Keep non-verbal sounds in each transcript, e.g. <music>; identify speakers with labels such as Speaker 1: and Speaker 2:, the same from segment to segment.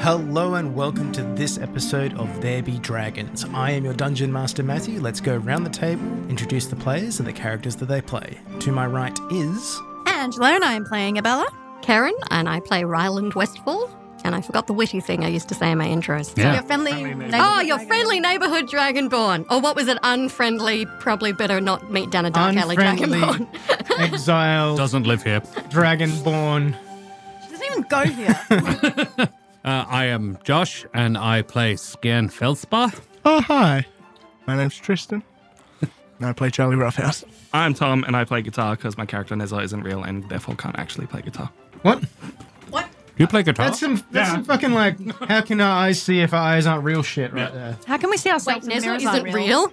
Speaker 1: Hello and welcome to this episode of There Be Dragons. I am your Dungeon Master Matthew. Let's go round the table, introduce the players and the characters that they play. To my right is.
Speaker 2: Angela and I am playing Abella.
Speaker 3: Karen, and I play Ryland Westfall. And I forgot the witty thing I used to say in my intros.
Speaker 2: Your friendly.
Speaker 3: Oh, your friendly neighborhood dragonborn. Or what was it? Unfriendly, probably better not meet down a dark alley
Speaker 1: Unfriendly, <laughs>
Speaker 3: dragonborn.
Speaker 1: <laughs> exiled,
Speaker 4: Doesn't live here.
Speaker 1: dragonborn.
Speaker 2: She doesn't even go here.
Speaker 4: Uh, I am Josh, and I play Scan Feldspar.
Speaker 5: Oh, hi. My name's Tristan. <laughs> And I play Charlie Roughhouse.
Speaker 6: I'm Tom, and I play guitar because my character Nezla isn't real and therefore can't actually play guitar.
Speaker 1: What?
Speaker 4: You play guitar?
Speaker 1: That's some, that's some fucking like, how can our eyes see if our eyes aren't real shit right there?
Speaker 2: How can we see
Speaker 3: Wait,
Speaker 2: ourselves? in
Speaker 3: Nezla
Speaker 2: mirrors
Speaker 3: isn't
Speaker 2: aren't
Speaker 3: real?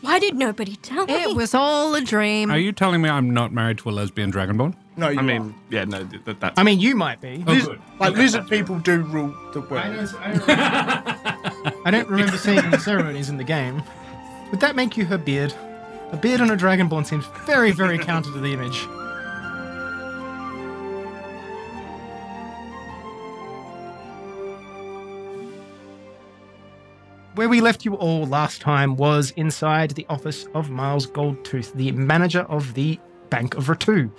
Speaker 3: Why did nobody tell me?
Speaker 2: It was all a dream.
Speaker 4: Are you telling me I'm not married to a lesbian dragonborn?
Speaker 5: No, you
Speaker 6: I mean, yeah, no, th- that, that's.
Speaker 1: I mean, you might be.
Speaker 5: aren't. Liz-
Speaker 4: good.
Speaker 5: like lizard people do rule the
Speaker 1: I
Speaker 5: world.
Speaker 1: don't, I don't remember, I don't remember
Speaker 5: <laughs>
Speaker 1: seeing the ceremonies in the game. Would that make you her beard? A beard on a dragonborn seems very, very counter to the image. Where we left you all last time was inside the office of Miles Goldtooth, the manager of the Bank of Ratu.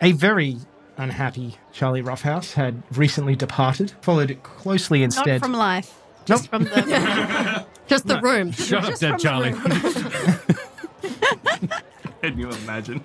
Speaker 1: A very unhappy Charlie Roughhouse had recently departed, followed closely
Speaker 2: Not
Speaker 1: instead.
Speaker 2: from life. Just from the.
Speaker 3: Just the room.
Speaker 4: Shut up, dead Charlie.
Speaker 6: Can you imagine?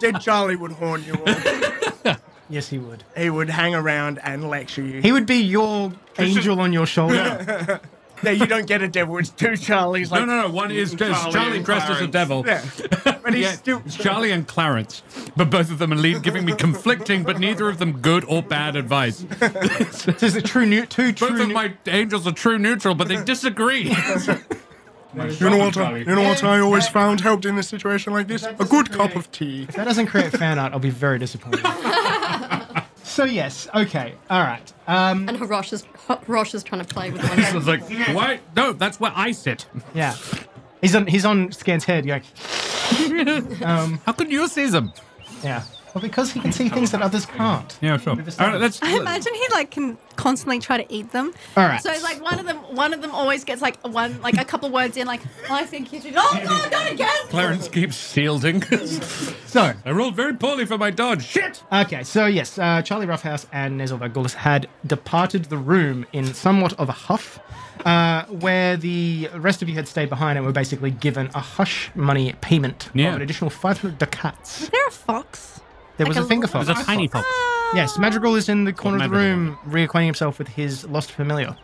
Speaker 5: Dead Charlie would horn you all.
Speaker 1: yes, he would.
Speaker 5: he would hang around and lecture you.
Speaker 1: He would be your angel on your shoulder.
Speaker 5: no, you don't get a devil. It's two Charlies.
Speaker 4: no,
Speaker 5: Like,
Speaker 4: no, no. One is just Charlie,
Speaker 5: Charlie and
Speaker 4: dressed as a
Speaker 5: Clarence.
Speaker 4: devil.
Speaker 5: Yeah. But he's
Speaker 4: Yeah,
Speaker 5: still.
Speaker 4: it's Charlie and Clarence, but both of them are lead, giving me conflicting, but neither of them good or bad advice.
Speaker 1: There's a true new, two true.
Speaker 4: Both of
Speaker 1: nu-
Speaker 4: my angels are true neutral, but they disagree.
Speaker 5: You know what? I, you know what? I always found helped in a situation like this. A good cup of tea.
Speaker 1: If that doesn't create fan art, I'll be very
Speaker 4: <laughs>
Speaker 1: disappointed. so yes, okay, all right. Um,
Speaker 3: And Hirosh is, Hirosh is trying to play with one.
Speaker 4: I was like, why? No, that's where I sit.
Speaker 1: yeah, he's on he's on Scan's head. Going,
Speaker 4: <laughs> How could you see them?
Speaker 1: yeah, well because he can see things that others can't.
Speaker 4: Yeah, sure. All right, let's.
Speaker 2: I imagine he like can constantly try to eat them.
Speaker 1: All right.
Speaker 2: So like one of them, one of them always gets like one, like a couple words in, like I think you should. Oh God, not again!
Speaker 4: Clarence keeps <laughs> shielding.
Speaker 1: So
Speaker 4: I rolled very poorly for my dodge. Shit!
Speaker 1: okay, so yes, uh, Charlie Roughhouse and Nezol Vagulis had departed the room in somewhat of a huff. Uh, where the rest of you had stayed behind and were basically given a hush money payment
Speaker 4: Yeah.
Speaker 1: of an additional 500 ducats.
Speaker 2: Is there a fox?
Speaker 1: There was
Speaker 3: Like
Speaker 1: a
Speaker 3: a
Speaker 1: finger
Speaker 3: little-
Speaker 1: fox.
Speaker 4: fox.
Speaker 1: Yes, Madrigal is in the corner of the
Speaker 4: Madrigal.
Speaker 1: room reacquainting himself with his lost familiar.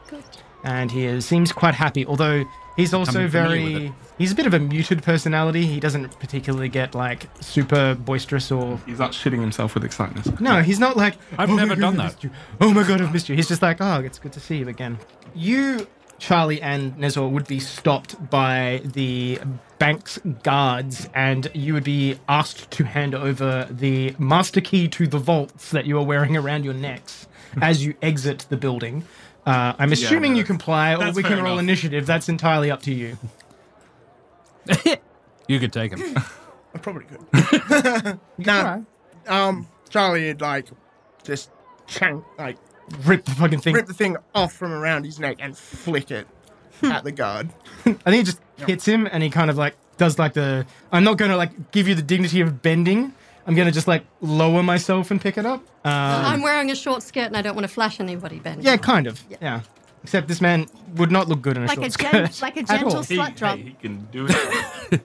Speaker 1: And he is, seems quite happy, although he's also
Speaker 4: Becoming familiar with
Speaker 1: very.
Speaker 4: it.
Speaker 1: He's a bit of a muted personality. He doesn't particularly get like super boisterous or.
Speaker 6: <laughs> He's not shitting himself with excitement.
Speaker 1: No, he's not like.
Speaker 4: I've
Speaker 1: my
Speaker 4: never
Speaker 1: God,
Speaker 4: done
Speaker 1: I've
Speaker 4: that."
Speaker 1: missed you. Oh my god, I've missed you. He's just like, oh, it's good to see you again. You, Charlie, and Nezor would be stopped by the bank's guards, and you would be asked to hand over the master key to the vaults that you are wearing around your necks as you exit the building. Uh, I'm assuming
Speaker 6: no,
Speaker 1: you comply, or we can
Speaker 4: fair
Speaker 1: roll
Speaker 4: enough.
Speaker 1: initiative. That's entirely up to you.
Speaker 4: You could take him. <laughs>
Speaker 5: I probably could. nah. <laughs> Um, Charlie had like just chunk like
Speaker 1: Rip the fucking thing.
Speaker 5: rip the thing off from around his neck and flick it
Speaker 1: Hmm.
Speaker 5: at the guard.
Speaker 1: I think it just hits him, and he kind of like does like the. I'm not gonna like give you the dignity of bending. I'm gonna just like lower myself and pick it up. Uh,
Speaker 3: I'm wearing a short skirt and I don't want to flash anybody, Ben.
Speaker 1: yeah, kind of. Yeah. Except this man would not look good in a
Speaker 2: Like a
Speaker 1: short
Speaker 2: gen-
Speaker 1: skirt.
Speaker 2: like a
Speaker 1: at all.
Speaker 2: gentle slut drop.
Speaker 6: he can <laughs> do it.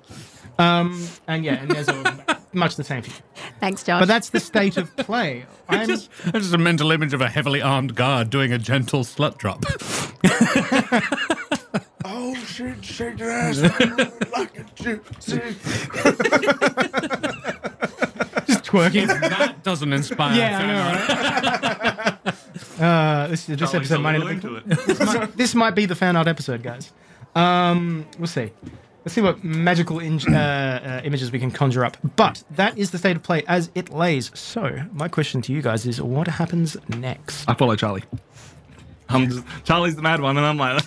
Speaker 1: Um, and yeah, and there's <laughs> a, much the same. for you.
Speaker 2: Thanks, Josh.
Speaker 1: But that's the state of <laughs> play. I'm,
Speaker 4: just, that's just a mental image of a heavily armed guard doing a gentle slut <laughs> drop.
Speaker 5: Oh shit, shake
Speaker 1: <laughs>
Speaker 5: your ass like a gypsy.
Speaker 1: just twerking.
Speaker 4: if that doesn't inspire
Speaker 1: yeah, I know, right? <laughs> uh, this, this episode might not be
Speaker 6: <laughs> it.
Speaker 1: this might- this might be the fan art episode, guys. Um, we'll see. Let's see what magical in- uh, uh, images we can conjure up. But that is the state of play as it lays. So my question to you guys is, what happens
Speaker 6: <laughs>
Speaker 1: next?
Speaker 6: I follow Charlie. I'm just, Charlie's the mad one, and I'm like,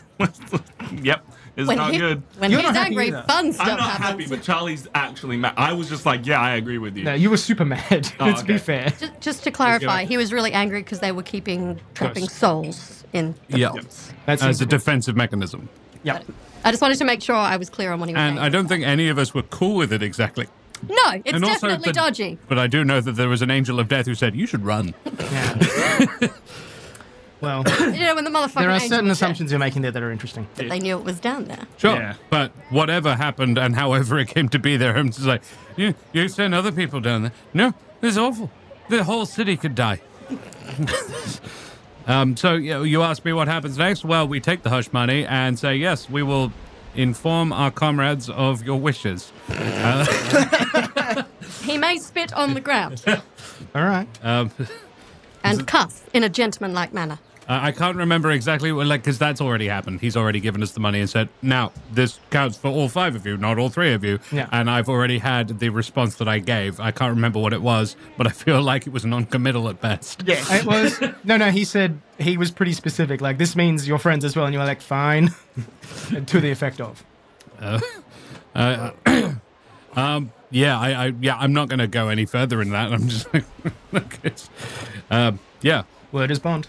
Speaker 6: yep,
Speaker 7: It's
Speaker 3: When,
Speaker 7: not
Speaker 3: he-
Speaker 7: Oh, good.
Speaker 3: when
Speaker 1: You're
Speaker 3: he's
Speaker 1: not happy
Speaker 3: angry,
Speaker 1: either.
Speaker 3: fun stuff
Speaker 7: I'm not
Speaker 3: happens.
Speaker 7: happy, but Charlie's actually mad. I was just like, yeah, I agree with you.
Speaker 1: No, you were super mad. <laughs>
Speaker 7: Oh,
Speaker 1: Let's be
Speaker 7: okay.
Speaker 1: fair.
Speaker 3: Ju- Just to clarify, he was really angry because they were keeping trapping souls in the
Speaker 4: Yeah.
Speaker 3: vaults.
Speaker 1: That's
Speaker 4: as a defensive mechanism.
Speaker 1: yeah.
Speaker 3: I just wanted to make sure I was clear on what he was
Speaker 4: And I
Speaker 3: saying.
Speaker 4: don't think any of us were cool with it exactly.
Speaker 3: no, it's
Speaker 4: and also
Speaker 3: definitely
Speaker 4: the-
Speaker 3: dodgy.
Speaker 4: But I do know that there was an angel of death who said, you should run.
Speaker 1: yeah. well,
Speaker 3: You know, when the motherfucker
Speaker 1: there are
Speaker 3: angel
Speaker 1: certain
Speaker 3: said
Speaker 1: assumptions you're making there that are interesting.
Speaker 3: that they knew it was down there.
Speaker 4: Sure.
Speaker 7: Yeah.
Speaker 4: But whatever happened and however it came to be there, Holmes is like, you, you send other people down there. No, it's awful. The whole city could die. <laughs> um, so you, you asked me what happens next. Well, we take the hush money and say, yes, we will inform our comrades of your wishes.
Speaker 3: He may spit on the ground
Speaker 1: All right.
Speaker 7: Uh,
Speaker 4: Um,
Speaker 3: and cuss in a gentlemanlike manner.
Speaker 4: I I can't remember exactly what, like, because that's already happened. He's already given us the money and said, now, this counts for all five of you, not all three of you.
Speaker 1: Yeah.
Speaker 4: And I've already had the response that I gave. I can't remember what it was, but I <laughs> feel like it was non committal at best.
Speaker 1: Yes. It was.
Speaker 7: <laughs>
Speaker 1: No, no, he said he was pretty specific. Like, this means your friends as well. And you were like, fine. <laughs> And to the effect of.
Speaker 4: Yeah, I, I yeah, I'm not going to go any further in that. I'm just <laughs> like, look, it's, um, yeah.
Speaker 1: Word is bond.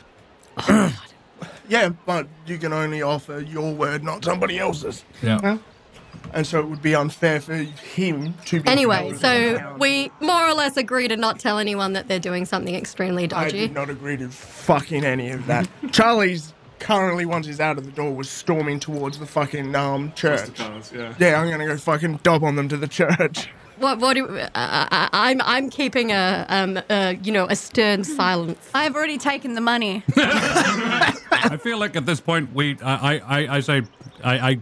Speaker 5: Yeah, but you can only offer your word, not somebody else's.
Speaker 4: Yeah.
Speaker 1: Well,
Speaker 5: And so it would be unfair for him to be.
Speaker 3: Anyway,
Speaker 5: held
Speaker 3: so
Speaker 5: accountable.
Speaker 3: we more or less agree to not tell anyone that they're doing something extremely
Speaker 5: I
Speaker 3: dodgy.
Speaker 5: did not agree to fucking any of
Speaker 3: <laughs>
Speaker 5: that. Charlie's currently, once he's out of the door, was storming towards the fucking um
Speaker 7: That's the
Speaker 5: church.
Speaker 7: chance, yeah.
Speaker 5: Yeah, I'm gonna go fucking dob on them to
Speaker 1: <laughs>
Speaker 5: the church.
Speaker 3: What? What? Do, uh, I, I'm I'm keeping a um uh you know a stern silence.
Speaker 2: I've already taken the money.
Speaker 1: uh,
Speaker 4: I feel like at this point, we, I, I, I, I say, I, I,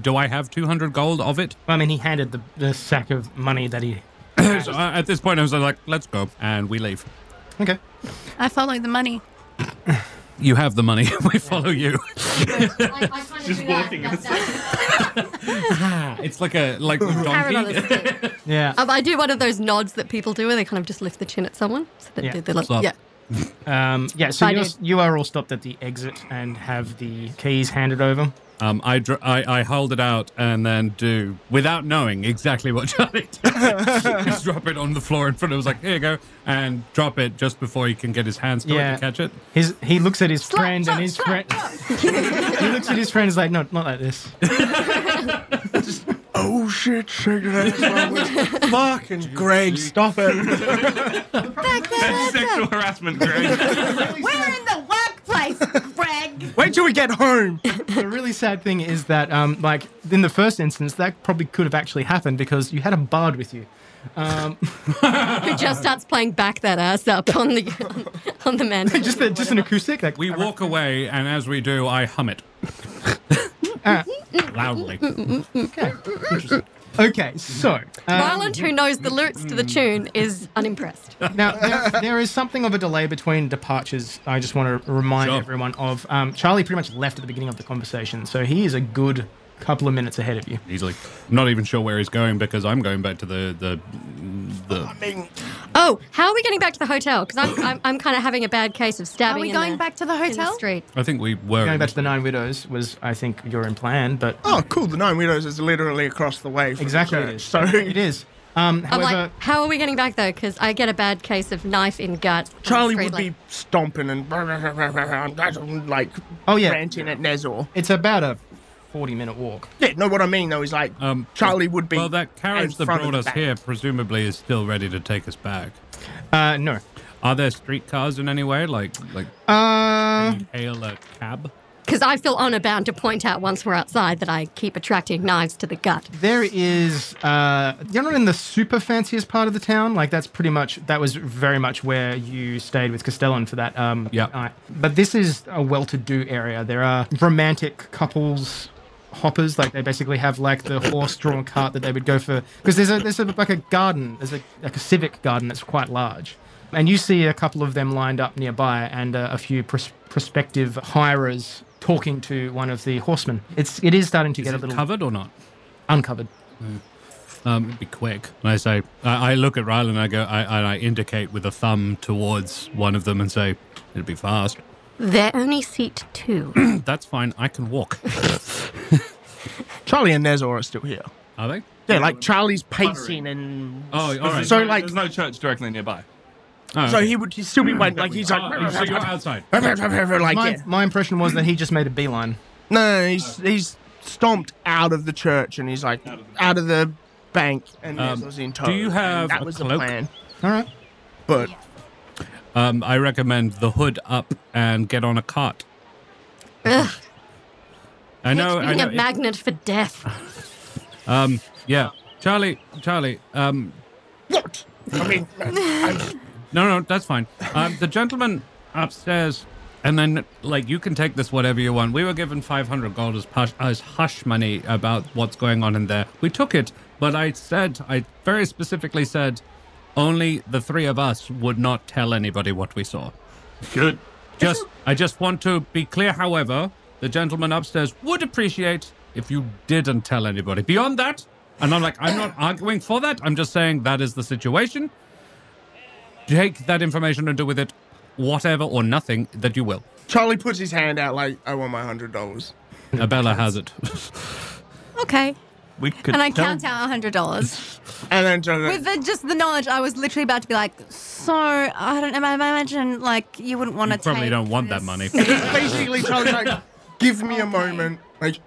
Speaker 4: do I have 200 gold of it? <clears throat>
Speaker 1: I mean, he handed the, the sack of money that he.
Speaker 4: So uh, at this point, I was like, let's go. And we leave.
Speaker 1: Okay.
Speaker 2: I follow the money.
Speaker 4: You have the money. <laughs> we follow you.
Speaker 3: I, I kind
Speaker 7: Just do that- walking that- us.
Speaker 4: It's like a like <laughs> donkey.
Speaker 1: Yeah.
Speaker 3: Um, I do one of those nods that people do where they kind of just lift the chin at someone. So that
Speaker 1: Yeah.
Speaker 3: they're like,
Speaker 4: Slap.
Speaker 3: yeah.
Speaker 1: Um, yeah, so
Speaker 3: I
Speaker 1: you're,
Speaker 3: did.
Speaker 1: you are all stopped at the exit and have the keys handed over.
Speaker 4: Um, I, dr- I I hold it out and then do without knowing exactly what <laughs> Charlie did. just drop it on the floor in front of. us like, here you go, and drop it just before he can get his hands to it
Speaker 1: Yeah.
Speaker 4: to catch it.
Speaker 1: His he looks at his
Speaker 3: Slap,
Speaker 1: friend
Speaker 3: slap,
Speaker 1: and his
Speaker 3: slap,
Speaker 1: friend <laughs> he looks at his friend and is like, no, not like this.
Speaker 5: Oh shit, sugar that's wrong with- <laughs> Fucking Greg, stop it.
Speaker 1: <laughs>
Speaker 7: That's <laughs> sexual
Speaker 6: <laughs>
Speaker 7: harassment, Greg.
Speaker 2: We're in the workplace, Greg.
Speaker 5: Wait till we
Speaker 1: <laughs>
Speaker 5: get home.
Speaker 1: <laughs> the really sad thing is that, um, like in the first instance, that probably could have actually happened because you had a bard with you. <laughs>
Speaker 3: Who just starts playing back that ass up on the on, the <laughs> man.
Speaker 1: Just the, just an acoustic. Like
Speaker 4: We walk away, and as we do, I hum it
Speaker 1: Ah,
Speaker 4: <laughs> loudly.
Speaker 1: okay. Interesting. Okay, so um,
Speaker 3: Ryland, who knows the lyrics to the tune, is unimpressed.
Speaker 1: now there, there is something of a delay between departures. I just want to remind
Speaker 4: Sure.
Speaker 1: everyone of um, Charlie pretty much left at the beginning of the conversation, so he is a good couple of minutes ahead of you.
Speaker 4: Easily, I'm not even sure where he's going because I'm going back to the the the.
Speaker 3: Oh, how are we getting back to the hotel? Because I'm, I'm, I'm kind of having a bad case of
Speaker 2: Are
Speaker 3: stabbing.
Speaker 2: we
Speaker 3: in
Speaker 2: going
Speaker 3: the-
Speaker 2: back to the
Speaker 3: in the
Speaker 2: hotel?
Speaker 3: street?
Speaker 4: I think we were
Speaker 1: Going back to the Nine Widows was, I think, your in plan, but
Speaker 5: Oh, cool. The Nine Widows is literally across the way. From
Speaker 1: exactly
Speaker 5: The
Speaker 1: it
Speaker 5: church,
Speaker 1: is.
Speaker 5: so
Speaker 1: it is. Um,
Speaker 3: I'm
Speaker 1: however,
Speaker 3: like, how are we getting back though? Because I get a bad case of knife in gut. on the
Speaker 5: Charlie
Speaker 3: street,
Speaker 5: would be
Speaker 3: like-
Speaker 5: stomping and <laughs> like
Speaker 1: Oh, yeah.
Speaker 5: ranting at Nezor.
Speaker 1: it's about a forty-minute walk.
Speaker 5: Yeah, no, what I mean though is like
Speaker 4: Um,
Speaker 5: Charlie would be.
Speaker 4: Well, that
Speaker 5: in
Speaker 4: carriage that
Speaker 5: front of
Speaker 4: brought
Speaker 5: the
Speaker 4: us
Speaker 5: back.
Speaker 4: here presumably is still ready to take us back.
Speaker 1: Uh, no.
Speaker 4: Are there streetcars in any way? Like, like
Speaker 1: Uh,
Speaker 4: you hail a cab?
Speaker 3: Because I feel honor bound to point out once we're outside that I keep attracting knives to the gut.
Speaker 1: there is. Uh, you're not in the super fanciest part of the town. Like that's pretty much that was very much where you stayed with Castellan for that. Um,
Speaker 4: Yeah.
Speaker 1: night. But this is a well-to-do area. There are romantic couples. Hoppers, like they basically have like the horse-drawn cart that they would go for, because there's a there's a, like a garden, there's a like a civic garden that's quite large, and you see a couple of them lined up nearby, and uh, a few pros- prospective hirers talking to one of the horsemen. It's it is starting to
Speaker 4: Is
Speaker 1: get a
Speaker 4: it
Speaker 1: little
Speaker 4: covered or not?
Speaker 1: uncovered.
Speaker 4: Um, it'd be quick. And I say, I, I look at Rylan and I go, I, and I indicate with a thumb towards one of them and say, it'd be fast. <clears throat>
Speaker 3: They're only seat two.
Speaker 4: That's fine. I can walk.
Speaker 5: Charlie and Nezor are still here.
Speaker 4: Are they?
Speaker 5: Yeah, like Charlie's pacing and
Speaker 4: Oh, all right.
Speaker 5: So,
Speaker 4: So,
Speaker 5: like-
Speaker 7: there's no church directly nearby.
Speaker 5: so he would he'd still
Speaker 4: Mm.
Speaker 5: be waiting. Like he's like,
Speaker 4: Oh, so Ah,
Speaker 5: <laughs>
Speaker 4: you're outside.
Speaker 5: like
Speaker 1: my,
Speaker 5: yeah.
Speaker 1: my impression was that he just made a beeline.
Speaker 5: No, no, no, he's he's stomped out of the church and he's like out of the bank and
Speaker 4: Um,
Speaker 5: Nezor's in tow.
Speaker 4: do you
Speaker 5: And
Speaker 4: have
Speaker 5: that
Speaker 4: a
Speaker 5: was the
Speaker 4: cloak?
Speaker 5: plan?
Speaker 1: All right.
Speaker 5: But
Speaker 4: Um, I recommend the hood up and get on a cart.
Speaker 3: Ugh,
Speaker 4: I know. I
Speaker 3: being
Speaker 4: know.
Speaker 3: a magnet for death.
Speaker 4: um, yeah, Charlie, Charlie. Um,
Speaker 5: what? I mean,
Speaker 4: <laughs> no, no, that's fine. Um, the gentleman upstairs, and then like you can take this whatever you want. We were given five hundred gold as, hush, as hush money about what's going on in there. We took it, but I said, I very specifically said, only the three of us would not tell anybody what we saw.
Speaker 7: Good.
Speaker 4: Just, I just want to be clear, however, the gentleman upstairs would appreciate if you didn't tell anybody. Beyond that, and I'm like, I'm not arguing for that. I'm just saying that is the situation. Take that information and do with it whatever or nothing that you will.
Speaker 5: Charlie puts his hand out like, I want my hundred dollars.
Speaker 4: Abella has it. <laughs>
Speaker 2: Okay.
Speaker 7: We could.
Speaker 2: And I
Speaker 7: tell-
Speaker 2: count out hundred dollars
Speaker 5: And then Charlie,
Speaker 2: with the, just the knowledge. I was literally about to be like, so I don't. I imagine like you wouldn't want to.
Speaker 4: You probably don't want that
Speaker 2: <laughs>
Speaker 4: money.
Speaker 5: <laughs> basically Charlie's like, give me a moment, like,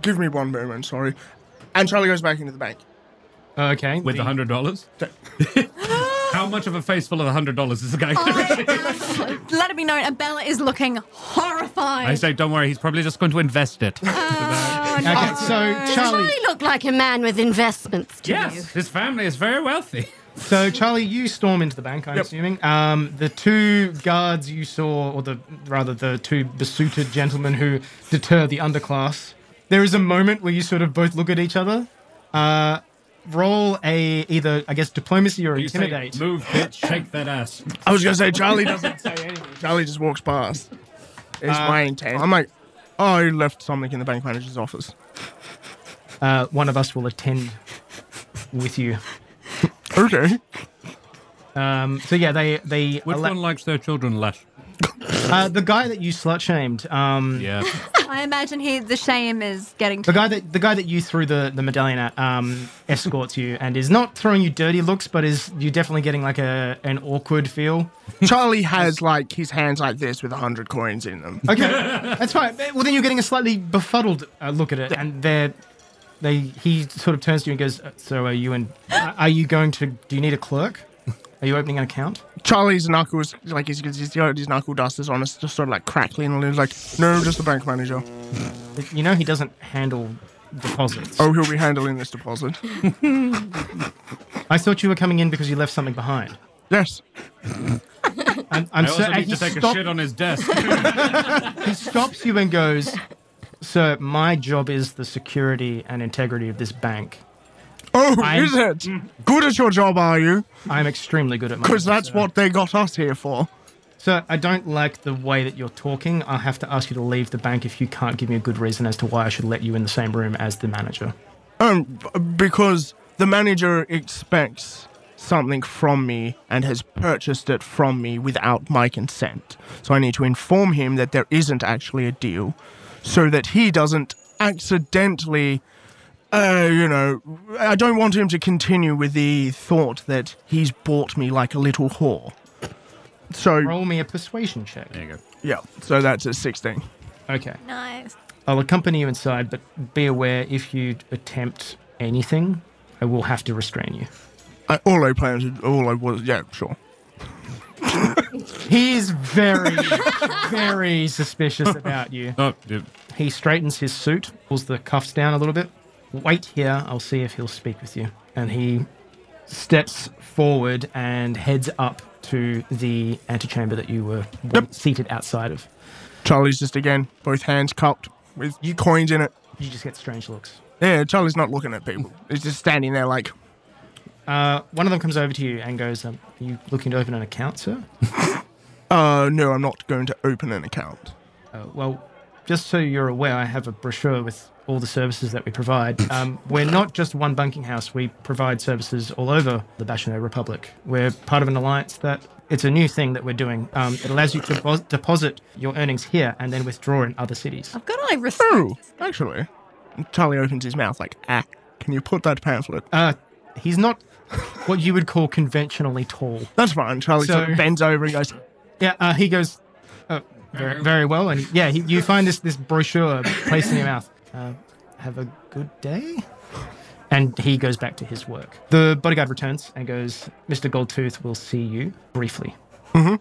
Speaker 5: give me one moment, sorry. And Charlie goes back into the bank.
Speaker 1: Okay.
Speaker 4: With the hundred dollars? How much of a face full of the hundred dollars is the guy?
Speaker 2: Oh. Let it be known, Abella is looking horrified.
Speaker 4: I say, don't worry, he's probably just going to invest it.
Speaker 2: Oh, no.
Speaker 1: Okay, so Charlie,
Speaker 3: Charlie looked like a man with investments to you.
Speaker 4: yes, his family is very wealthy.
Speaker 1: so Charlie, you storm into the bank. I'm
Speaker 5: Yep.
Speaker 1: assuming. Um, the two guards you saw, or the rather the two besuited gentlemen who deter the underclass. There is a moment where you sort of both look at each other. Uh, roll a either I guess diplomacy or
Speaker 4: You say,
Speaker 1: intimidate.
Speaker 4: Move, bitch, shake that ass.
Speaker 5: I was gonna say Charlie doesn't say anything. <laughs> Uh, Charlie just walks past. It's my intent. I'm like, oh, I left something in the bank manager's office.
Speaker 1: Uh, one of us will attend with you.
Speaker 5: Okay.
Speaker 1: Um, so yeah, they they
Speaker 4: Which
Speaker 1: allow-
Speaker 4: one likes their children less?
Speaker 1: uh, the guy that you slut shamed. Um,
Speaker 4: Yeah.
Speaker 2: I imagine he, the shame is getting
Speaker 1: The
Speaker 2: to
Speaker 1: guy that the guy that you threw the, the medallion at um, escorts you and is not throwing you dirty looks, but is you're definitely getting like a an awkward feel.
Speaker 5: <laughs> Charlie has like his hands like this with a hundred coins in them.
Speaker 1: Okay, that's fine. Well, then you're getting a slightly befuddled uh, look at it, and they're they he sort of turns to you and goes, "Uh, "So are you and are you going to? Do you need a clerk? Are you opening an account?
Speaker 5: Charlie's knuckles, like his, his, his knuckle dusters on, it's just sort of like crackling and he's like, no, just the bank manager.
Speaker 1: You know he doesn't handle deposits.
Speaker 5: Oh, he'll be handling this <laughs> deposit.
Speaker 1: I thought you were coming in because you left something behind.
Speaker 5: Yes.
Speaker 1: I'm, I'm
Speaker 4: I also
Speaker 1: so, and
Speaker 4: need
Speaker 1: he
Speaker 4: to take
Speaker 1: stopped-
Speaker 4: a shit on his desk. <laughs>
Speaker 1: He stops you and goes, Sir, my job is the security and integrity of this bank.
Speaker 5: Oh,
Speaker 1: I'm-
Speaker 5: is <laughs> it? Good at your job, are you?
Speaker 1: I'm extremely good at my
Speaker 5: Because
Speaker 1: job,
Speaker 5: that's
Speaker 1: sir.
Speaker 5: what they got us here for.
Speaker 1: Sir, I don't like the way that you're talking. I'll have to ask you to leave the bank if you can't give me a good reason as to why I should let you in the same room as the manager.
Speaker 5: Um, b- because the manager expects something from me and has purchased it from me without my consent. So I need to inform him that there isn't actually a deal so that he doesn't accidentally. Uh, you know, I don't want him to continue with the thought that he's bought me like a little whore. So,
Speaker 1: Roll me a persuasion check.
Speaker 4: There you go.
Speaker 5: yeah, so that's a 16.
Speaker 1: Okay.
Speaker 2: nice.
Speaker 1: I'll accompany you inside, but be aware if you attempt anything, I will have to restrain you.
Speaker 5: I, all I planned, to- all I was, yeah, sure.
Speaker 1: He's
Speaker 4: <laughs>
Speaker 1: very, very suspicious about you.
Speaker 4: Oh, dude.
Speaker 1: He straightens his suit, pulls the cuffs down a little bit. Wait here, I'll see if he'll speak with you. And he steps forward and heads up to the antechamber that you were seated outside of.
Speaker 5: Charlie's just again, both hands cupped with coins in it.
Speaker 1: You just get strange looks.
Speaker 5: Yeah, Charlie's not looking at people. He's just standing there like,
Speaker 1: Uh, one of them comes over to you and goes, um, Are you looking to open an account, sir?
Speaker 5: uh, no, I'm not going to open an account.
Speaker 1: Uh, well, just so you're aware, I have a brochure with all the services that we provide. Um, we're not just one bunking house. We provide services all over the Bashano Republic. We're part of an alliance that it's a new thing that we're doing. Um, it allows you to bo- deposit your earnings here and then withdraw in other cities.
Speaker 2: I've got to like
Speaker 5: Oh,
Speaker 2: respect.
Speaker 5: actually. Charlie opens his mouth like, ah, can you put that pamphlet?
Speaker 1: Uh, he's not what you would call conventionally tall.
Speaker 5: That's fine. Charlie sort
Speaker 1: so-
Speaker 5: of bends over and goes,
Speaker 1: Yeah, uh, he goes, oh, very, very well. And yeah, he, you find this, this brochure placed in your mouth. Uh, have a good day. And he goes back to his work. The bodyguard returns and goes, Mr. Goldtooth will see you briefly. Mm-hmm.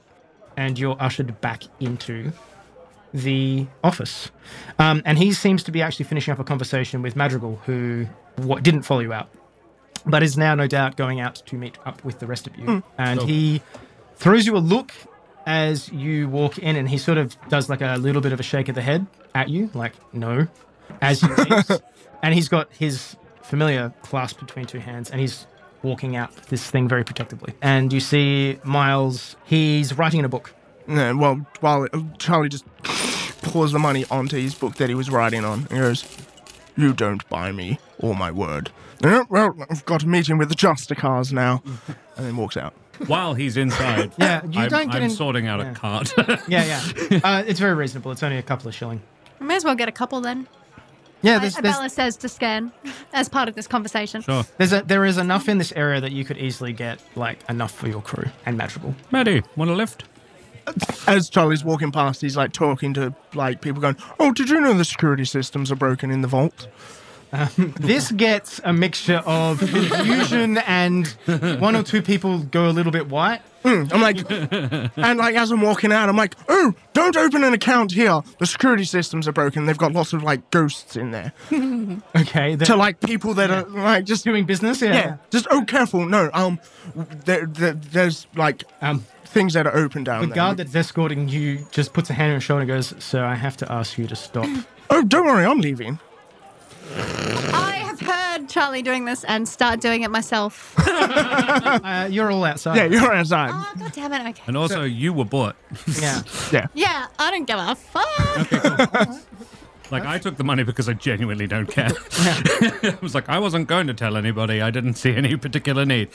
Speaker 1: And you're ushered back into the office. Um, and he seems to be actually finishing up a conversation with Madrigal, who what, didn't follow you out, but is now no doubt going out to meet up with the rest of you. And he throws you a look as you walk in, and he sort of does like a little bit of a shake of the head at you, like no, as you leaves. and he's got his familiar clasp between two hands, and he's walking out this thing very protectively. And you see Miles; he's writing in a book.
Speaker 5: no, well, while Charlie just pours the money onto his book that he was writing on and goes, you don't buy me or my word. "Yeah, well, I've got a meeting with the
Speaker 1: <laughs>
Speaker 5: Justicars now. And then walks out.
Speaker 4: While he's inside,
Speaker 1: Yeah, you
Speaker 4: I'm,
Speaker 1: don't get
Speaker 4: I'm
Speaker 1: in-
Speaker 4: sorting out
Speaker 1: yeah.
Speaker 4: a cart. <laughs>
Speaker 1: Yeah, yeah. uh, it's very reasonable. It's only a couple of shilling.
Speaker 2: I may as well get a couple then.
Speaker 1: Yeah,
Speaker 2: As
Speaker 1: there's, there's,
Speaker 2: Abella says to scan <laughs> as part of this conversation.
Speaker 4: sure.
Speaker 1: there's a, there is enough in this area that you could easily get like enough for your crew and Madrigal.
Speaker 4: Maddie, want a lift?
Speaker 5: As Charlie's walking past, he's like talking to like people going, Oh, did you know the security systems are broken in the vault?
Speaker 1: This gets a mixture of confusion and one or two people go a little bit white.
Speaker 5: I'm
Speaker 1: <laughs>
Speaker 5: like, and like as I'm walking out, I'm like, oh, don't open an account here. The security systems are broken. They've got lots of like ghosts in there.
Speaker 1: Okay, they're
Speaker 5: To like people that are like just
Speaker 1: doing business. Yeah.
Speaker 5: yeah, just oh careful. No, um, there, there, there's like
Speaker 1: Um,
Speaker 5: things that are open down
Speaker 1: the
Speaker 5: there.
Speaker 1: guard that's escorting you just puts a hand on your shoulder and goes, "Sir, I have to ask you to stop."
Speaker 5: <laughs> oh, don't worry, I'm leaving.
Speaker 2: I have heard Charlie doing this and start doing it
Speaker 4: <laughs>
Speaker 2: myself.
Speaker 1: uh, you're all outside.
Speaker 5: Yeah, you're outside.
Speaker 2: oh, God damn it. Okay.
Speaker 4: And also, you were bought.
Speaker 5: <laughs>
Speaker 1: yeah.
Speaker 5: yeah,
Speaker 2: Yeah, I don't give a fuck.
Speaker 4: Like, I took the money because I genuinely don't care. <laughs> I was like, I wasn't going to tell anybody. I didn't see any particular need.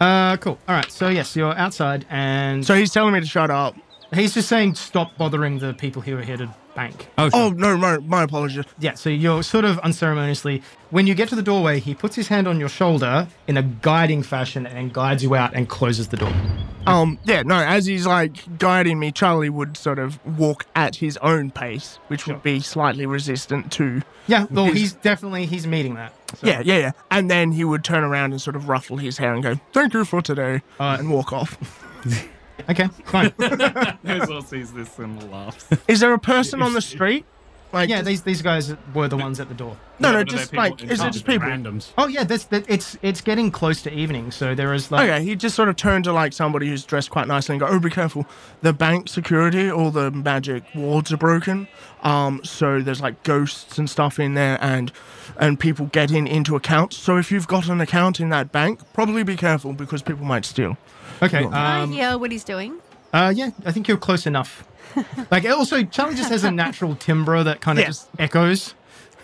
Speaker 1: Uh, cool. All right. So yes, you're outside, and
Speaker 5: so he's telling me to shut up.
Speaker 1: he's just saying, "Stop bothering the people who are here to bank."
Speaker 4: Oh, sure.
Speaker 5: Oh no, my, my apologies.
Speaker 1: Yeah, so you're sort of unceremoniously. When you get to the doorway, he puts his hand on your shoulder in a guiding fashion and guides you out and closes the door.
Speaker 5: Um, yeah, no, as he's like guiding me, Charlie would sort of walk at his own pace, which would be slightly resistant to.
Speaker 1: Yeah, well, he's definitely he's meeting that. So-
Speaker 5: Yeah, yeah, yeah. And then he would turn around and sort of ruffle his hair and go, "Thank you for today,"
Speaker 1: Uh,
Speaker 5: and walk off.
Speaker 1: Okay.
Speaker 5: <laughs>
Speaker 1: Fine.
Speaker 6: Hazel sees this and laughs.
Speaker 5: Is there a person on the street? Like,
Speaker 1: yeah, these these guys were the ones at the door.
Speaker 5: no, no,
Speaker 6: Yeah, but
Speaker 5: just
Speaker 6: they're people
Speaker 5: like,
Speaker 6: in
Speaker 5: is it
Speaker 6: charge.
Speaker 5: just people?
Speaker 4: Randoms.
Speaker 1: Oh yeah, that's that. It's it's getting close to evening, so there is like
Speaker 5: Okay, he just sort of turned to like somebody who's dressed quite nicely and go, "Oh, be careful! The bank security, all the magic wards are broken. Um, so there's like ghosts and stuff in there, and and people getting into accounts. So if you've got an account in that bank, probably be careful because people might steal.
Speaker 1: okay.
Speaker 2: I
Speaker 1: Um,
Speaker 2: hear what he's doing.
Speaker 1: uh, yeah, I think you're close enough. Like also, Charlie just has a natural timbre that kind of
Speaker 5: Yeah.
Speaker 1: just echoes.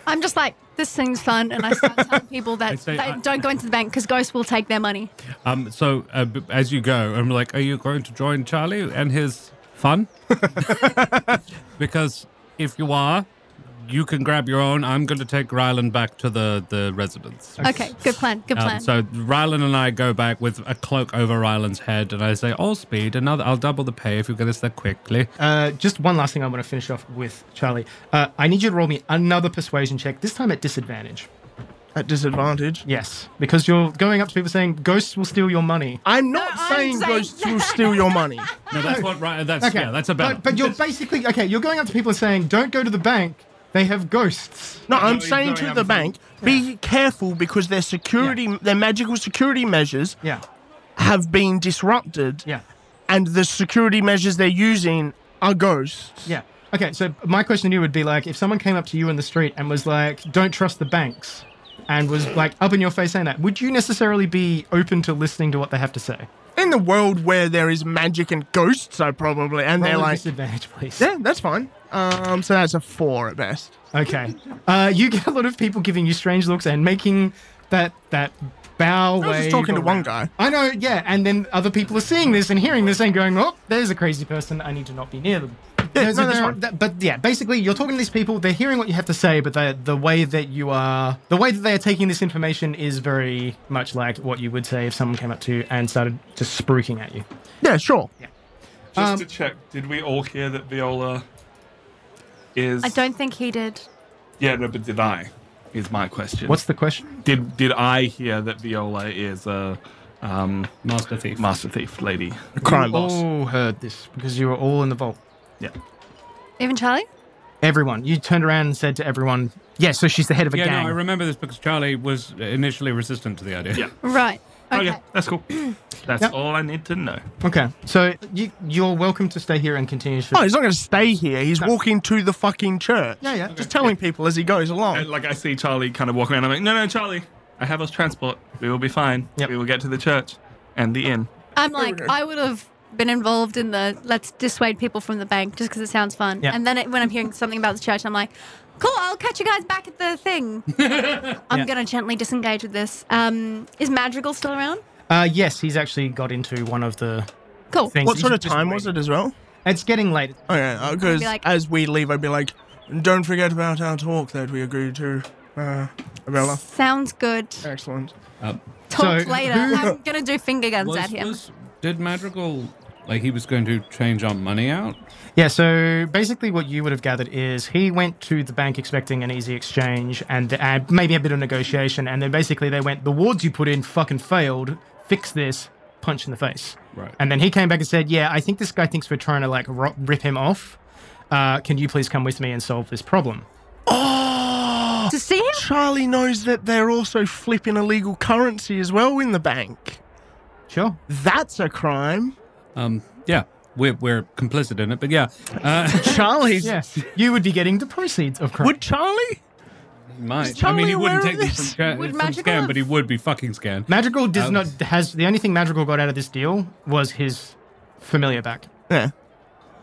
Speaker 2: I'm just like, this thing's fun, and I start telling people
Speaker 4: I
Speaker 2: that
Speaker 4: say-
Speaker 2: they
Speaker 4: I-
Speaker 2: don't go into the bank because ghosts will take their money.
Speaker 4: Um, so, uh, b- as you go, I'm like, are you going to join Charlie and his fun? <laughs> because if you are, you can grab your own. I'm going to take Rylan back to the, the residence.
Speaker 2: Okay, good plan. Good plan.
Speaker 4: Um, so Rylan and I go back with a cloak over Rylan's head, and I say, "All speed! Another, I'll double the pay if you get us there quickly."
Speaker 1: Uh, just one last thing I want to finish off with, Charlie. Uh, I need you to roll me another persuasion check. This time at disadvantage.
Speaker 5: At disadvantage.
Speaker 1: Yes, because you're going up to people saying ghosts will steal your money.
Speaker 5: I'm not
Speaker 2: I'm
Speaker 5: saying
Speaker 2: saying-
Speaker 5: ghosts will steal your money.
Speaker 4: No, that's what. Right, that's yeah, that's a
Speaker 1: oh.
Speaker 4: better.
Speaker 1: But,
Speaker 4: <laughs>
Speaker 1: but you're basically okay. You're going up to people and saying, "Don't go to the bank. They have ghosts."
Speaker 5: No, I'm
Speaker 7: he's
Speaker 5: saying
Speaker 7: going
Speaker 5: to
Speaker 7: up
Speaker 5: the
Speaker 7: to-
Speaker 5: bank, be careful because their security, their magical security measures
Speaker 1: Yeah,
Speaker 5: have been disrupted.
Speaker 1: yeah,
Speaker 5: and the security measures they're using are ghosts.
Speaker 1: yeah. Okay, so my question to you would be like, if someone came up to you in the street and was like, "Don't trust the banks," and was like up in your face saying that, would you necessarily be open to listening to what they have to say?
Speaker 5: In the world where there is magic and ghosts, I probably and
Speaker 1: Roll
Speaker 5: they're
Speaker 1: a
Speaker 5: like,
Speaker 1: disadvantage, please.
Speaker 5: yeah, that's fine. Um, so that's a four at best.
Speaker 1: Okay. Uh, you get a lot of people giving you strange looks and making that that bow
Speaker 5: I was just
Speaker 1: wave
Speaker 5: talking to one
Speaker 1: around.
Speaker 5: guy.
Speaker 1: I know, yeah, and then other people are seeing this and hearing this and going, "Oh, there's a crazy person. I need to not be near them."
Speaker 5: Yeah,
Speaker 1: so
Speaker 5: no, that's
Speaker 1: they're-
Speaker 5: fine.
Speaker 1: that- but yeah, basically, you're talking to these people. They're hearing what you have to say, but they- the way that you are, the way that they are taking this information is very much like what you would say if someone came up to you and started just spruiking at you.
Speaker 5: Yeah, sure.
Speaker 7: Just
Speaker 1: Um,
Speaker 7: to check, did we all hear that Viola is?
Speaker 2: I don't think he did.
Speaker 7: Yeah, no, but did I? Is my question.
Speaker 1: What's the question?
Speaker 7: did did I hear that Viola is a um,
Speaker 4: Master Thief.
Speaker 7: master thief lady?
Speaker 5: A crime
Speaker 1: you
Speaker 5: boss.
Speaker 1: all Oh, heard this because you were all in the vault.
Speaker 7: Yeah.
Speaker 2: Even Charlie?
Speaker 1: Everyone. You turned around and said to everyone, "Yeah, so she's the head of a
Speaker 4: yeah,
Speaker 1: gang."
Speaker 4: no, I remember this because Charlie was initially resistant to the idea.
Speaker 7: Yeah.
Speaker 2: Right.
Speaker 7: Oh
Speaker 2: Okay.
Speaker 7: yeah, that's
Speaker 2: <clears throat>
Speaker 7: cool. That's
Speaker 1: Yep.
Speaker 7: all I need to know.
Speaker 1: okay, so you, you're welcome to stay here and continue. to-
Speaker 5: Oh, he's not going to stay here. He's walking to the fucking church.
Speaker 1: Yeah, yeah.
Speaker 5: Just telling people as he goes
Speaker 7: And,
Speaker 5: along.
Speaker 7: Uh, like I see Charlie kind of walk around. I'm like, no, no, Charlie, I have us transport. We will be fine.
Speaker 1: Yep.
Speaker 7: We will get to the church and the inn.
Speaker 2: I'm like, I would have been involved in the let's dissuade people from the bank just because it sounds fun.
Speaker 1: Yeah.
Speaker 2: And then it, when I'm hearing something about the church, I'm like, cool, I'll catch you guys back at the thing. I'm
Speaker 1: Yeah.
Speaker 2: going to gently disengage with this. Um, is Madrigal still around?
Speaker 1: Uh, yes, he's actually got into one of the
Speaker 2: Cool.
Speaker 1: things.
Speaker 5: What
Speaker 1: He's
Speaker 5: sort of
Speaker 1: just
Speaker 5: time was
Speaker 1: waiting.
Speaker 5: it as well?
Speaker 1: It's getting late.
Speaker 5: Oh, yeah, because
Speaker 2: be like-
Speaker 5: as we leave, I'd be like, don't forget about our talk that we agreed to, uh, Abella.
Speaker 2: Sounds good.
Speaker 5: Uh, Excellent.
Speaker 2: Talk
Speaker 1: So,
Speaker 2: later.
Speaker 1: who-
Speaker 2: I'm going to do finger guns
Speaker 4: Was,
Speaker 2: at him.
Speaker 4: was- did Madrigal like he was going to change our money out?
Speaker 1: Yeah, so basically what you would have gathered is he went to the bank expecting an easy exchange and uh, maybe a bit of negotiation, and then basically they went, the wards you put in fucking failed, fix this, punch in the face.
Speaker 4: Right.
Speaker 1: And then he came back and said, yeah, I think this guy thinks we're trying to like ro- rip him off. Uh, can you please come with me and solve this problem?
Speaker 5: Oh!
Speaker 2: to see him?
Speaker 5: Charlie knows that they're also flipping illegal currency as well in the bank.
Speaker 1: Sure.
Speaker 5: That's a crime.
Speaker 4: Um, yeah, we're we're complicit in it, but yeah, uh,
Speaker 5: Charlie's.
Speaker 1: Yes. <laughs> you would be getting the proceeds of crime.
Speaker 5: Would Charlie?
Speaker 4: might. I
Speaker 5: Charlie
Speaker 4: mean, he
Speaker 5: aware
Speaker 4: wouldn't take
Speaker 5: of
Speaker 4: them from,
Speaker 5: this?
Speaker 4: sca-
Speaker 2: Would
Speaker 4: from
Speaker 2: Madrigal
Speaker 4: scan,
Speaker 2: have-
Speaker 4: but he would be fucking scanned.
Speaker 1: Madrigal does
Speaker 4: Um,
Speaker 1: not has the only thing Madrigal got out of this deal was his familiar back.
Speaker 5: Yeah.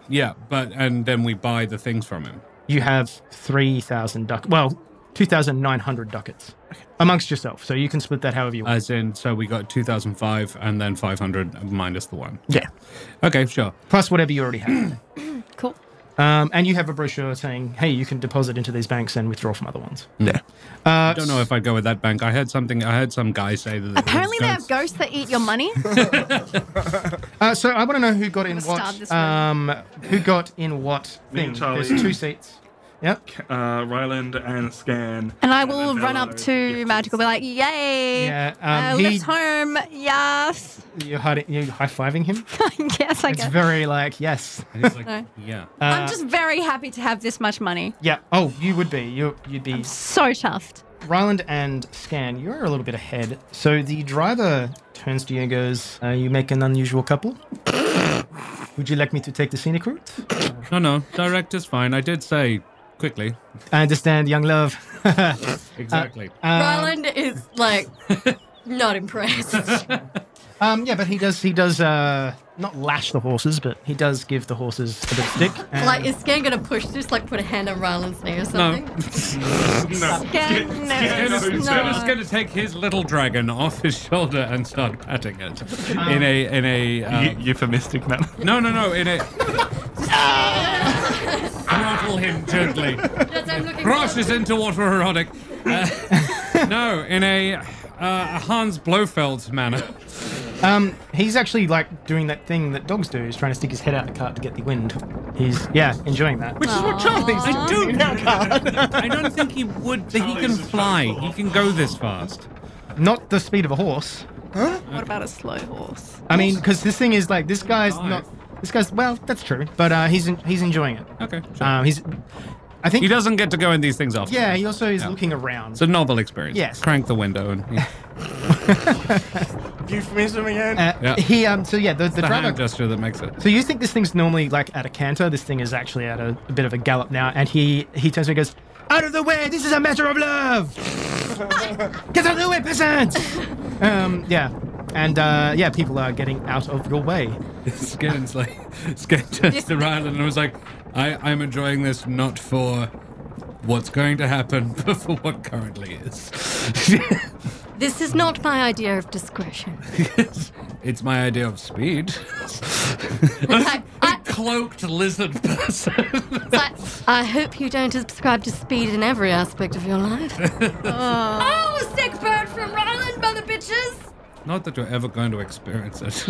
Speaker 4: Yeah, but and then we buy the things from him.
Speaker 1: you have 3,000 ducats. Well, 2,900 ducats amongst yourself. So you can split that however you want.
Speaker 4: As in, so we got two thousand five and then five hundred minus the one.
Speaker 5: Yeah.
Speaker 4: Okay, sure.
Speaker 1: plus whatever you already have.
Speaker 2: Cool.
Speaker 1: um, and you have a brochure saying, hey, you can deposit into these banks and withdraw from other ones.
Speaker 5: Yeah.
Speaker 1: Uh,
Speaker 4: I don't know if I'd go with that bank. I heard something. I heard some guy say that.
Speaker 2: Apparently they have
Speaker 4: guns.
Speaker 2: ghosts that eat your money.
Speaker 1: uh, so I want to know who got in
Speaker 2: gonna starve
Speaker 1: what.
Speaker 2: this morning.
Speaker 1: Um, who got in what
Speaker 7: Me
Speaker 1: thing?
Speaker 7: and Charlie.
Speaker 1: There's two seats. Yep.
Speaker 7: Uh, Ryland and Scan.
Speaker 2: And I
Speaker 7: and
Speaker 2: will
Speaker 7: Abella
Speaker 2: run up to
Speaker 7: get
Speaker 2: Magical, be like, yay.
Speaker 1: Yeah.
Speaker 2: I
Speaker 1: Um, he,
Speaker 2: left home. Yes. <laughs>
Speaker 1: you're, hiding, you're high-fiving him.
Speaker 2: yes, I
Speaker 1: It's
Speaker 2: guess.
Speaker 1: very like, yes.
Speaker 4: And he's like, yeah.
Speaker 1: Uh,
Speaker 2: I'm just very happy to have this much money.
Speaker 1: Yeah. Oh, you would be. You, you'd be.
Speaker 2: So chuffed.
Speaker 1: Ryland and Scan, you're a little bit ahead. So the driver turns to you and goes, uh, You make an unusual couple. <coughs> Would you like me to take the scenic route?
Speaker 4: No, no, direct is fine. I did say quickly.
Speaker 2: Uh,
Speaker 1: I understand, young love. <laughs>
Speaker 4: Exactly.
Speaker 3: Ryland is like not impressed.
Speaker 1: um, yeah, but he does, he does, uh, not lash the horses, but he does give the horses a bit of stick. And
Speaker 3: like, is Scan gonna push this? Like, put a hand on Ryland's knee or something?
Speaker 2: Scan, no,
Speaker 4: Scan is Scan is
Speaker 2: no.
Speaker 4: going to take his little dragon off his shoulder and start patting it
Speaker 1: Um,
Speaker 4: in a in a
Speaker 7: Eu-
Speaker 4: um,
Speaker 7: euphemistic manner.
Speaker 4: no no no in a throttle him gently.
Speaker 3: That's what I'm looking for.
Speaker 4: Crashes into water erotic. Uh, <laughs> no, in a uh, a Hans Blofeld's manner.
Speaker 1: Um, he's actually like doing that thing that dogs do. He's trying to stick his head out the cart to get the wind. He's, yeah, enjoying that.
Speaker 5: Which is what Charlie's
Speaker 4: I
Speaker 5: doing.
Speaker 4: don't. I don't think he would. He can fly. He can go this fast.
Speaker 1: Not the speed of a horse.
Speaker 2: What about a slow horse?
Speaker 1: I mean, because this thing is like, this guy's
Speaker 4: Nice.
Speaker 1: not, this guy's, well, that's true, but uh, he's, en- he's enjoying it.
Speaker 4: Okay. Sure.
Speaker 1: Um, he's, I think,
Speaker 4: he doesn't get to go in these things often.
Speaker 1: Yeah, he also is looking around.
Speaker 4: It's a novel experience.
Speaker 1: Yes.
Speaker 4: Crank the window and yeah.
Speaker 5: Euphemism again.
Speaker 1: uh,
Speaker 4: yeah.
Speaker 1: He um. So yeah, the, the
Speaker 4: the hand
Speaker 1: driver.
Speaker 4: gesture that makes it.
Speaker 1: So you think this thing's normally like at a canter? This thing is actually at a, a bit of a gallop now, and he he turns and goes, "Out of the way! This is a matter of love. Get out of the way, peasant!" um. Yeah. And uh, yeah, people are getting out of your way.
Speaker 4: <laughs> Skin's like, <laughs> Skin turns to Ryland and was like, I, I'm enjoying this not for what's going to happen, <laughs> but for what currently is. <laughs>
Speaker 3: This is not my idea of discretion.
Speaker 4: it's my idea of speed. <laughs>
Speaker 3: It's like, I,
Speaker 4: cloaked lizard person. <laughs>
Speaker 3: It's like, I hope you don't subscribe to speed in every aspect of your life.
Speaker 2: Oh, sick bird from Ryland, mother bitches.
Speaker 4: Not that you're ever going to experience it. <laughs>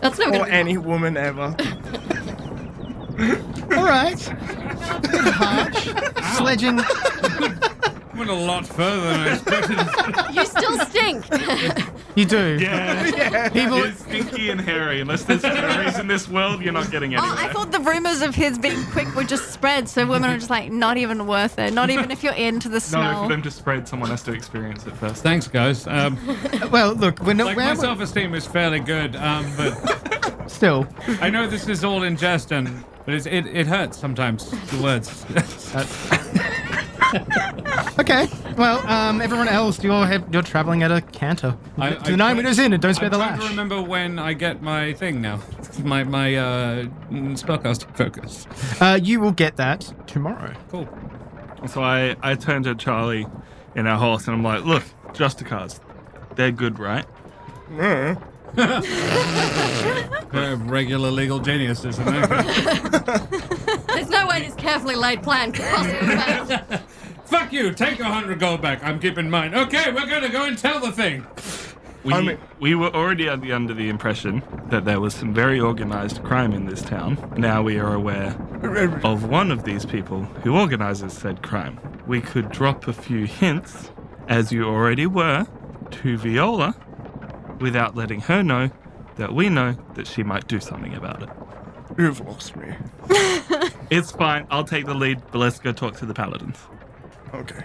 Speaker 3: That's not
Speaker 5: Or
Speaker 3: going to
Speaker 5: any woman ever.
Speaker 1: <laughs> All
Speaker 5: <laughs>
Speaker 1: right. Harsh. Sledging.
Speaker 4: Went a lot further than I expected.
Speaker 3: You still stink.
Speaker 1: You do.
Speaker 2: <laughs>
Speaker 1: People.
Speaker 7: It's stinky and hairy. Unless there's fairies in this world, you're not getting anywhere.
Speaker 2: Oh, I thought the rumors of his being quick were just spread, so women are just like, not even worth it. Not even if you're into the
Speaker 7: no,
Speaker 2: smell.
Speaker 7: for them to spread, someone has to experience it first.
Speaker 4: Thanks, guys. Um,
Speaker 1: Well, look, we're not.
Speaker 4: like
Speaker 1: we're-
Speaker 4: my self-esteem is fairly good, um, but
Speaker 1: Still.
Speaker 4: I know this is all in jest, and but it's, it it hurts sometimes. The words. <laughs>
Speaker 1: Okay. Well, um, everyone else, you're have, you're traveling at a canter.
Speaker 4: I-
Speaker 1: To
Speaker 4: I
Speaker 1: the nine
Speaker 4: tried-
Speaker 1: meters in, and don't spare
Speaker 4: I'm
Speaker 1: the
Speaker 4: trying
Speaker 1: lash.
Speaker 4: to remember when I get my thing now. My my uh, mm, spellcasting focus.
Speaker 1: Uh, you will get that tomorrow.
Speaker 4: Cool.
Speaker 7: So I, I turned to Charlie in our horse and I'm like, look, Justicars, they're good, right?
Speaker 4: Very regular legal genius, isn't it?
Speaker 3: There's no way this carefully laid plan could possibly fail.
Speaker 4: <laughs> Fuck you! Take your hundred gold back. I'm keeping mine. Okay, we're gonna go and tell the thing.
Speaker 7: We,
Speaker 5: I mean-
Speaker 7: we were already under the, under the impression that there was some very organized crime in this town. Now we are aware of one of these people who organizes said crime. We could drop a few hints, as you already were, to Viola without letting her know that we know that she might do something about it.
Speaker 5: You've lost me.
Speaker 7: It's fine. I'll take the lead, but let's go talk to the paladins.
Speaker 1: <laughs>
Speaker 5: Okay.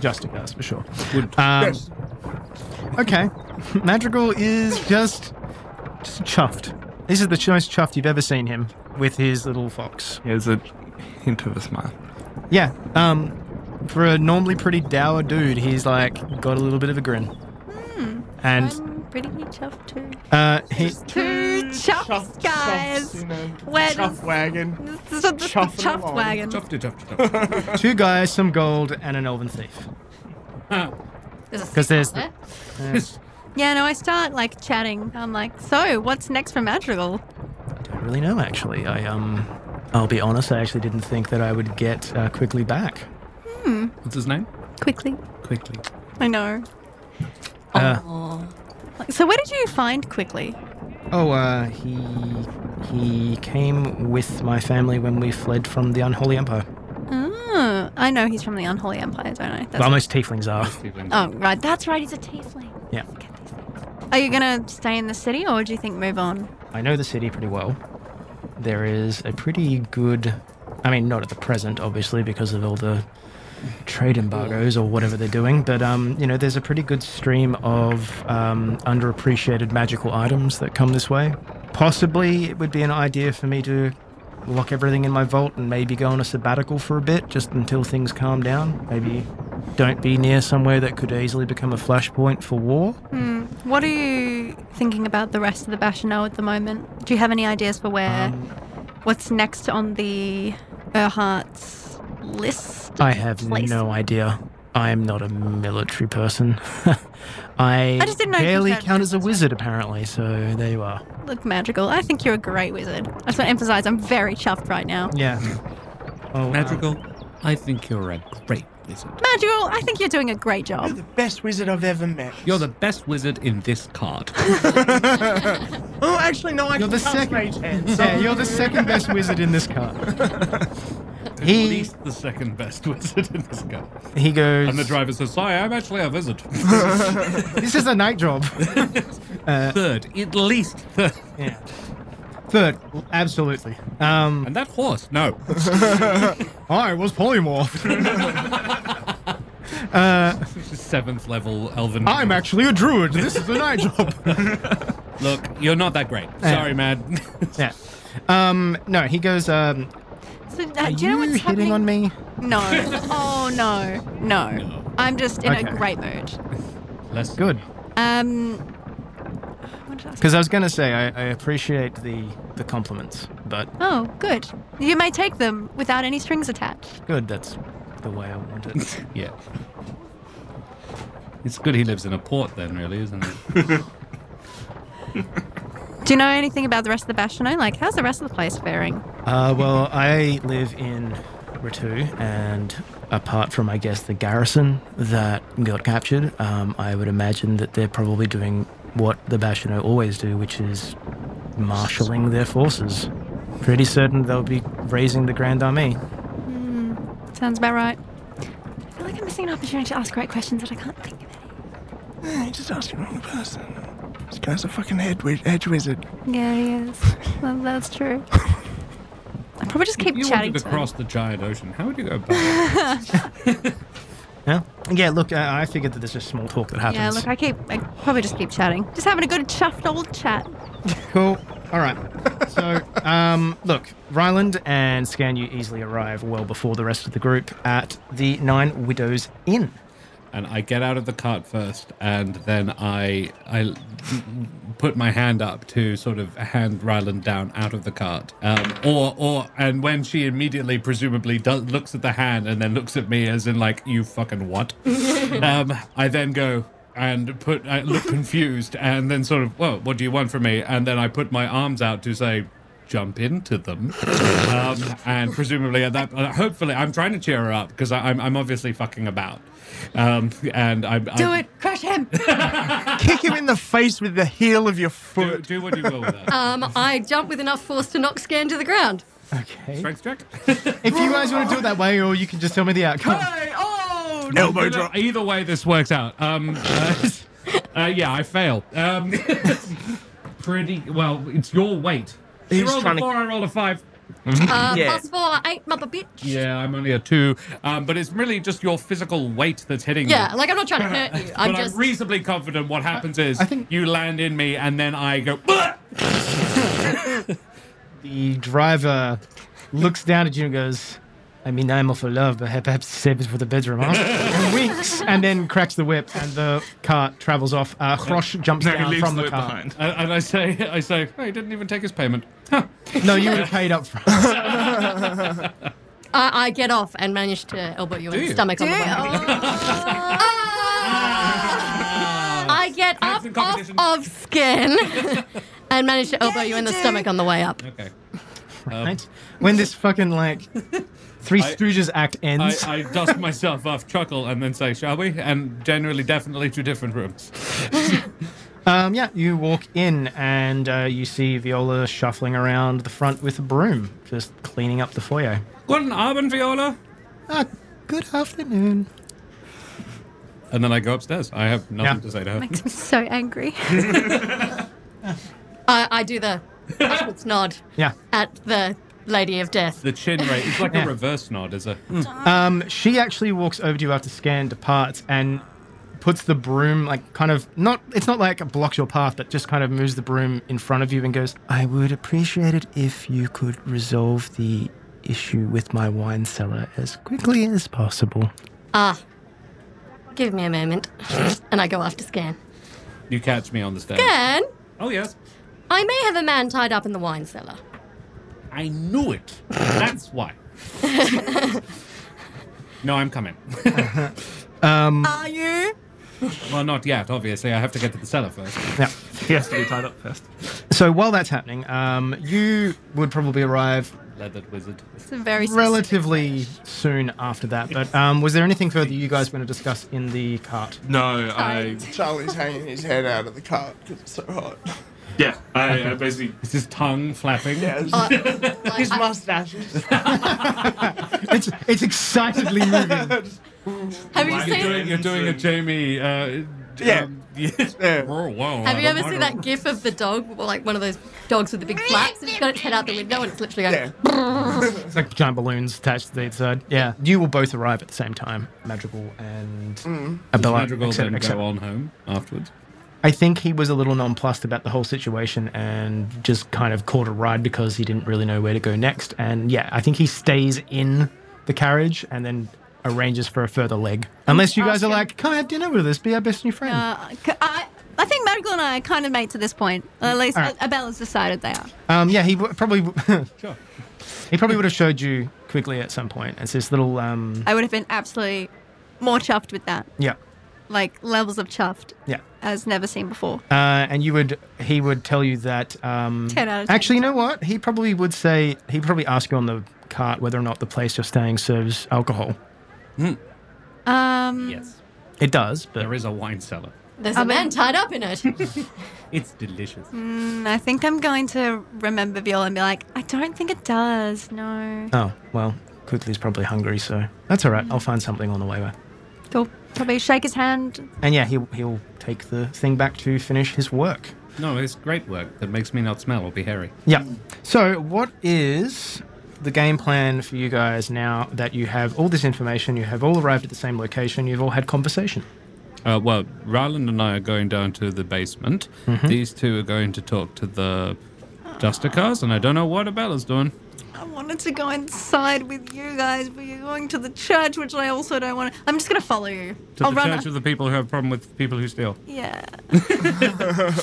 Speaker 1: Justicars, for sure.
Speaker 4: Would-
Speaker 1: Um,
Speaker 5: Yes.
Speaker 1: okay. <laughs> Madrigal is just just chuffed. This is the most chuffed you've ever seen him with his little fox.
Speaker 7: Here's a hint of a smile.
Speaker 1: Yeah. Um, for a normally pretty dour dude, he's like got a little bit of a grin. And
Speaker 2: I'm pretty chuffed too.
Speaker 1: uh, he,
Speaker 2: Two chuffs, guys. Where does-
Speaker 5: Chuff wagon.
Speaker 2: This is a- this is a
Speaker 5: Chuffing
Speaker 2: chuffed
Speaker 5: along.
Speaker 2: wagon.
Speaker 4: Tufty, tufty, <laughs> tufty.
Speaker 1: two guys, some gold, and an elven thief.
Speaker 4: Ah,
Speaker 1: Because there's the,
Speaker 2: Yeah, no, I start like chatting. I'm like, so what's next for Madrigal?
Speaker 1: don't really know actually. I um, I'll be honest. I actually didn't think that I would get uh, quickly back.
Speaker 4: What's his name?
Speaker 2: Quickly.
Speaker 4: Quickly.
Speaker 2: I know.
Speaker 1: Uh,
Speaker 2: Like, so where did you find Quickly?
Speaker 1: oh, uh, he he came with my family when we fled from the unholy empire.
Speaker 2: Oh, I know he's from the Unholy Empire, don't I? That's
Speaker 1: Well, most tieflings are.
Speaker 2: oh, right. That's right. He's a tiefling.
Speaker 1: Yeah,
Speaker 2: Forget these things. Are you gonna stay in the city, or do you think move on?
Speaker 1: I know the city pretty well. There is a pretty good. I mean, not at the present, obviously, because of all the trade embargoes or whatever they're doing. But um, you know, there's a pretty good stream of um, underappreciated magical items that come this way. Possibly, it would be an idea for me to lock everything in my vault and maybe go on a sabbatical for a bit, just until things calm down. Maybe don't be near somewhere that could easily become a flashpoint for war.
Speaker 2: What are you thinking about the rest of the Bashanel at the moment? Do you have any ideas for where?
Speaker 1: Um,
Speaker 2: what's next on the Erhart's list?
Speaker 1: I have
Speaker 2: place.
Speaker 1: no idea. I am not a military person. <laughs> I,
Speaker 2: I just didn't know if you
Speaker 1: barely
Speaker 2: had
Speaker 1: count as a wizard, apparently. So there you are.
Speaker 2: Look magical. I think you're a great wizard. I just want to emphasize I'm very chuffed right now.
Speaker 1: Yeah. Oh, wow.
Speaker 4: Madrigal, I think you're a great wizard.
Speaker 2: Magical, I think you're doing a great
Speaker 5: You're
Speaker 2: job.
Speaker 5: the best wizard I've ever met.
Speaker 4: You're the best wizard in this <laughs> card.
Speaker 5: Oh, actually, no, I
Speaker 1: You're
Speaker 5: can
Speaker 1: the
Speaker 5: cast
Speaker 1: second-
Speaker 5: Mage Hand. So
Speaker 1: Yeah, you're the second best wizard in this car. he
Speaker 4: the second best <laughs> wizard in this card.
Speaker 1: he goes.
Speaker 4: And the driver says, "Sorry, I'm actually
Speaker 1: <laughs>
Speaker 4: a wizard."
Speaker 1: This is a night job. Uh,
Speaker 4: third, at least third.
Speaker 1: yeah. Third, absolutely. Um,
Speaker 4: And that horse, no.
Speaker 1: I was polymorphed.
Speaker 4: Seventh level elven.
Speaker 1: I'm actually a druid. This is a night job.
Speaker 4: Look, you're not that great. Sorry, Mad.
Speaker 1: yeah. Um, no, he goes. Um,
Speaker 2: So, uh,
Speaker 1: are
Speaker 2: do you know what's
Speaker 1: hitting
Speaker 2: happening?
Speaker 1: on me?
Speaker 2: No.
Speaker 1: <laughs>
Speaker 2: Oh no. No. I'm just in
Speaker 1: Okay.
Speaker 2: a great mood.
Speaker 4: <laughs> Less
Speaker 1: Good.
Speaker 2: Um. what did I say?
Speaker 1: Because I was going to say, I, I appreciate the, the compliments, but
Speaker 2: Oh, good. You may take them without any strings attached.
Speaker 1: good, that's the way I want it.
Speaker 4: <laughs> Yeah. It's good he lives in a port, then, really, isn't it?
Speaker 2: Do you know anything about the rest of the Bashano? Like, how's the rest of the place faring?
Speaker 1: Uh, well, I live in Ritu, and apart from, I guess, the garrison that got captured, um, I would imagine that they're probably doing what the Bashano always do, which is marshalling their forces. Pretty certain they'll be raising the Grand Army.
Speaker 2: Sounds about right. I feel like I'm missing an opportunity to ask great questions that I can't think of
Speaker 5: Yeah, you just asked the wrong person. This guy's a fucking head wi- edge wizard.
Speaker 2: any. Yeah, he is. Well, that's true. <laughs> I probably just keep
Speaker 4: you
Speaker 2: chatting
Speaker 4: wanted to
Speaker 2: to
Speaker 4: cross the giant ocean. How would you go back?
Speaker 1: Yeah, yeah. Look, uh, I figured that there's just small talk that
Speaker 2: him.
Speaker 1: happens.
Speaker 2: Yeah, look, I keep, I probably just keep chatting. Just having a good chuffed old chat.
Speaker 1: Cool. All right. So, um, look, Ryland and Scan—you easily arrive well before the rest of the group at the Nine Widows Inn.
Speaker 4: and I get out of the cart first, and then I I put my hand up to sort of hand Ryland down out of the cart. Um, or or and when she immediately presumably does, looks at the hand and then looks at me as in like you fucking what?
Speaker 3: <laughs>
Speaker 4: um, I then go. And put I look confused, and then sort of, well, what do you want from me? And then I put my arms out to say, jump into them. Um, and presumably at that, uh, hopefully, I'm trying to cheer her up because I'm, I'm obviously fucking about. Um, and I'm,
Speaker 3: Do
Speaker 4: I'm,
Speaker 3: it. Crush
Speaker 2: <laughs>
Speaker 3: him.
Speaker 5: Kick him in the face with the heel of your
Speaker 4: Do,
Speaker 5: foot.
Speaker 4: do what you will with that.
Speaker 3: Um, I jump with enough force to knock Scan to the ground.
Speaker 1: Okay.
Speaker 4: Strength check.
Speaker 1: If you guys want to do it that way, or you can just tell me the outcome.
Speaker 4: oh,
Speaker 5: Elbow
Speaker 4: either,
Speaker 5: drop.
Speaker 4: Either way, this works out. Um, uh, <laughs> uh, yeah, I fail. Um, <laughs> pretty well. It's your weight. She
Speaker 5: He's
Speaker 4: rolled a
Speaker 5: trying to-
Speaker 4: four. I rolled a five.
Speaker 3: Uh,
Speaker 5: Yeah.
Speaker 3: Plus four, eight, mother bitch.
Speaker 4: Yeah, I'm only a two. Um, but it's really just your physical weight that's hitting. you.
Speaker 3: Yeah, like I'm not trying to hurt you. I'm
Speaker 4: but
Speaker 3: just.
Speaker 4: I'm reasonably confident what happens is
Speaker 1: I think-
Speaker 4: you land in me and then I go, "Bleh!"
Speaker 1: The driver looks down at you and goes, I mean, I'm all for love, but perhaps save it for the bedroom, huh? and winks and then cracks the whip, and the cart travels off. Uh, Hrosh jumps
Speaker 7: No, he
Speaker 1: down
Speaker 7: leaves
Speaker 1: from
Speaker 7: the
Speaker 1: the
Speaker 7: whip
Speaker 1: cart.
Speaker 7: behind.
Speaker 4: and, and I say, <laughs> I say, oh, he didn't even take his payment. <laughs> Huh.
Speaker 1: No, you would have paid up front.
Speaker 3: I, I get off and manage to elbow you in the
Speaker 4: you?
Speaker 3: stomach on the way. I get up
Speaker 4: Acts in
Speaker 3: off
Speaker 4: competition.
Speaker 3: of skin and manage to elbow you in the stomach on the way up.
Speaker 4: Okay.
Speaker 1: right? When this fucking, like, Three
Speaker 4: I-
Speaker 1: Stooges act
Speaker 4: I,
Speaker 1: ends.
Speaker 4: I dust myself off, chuckle, and then say, shall we? And generally, definitely two different rooms.
Speaker 1: Um, yeah, you walk in and uh, you see Viola shuffling around the front with a broom, just cleaning up the foyer.
Speaker 4: Guten Abend, Viola.
Speaker 1: Ah, good afternoon.
Speaker 4: And then I go upstairs. I have nothing
Speaker 1: Yeah.
Speaker 4: to say to her.
Speaker 2: Makes me so angry.
Speaker 3: I, I do the backwards nod
Speaker 1: Yeah.
Speaker 3: at the Lady of Death.
Speaker 4: The chin rate. It's like
Speaker 1: Yeah.
Speaker 4: a reverse nod, is it?
Speaker 1: Um, she actually walks over to you after Scan departs and puts the broom, like, kind of not, it's not like it blocks your path, but just kind of moves the broom in front of you and goes, I would appreciate it if you could resolve the issue with my wine cellar as quickly as possible.
Speaker 3: Ah, give me a moment. And I go after Scan.
Speaker 4: You catch me on the stairs.
Speaker 3: Scan,
Speaker 4: Oh, yes.
Speaker 3: I may have a man tied up in the wine cellar.
Speaker 4: I knew it. That's why.
Speaker 3: <laughs>
Speaker 4: no, I'm coming.
Speaker 3: Are you?
Speaker 4: Well, not yet, obviously. I have to get to the cellar first.
Speaker 1: Yeah.
Speaker 7: He has to be tied up first.
Speaker 1: So while that's happening, um, you would probably arrive
Speaker 4: Leathered wizard.
Speaker 2: <laughs> It's a very
Speaker 1: relatively soon after that. But um, was there anything further you guys want to discuss in the cart?
Speaker 7: No, I.
Speaker 5: Charlie's hanging his head out of the cart because it's so hot.
Speaker 7: Yeah, I, I basically.
Speaker 4: Is his tongue flapping?
Speaker 5: <laughs> his mustaches.
Speaker 1: It's, it's excitedly moving.
Speaker 4: <laughs>
Speaker 3: Have you
Speaker 4: You're doing,
Speaker 3: seen?
Speaker 4: you're doing a Jamie. Uh,
Speaker 5: Yeah.
Speaker 4: um, yeah.
Speaker 5: Yeah.
Speaker 4: Oh, wow.
Speaker 3: Have you
Speaker 4: I
Speaker 3: ever
Speaker 4: don't
Speaker 3: seen
Speaker 4: know.
Speaker 3: that GIF of the dog, well, like one of those dogs with the big flaps, and it's got its head out the window, and it's literally going.
Speaker 5: Yeah.
Speaker 1: It's like giant balloons attached to the inside. Yeah. You will both arrive at the same time. Madrigal and Abella.
Speaker 4: Madrigal
Speaker 1: et cetera,
Speaker 4: then
Speaker 1: et cetera.
Speaker 4: go on home afterwards.
Speaker 1: I think he was a little nonplussed about the whole situation and just kind of caught a ride because he didn't really know where to go next. And yeah, I think he stays in the carriage and then arranges for a further leg. Unless you guys are
Speaker 2: Ask him.
Speaker 1: like, come have dinner with us, be our best new friend.
Speaker 2: Uh, c- I, I think Madrigal and I are kind of mates at this point. At least
Speaker 1: Alright.
Speaker 2: Abella's decided they are.
Speaker 1: Um, yeah, he w- probably w- <laughs>
Speaker 4: Sure.
Speaker 1: he probably would have showed you quickly at some point. It's this little um,
Speaker 2: I would have been absolutely more chuffed with that.
Speaker 1: yeah,
Speaker 2: Like, levels of chuffed.
Speaker 1: yeah.
Speaker 2: as never seen before.
Speaker 1: Uh, and you would, he would tell you that. Um,
Speaker 2: 10 out of 10.
Speaker 1: Actually, you know what? He probably would say he'd probably ask you on the cart whether or not the place you're staying serves alcohol.
Speaker 3: Mm.
Speaker 2: Um,
Speaker 4: Yes.
Speaker 1: It does, but
Speaker 4: There is a wine cellar.
Speaker 3: There's a man tied up in it.
Speaker 4: It's delicious.
Speaker 2: mm, I think I'm going to remember Viola and be like, I don't think it does. No.
Speaker 1: oh well. Quickly's probably hungry, so that's all right. I'll find something on the way back.
Speaker 2: Cool. Probably shake his hand.
Speaker 1: And yeah, he'll he'll take the thing back to finish his work.
Speaker 4: No, it's great work that makes me not smell or be hairy.
Speaker 1: Yeah. So, what is the game plan for you guys now that you have all this information? You have all arrived at the same location. You've all had conversation.
Speaker 4: Uh, well, Ryland and I are going down to the basement.
Speaker 1: Mm-hmm.
Speaker 4: These two are going to talk to the duster cars, and I don't know what Abella's doing.
Speaker 2: I wanted to go inside with you guys, but you're going to the church, which I also don't want to. I'm just going to follow you.
Speaker 4: To
Speaker 1: Oh,
Speaker 2: I'll
Speaker 4: the
Speaker 2: run.
Speaker 4: church of the people who have a problem with people who steal. <laughs>
Speaker 2: Yeah. <laughs> the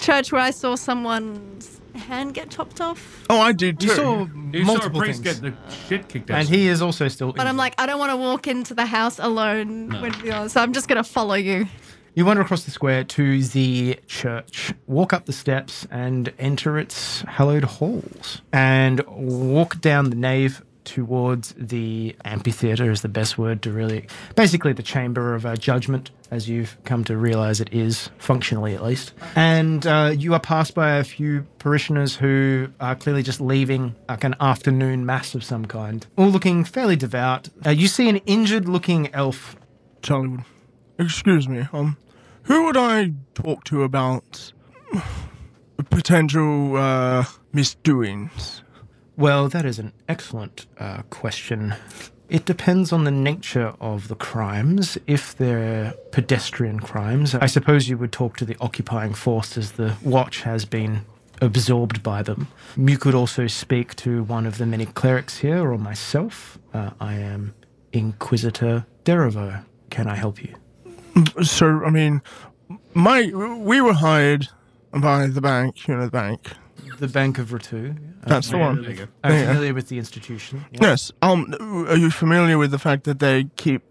Speaker 2: church where I saw someone's hand get chopped off.
Speaker 5: Oh, I did too.
Speaker 1: You saw
Speaker 4: You
Speaker 1: multiple
Speaker 4: saw a priest
Speaker 1: things,
Speaker 4: get the shit kicked out.
Speaker 1: and he is also still.
Speaker 2: But I'm like, I don't want to walk into the house alone
Speaker 4: No.
Speaker 2: with Viola, so I'm just going to follow you.
Speaker 1: You wander across the square to the church, walk up the steps, and enter its hallowed halls, and walk down the nave towards the amphitheater is the best word to really basically the chamber of uh, judgment as you've come to realize it is functionally at least and uh, you are passed by a few parishioners who are clearly just leaving like an afternoon mass of some kind all looking fairly devout uh, you see an injured looking elf
Speaker 5: Charlie would. Excuse me. Um, who would I talk to about <sighs> potential uh, misdoings?
Speaker 1: Well, that is an excellent uh, question. It depends on the nature of the crimes. If they're pedestrian crimes, I suppose you would talk to the occupying force as the watch has been absorbed by them. You could also speak to one of the many clerics here or myself. Uh, I am Inquisitor Derevo. Can I help you?
Speaker 5: So, I mean, my we were hired by the bank, you know, the bank.
Speaker 1: The Bank of Ratu.
Speaker 5: That's the one.
Speaker 4: There you go.
Speaker 1: I'm
Speaker 5: Yeah.
Speaker 1: familiar with the institution.
Speaker 5: Yes. Um, are you familiar with the fact that they keep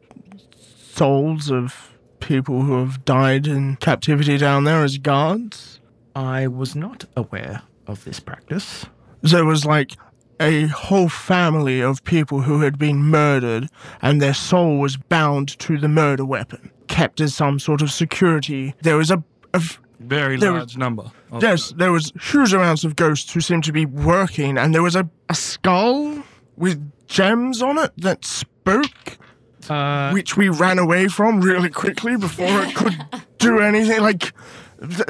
Speaker 5: souls of people who have died in captivity down there as guards?
Speaker 1: I was not aware of this practice.
Speaker 5: There was like a whole family of people who had been murdered, and their soul was bound to the murder weapon, kept as some sort of security. There was a, a f-
Speaker 7: Very
Speaker 5: There-
Speaker 7: large number. of
Speaker 5: yes, there was huge amounts of ghosts who seemed to be working, and there was a, a skull with gems on it that spoke.
Speaker 1: Uh,
Speaker 5: which we ran away from really quickly before it could do anything. Like, th-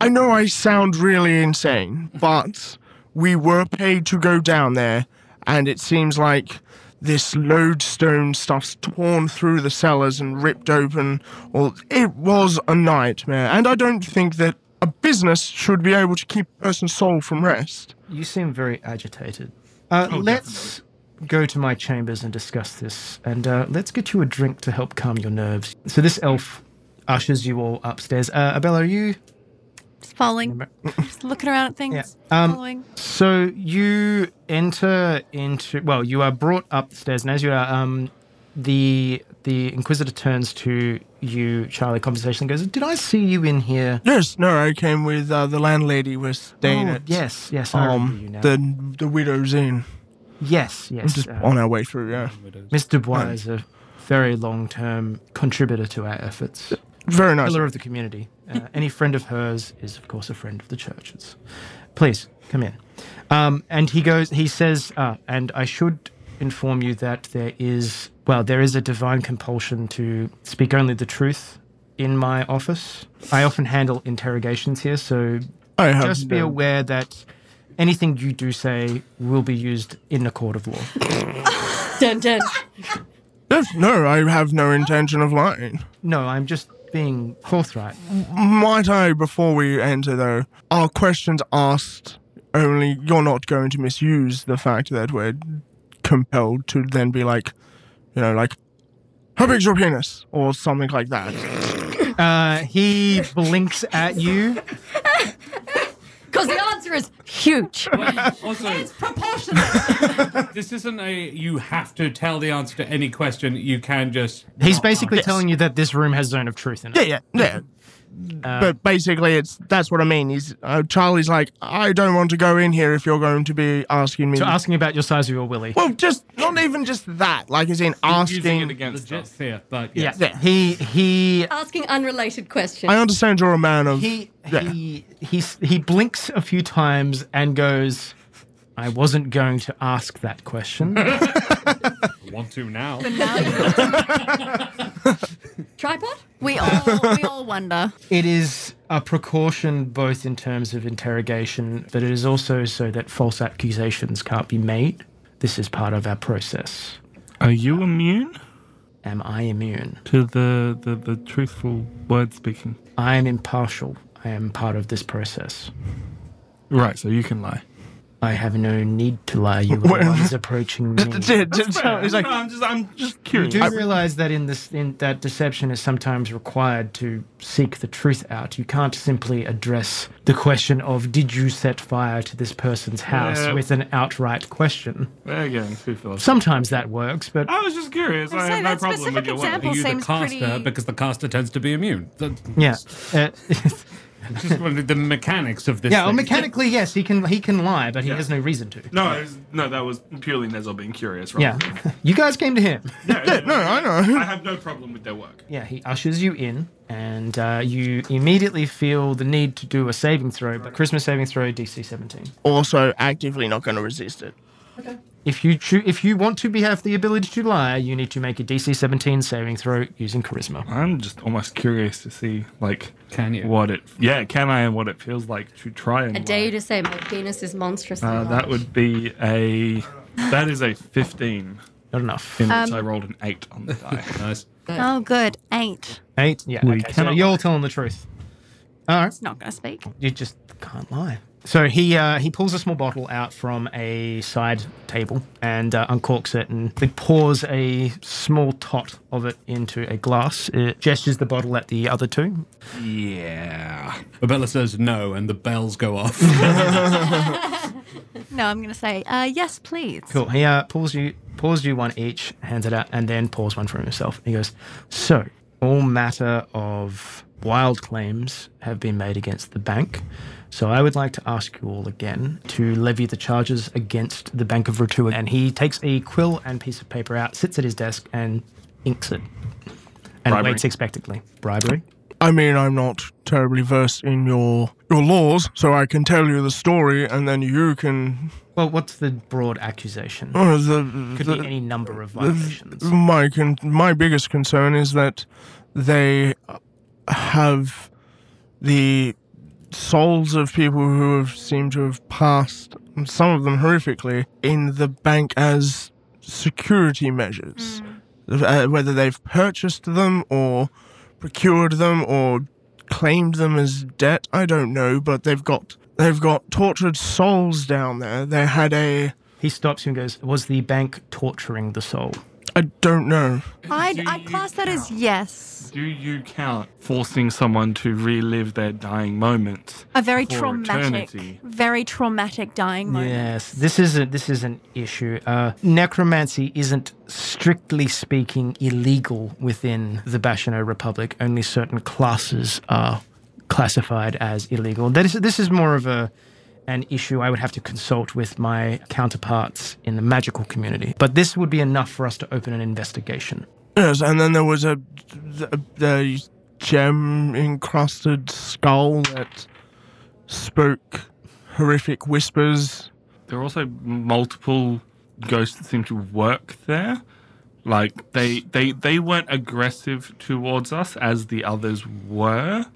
Speaker 5: I know I sound really insane, but we were paid to go down there, and it seems like this lodestone stuff's torn through the cellars and ripped open. Well, it was a nightmare, and I don't think that a business should be able to keep a person's soul from rest.
Speaker 1: You seem very agitated. Uh,
Speaker 5: Oh,
Speaker 1: let's go to my chambers and discuss this, and uh, let's get you a drink to help calm your nerves. So this elf ushers you all upstairs. Uh, Abella, are you?
Speaker 2: Just following. <laughs> just looking around at things.
Speaker 1: Yeah. Um,
Speaker 2: following.
Speaker 1: So you enter into. Well, you are brought upstairs, and as you are, um, the the inquisitor turns to you, Charlie. Conversation goes. Did I see you in here?
Speaker 5: Yes, no, I came with uh, the landlady was staying
Speaker 1: Oh,
Speaker 5: at
Speaker 1: yes, yes, I remember you
Speaker 5: um,
Speaker 1: now.
Speaker 5: the the widow's inn.
Speaker 1: yes, yes.
Speaker 5: just
Speaker 1: uh,
Speaker 5: on our way through, yeah.
Speaker 1: Miss Dubois is a very long term contributor to our efforts.
Speaker 5: Very nice.
Speaker 1: pillar of the community. Uh, any friend of hers is, of course, a friend of the church. It's, please come in. Um, and he goes. He says, uh, and I should inform you that there is, well, there is a divine compulsion to speak only the truth in my office. I often handle interrogations here, so
Speaker 5: I have
Speaker 1: just be
Speaker 5: no-
Speaker 1: aware that anything you do say will be used in the court of law.
Speaker 3: dun, <laughs> dun.
Speaker 5: Yes, no, I have no intention of lying.
Speaker 1: No, I'm just being forthright.
Speaker 5: Might I, before we enter though, are questions asked only you're not going to misuse the fact that we're compelled to then be like, you know, like, how big's your penis? Or something like that.
Speaker 1: Uh, he blinks at you.
Speaker 3: Because the answer is huge.
Speaker 4: Also,
Speaker 3: It's proportional.
Speaker 4: this isn't a you have to tell the answer to any question. You can just.
Speaker 1: He's basically telling you that this room has zone of truth in it.
Speaker 5: Yeah, yeah, yeah. but basically, it's that's what I mean. Is uh, Charlie's like, I don't want to go in here if you're going to be asking me.
Speaker 1: So asking about your size of your willy.
Speaker 5: well, just not even just that. Like, as in
Speaker 7: Using it
Speaker 5: asking.
Speaker 7: against
Speaker 4: Legit
Speaker 7: us.
Speaker 4: fear, but
Speaker 1: yeah.
Speaker 4: yes.
Speaker 5: yeah.
Speaker 1: He he
Speaker 3: Asking unrelated questions.
Speaker 5: I understand you're a man of.
Speaker 1: he
Speaker 5: yeah.
Speaker 1: he he s- he blinks a few times and goes. I wasn't going to ask that question.
Speaker 5: <laughs>
Speaker 4: want to now.
Speaker 3: Tripod?
Speaker 2: We all we
Speaker 4: <laughs>
Speaker 2: all wonder.
Speaker 1: It is a precaution both in terms of interrogation, but it is also so that false accusations can't be made. This is part of our process.
Speaker 7: Are you immune
Speaker 1: Am I immune?
Speaker 7: to the, the, the truthful word speaking?
Speaker 1: I am impartial. I am part of this process.
Speaker 7: Right, so you can lie.
Speaker 1: I have no need to lie. You are the ones <laughs> approaching me.
Speaker 5: Did- did- he's like,
Speaker 7: I'm just I'm just
Speaker 1: You
Speaker 7: curious.
Speaker 1: do realize that in this, in that deception is sometimes required to seek the truth out. You can't simply address the question of "Did you set fire to this person's house?"
Speaker 7: Yeah.
Speaker 1: with an outright question.
Speaker 7: Again, too philosophical.
Speaker 1: Sometimes that works, but
Speaker 7: I was just curious. I
Speaker 2: I'd
Speaker 7: have
Speaker 2: say
Speaker 7: no
Speaker 2: that
Speaker 7: problem with
Speaker 2: specific
Speaker 7: your word.
Speaker 2: example
Speaker 4: Are you the
Speaker 2: seems
Speaker 4: caster?
Speaker 2: pretty-
Speaker 4: Because the caster tends to be immune. The,
Speaker 1: yeah, uh, <laughs>
Speaker 4: just one of the mechanics of this.
Speaker 1: yeah. Well,
Speaker 4: thing.
Speaker 1: mechanically, yes, he can he can lie, but he
Speaker 7: Yeah.
Speaker 1: has no reason to.
Speaker 7: No, it was, no, that was purely Nezor being curious, right?
Speaker 1: Yeah, you guys came to <laughs> him.
Speaker 5: no, I know.
Speaker 7: I have no problem with their work.
Speaker 1: Yeah, he ushers you in, and uh, you immediately feel the need to do a saving throw, but Christmas saving throw DC 17.
Speaker 5: Also, actively not going to resist it.
Speaker 1: If you choo- if you want to be have the ability to lie, you need to make a DC 17 saving throw using charisma.
Speaker 7: I'm just almost curious to see, like,
Speaker 4: Can you?
Speaker 7: what it? Yeah, can I and what it feels like to try and
Speaker 3: A
Speaker 7: lie.
Speaker 3: day to say my penis is monstrous.
Speaker 7: Uh, that would be a. That is a 15,
Speaker 1: Not enough.
Speaker 7: in which I rolled an eight on the die.
Speaker 4: Nice.
Speaker 2: Oh, good. Eight.
Speaker 1: Eight. Yeah.
Speaker 7: We
Speaker 1: Okay. So
Speaker 7: cannot
Speaker 1: you're
Speaker 7: lie.
Speaker 1: all telling the truth. All right.
Speaker 2: It's not gonna speak.
Speaker 1: You just can't lie. So he uh, he pulls a small bottle out from a side table and uh, uncorks it and he pours a small tot of it into a glass. It gestures the bottle at the other two.
Speaker 7: yeah.
Speaker 4: Abella says no, and the bells
Speaker 1: <laughs>
Speaker 4: go off.
Speaker 2: No, I'm gonna say uh, yes, please.
Speaker 1: Cool. He uh, pulls you pours you one each, hands it out, and then pours one for himself. He goes, "So all matter of wild claims have been made against the bank." So I would like to ask you all again to levy the charges against the Bank of Rotua. And he takes a quill and piece of paper out, sits at his desk, and inks it, and
Speaker 7: Bribery.
Speaker 1: waits expectantly. Bribery.
Speaker 5: I mean, I'm not terribly versed in your your laws, so I can tell you the story, and then you can. <laughs>
Speaker 1: Well, what's the broad accusation?
Speaker 5: Uh, the,
Speaker 1: Could
Speaker 5: the-
Speaker 1: be any number of violations.
Speaker 5: my con- my biggest concern is that they have the souls of people who have seemed to have passed, and some of them horrifically, in the bank as security measures. Uh, whether they've purchased them or procured them or claimed them as debt, I don't know, but they've got they've got tortured souls down there. They had a
Speaker 1: He stops you and goes, "Was the bank torturing the soul?"
Speaker 5: I don't know.
Speaker 2: I I class that as yes.
Speaker 7: <laughs> Do you count forcing someone to relive their dying moments?
Speaker 2: A very
Speaker 7: For
Speaker 2: traumatic,
Speaker 7: eternity.
Speaker 2: very traumatic dying moment.
Speaker 1: Yes, this is a, this is an issue. Uh, necromancy isn't strictly speaking illegal within the Bashano Republic. Only certain classes are classified as illegal. That is, this is more of a an issue I would have to consult with my counterparts in the magical community. But this would be enough for us to open an investigation.
Speaker 5: Yes, and then there was a, a, a gem encrusted skull that spoke horrific whispers.
Speaker 7: There are also multiple ghosts that seem to work there. Like they they they weren't aggressive towards us as the others were.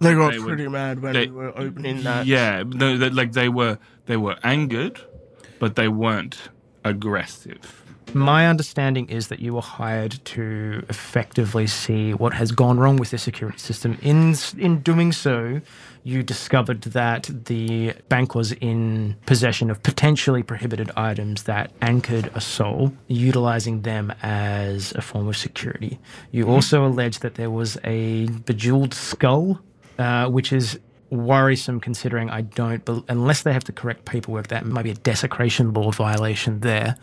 Speaker 5: They got
Speaker 7: They were-
Speaker 5: pretty mad when
Speaker 7: they-
Speaker 5: we were opening that.
Speaker 7: Yeah, no, that like they were they were angered, but they weren't aggressive.
Speaker 1: My understanding is that you were hired to effectively see what has gone wrong with the security system. In in doing so, you discovered that the bank was in possession of potentially prohibited items that anchored a soul, utilizing them as a form of security. You also alleged that there was a bejeweled skull, uh, which is worrisome considering I don't, bel unless they have to correct paperwork, that might be a desecration law violation there.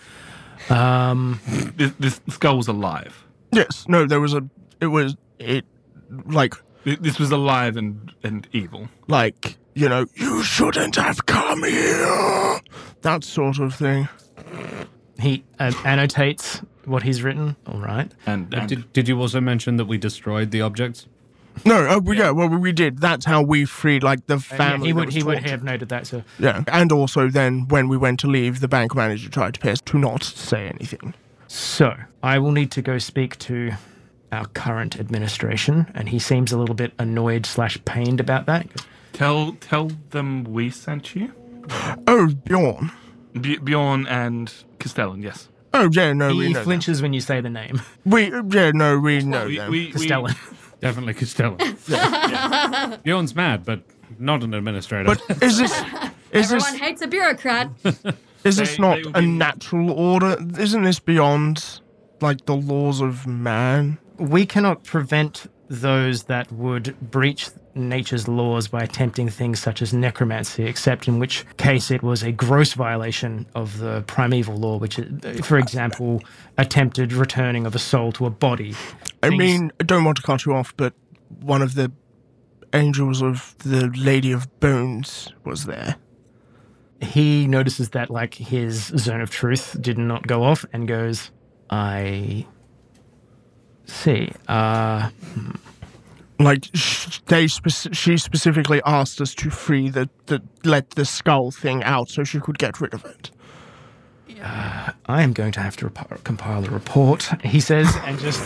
Speaker 1: Um,
Speaker 7: This, this skull was alive.
Speaker 5: Yes. No, there was a. It was it, like
Speaker 7: Th- This was alive and, and evil.
Speaker 5: like you know you shouldn't have come here. That sort of thing.
Speaker 1: he uh, annotates what he's written. All right.
Speaker 7: And, and
Speaker 4: Did, did you also mention that we destroyed the objects?
Speaker 5: No. Oh, yeah. Well, we did. That's how we freed like the
Speaker 1: Uh, yeah,
Speaker 5: family.
Speaker 1: he
Speaker 5: that
Speaker 1: would
Speaker 5: was
Speaker 1: he would
Speaker 5: tortured.
Speaker 1: have noted that. So
Speaker 5: Yeah. And also, then when we went to leave, the bank manager tried to pay us to not say anything.
Speaker 1: so I will need to go speak to our current administration, and he seems a little bit annoyed slash pained about that.
Speaker 7: tell tell them we sent you?
Speaker 5: Oh, Bjorn.
Speaker 7: B- Bjorn and Castellan, yes.
Speaker 5: Oh, yeah. No, we
Speaker 1: He
Speaker 5: know. them.
Speaker 1: flinches when you say the name <laughs>
Speaker 5: We yeah. No, we know
Speaker 7: We- we-
Speaker 5: them.
Speaker 7: we-
Speaker 1: Castellan.
Speaker 4: Definitely
Speaker 1: <laughs>
Speaker 4: Costello. <laughs> Bjorn's mad, but not an administrator.
Speaker 5: But is this is
Speaker 3: Everyone
Speaker 5: this
Speaker 3: hates a bureaucrat. <laughs>
Speaker 5: is this
Speaker 7: They-
Speaker 5: not
Speaker 7: they will
Speaker 5: a
Speaker 7: be-
Speaker 5: natural order? Isn't this beyond like the laws of man?
Speaker 1: we cannot prevent those that would breach nature's laws by attempting things such as necromancy, except in which case it was a gross violation of the primeval law, which, is, for example, attempted returning of a soul to a body.
Speaker 5: I
Speaker 1: Things-
Speaker 5: mean, I don't want to cut you off, but one of the angels of the Lady of Bones was there.
Speaker 1: He notices that, like, his zone of truth did not go off and goes, I see. Uh,
Speaker 5: Like sh- they, spec- she specifically asked us to free the, the let the skull thing out so she could get rid of it.
Speaker 1: I am going to have to rep- compile a report, he says,
Speaker 4: <laughs>
Speaker 1: and just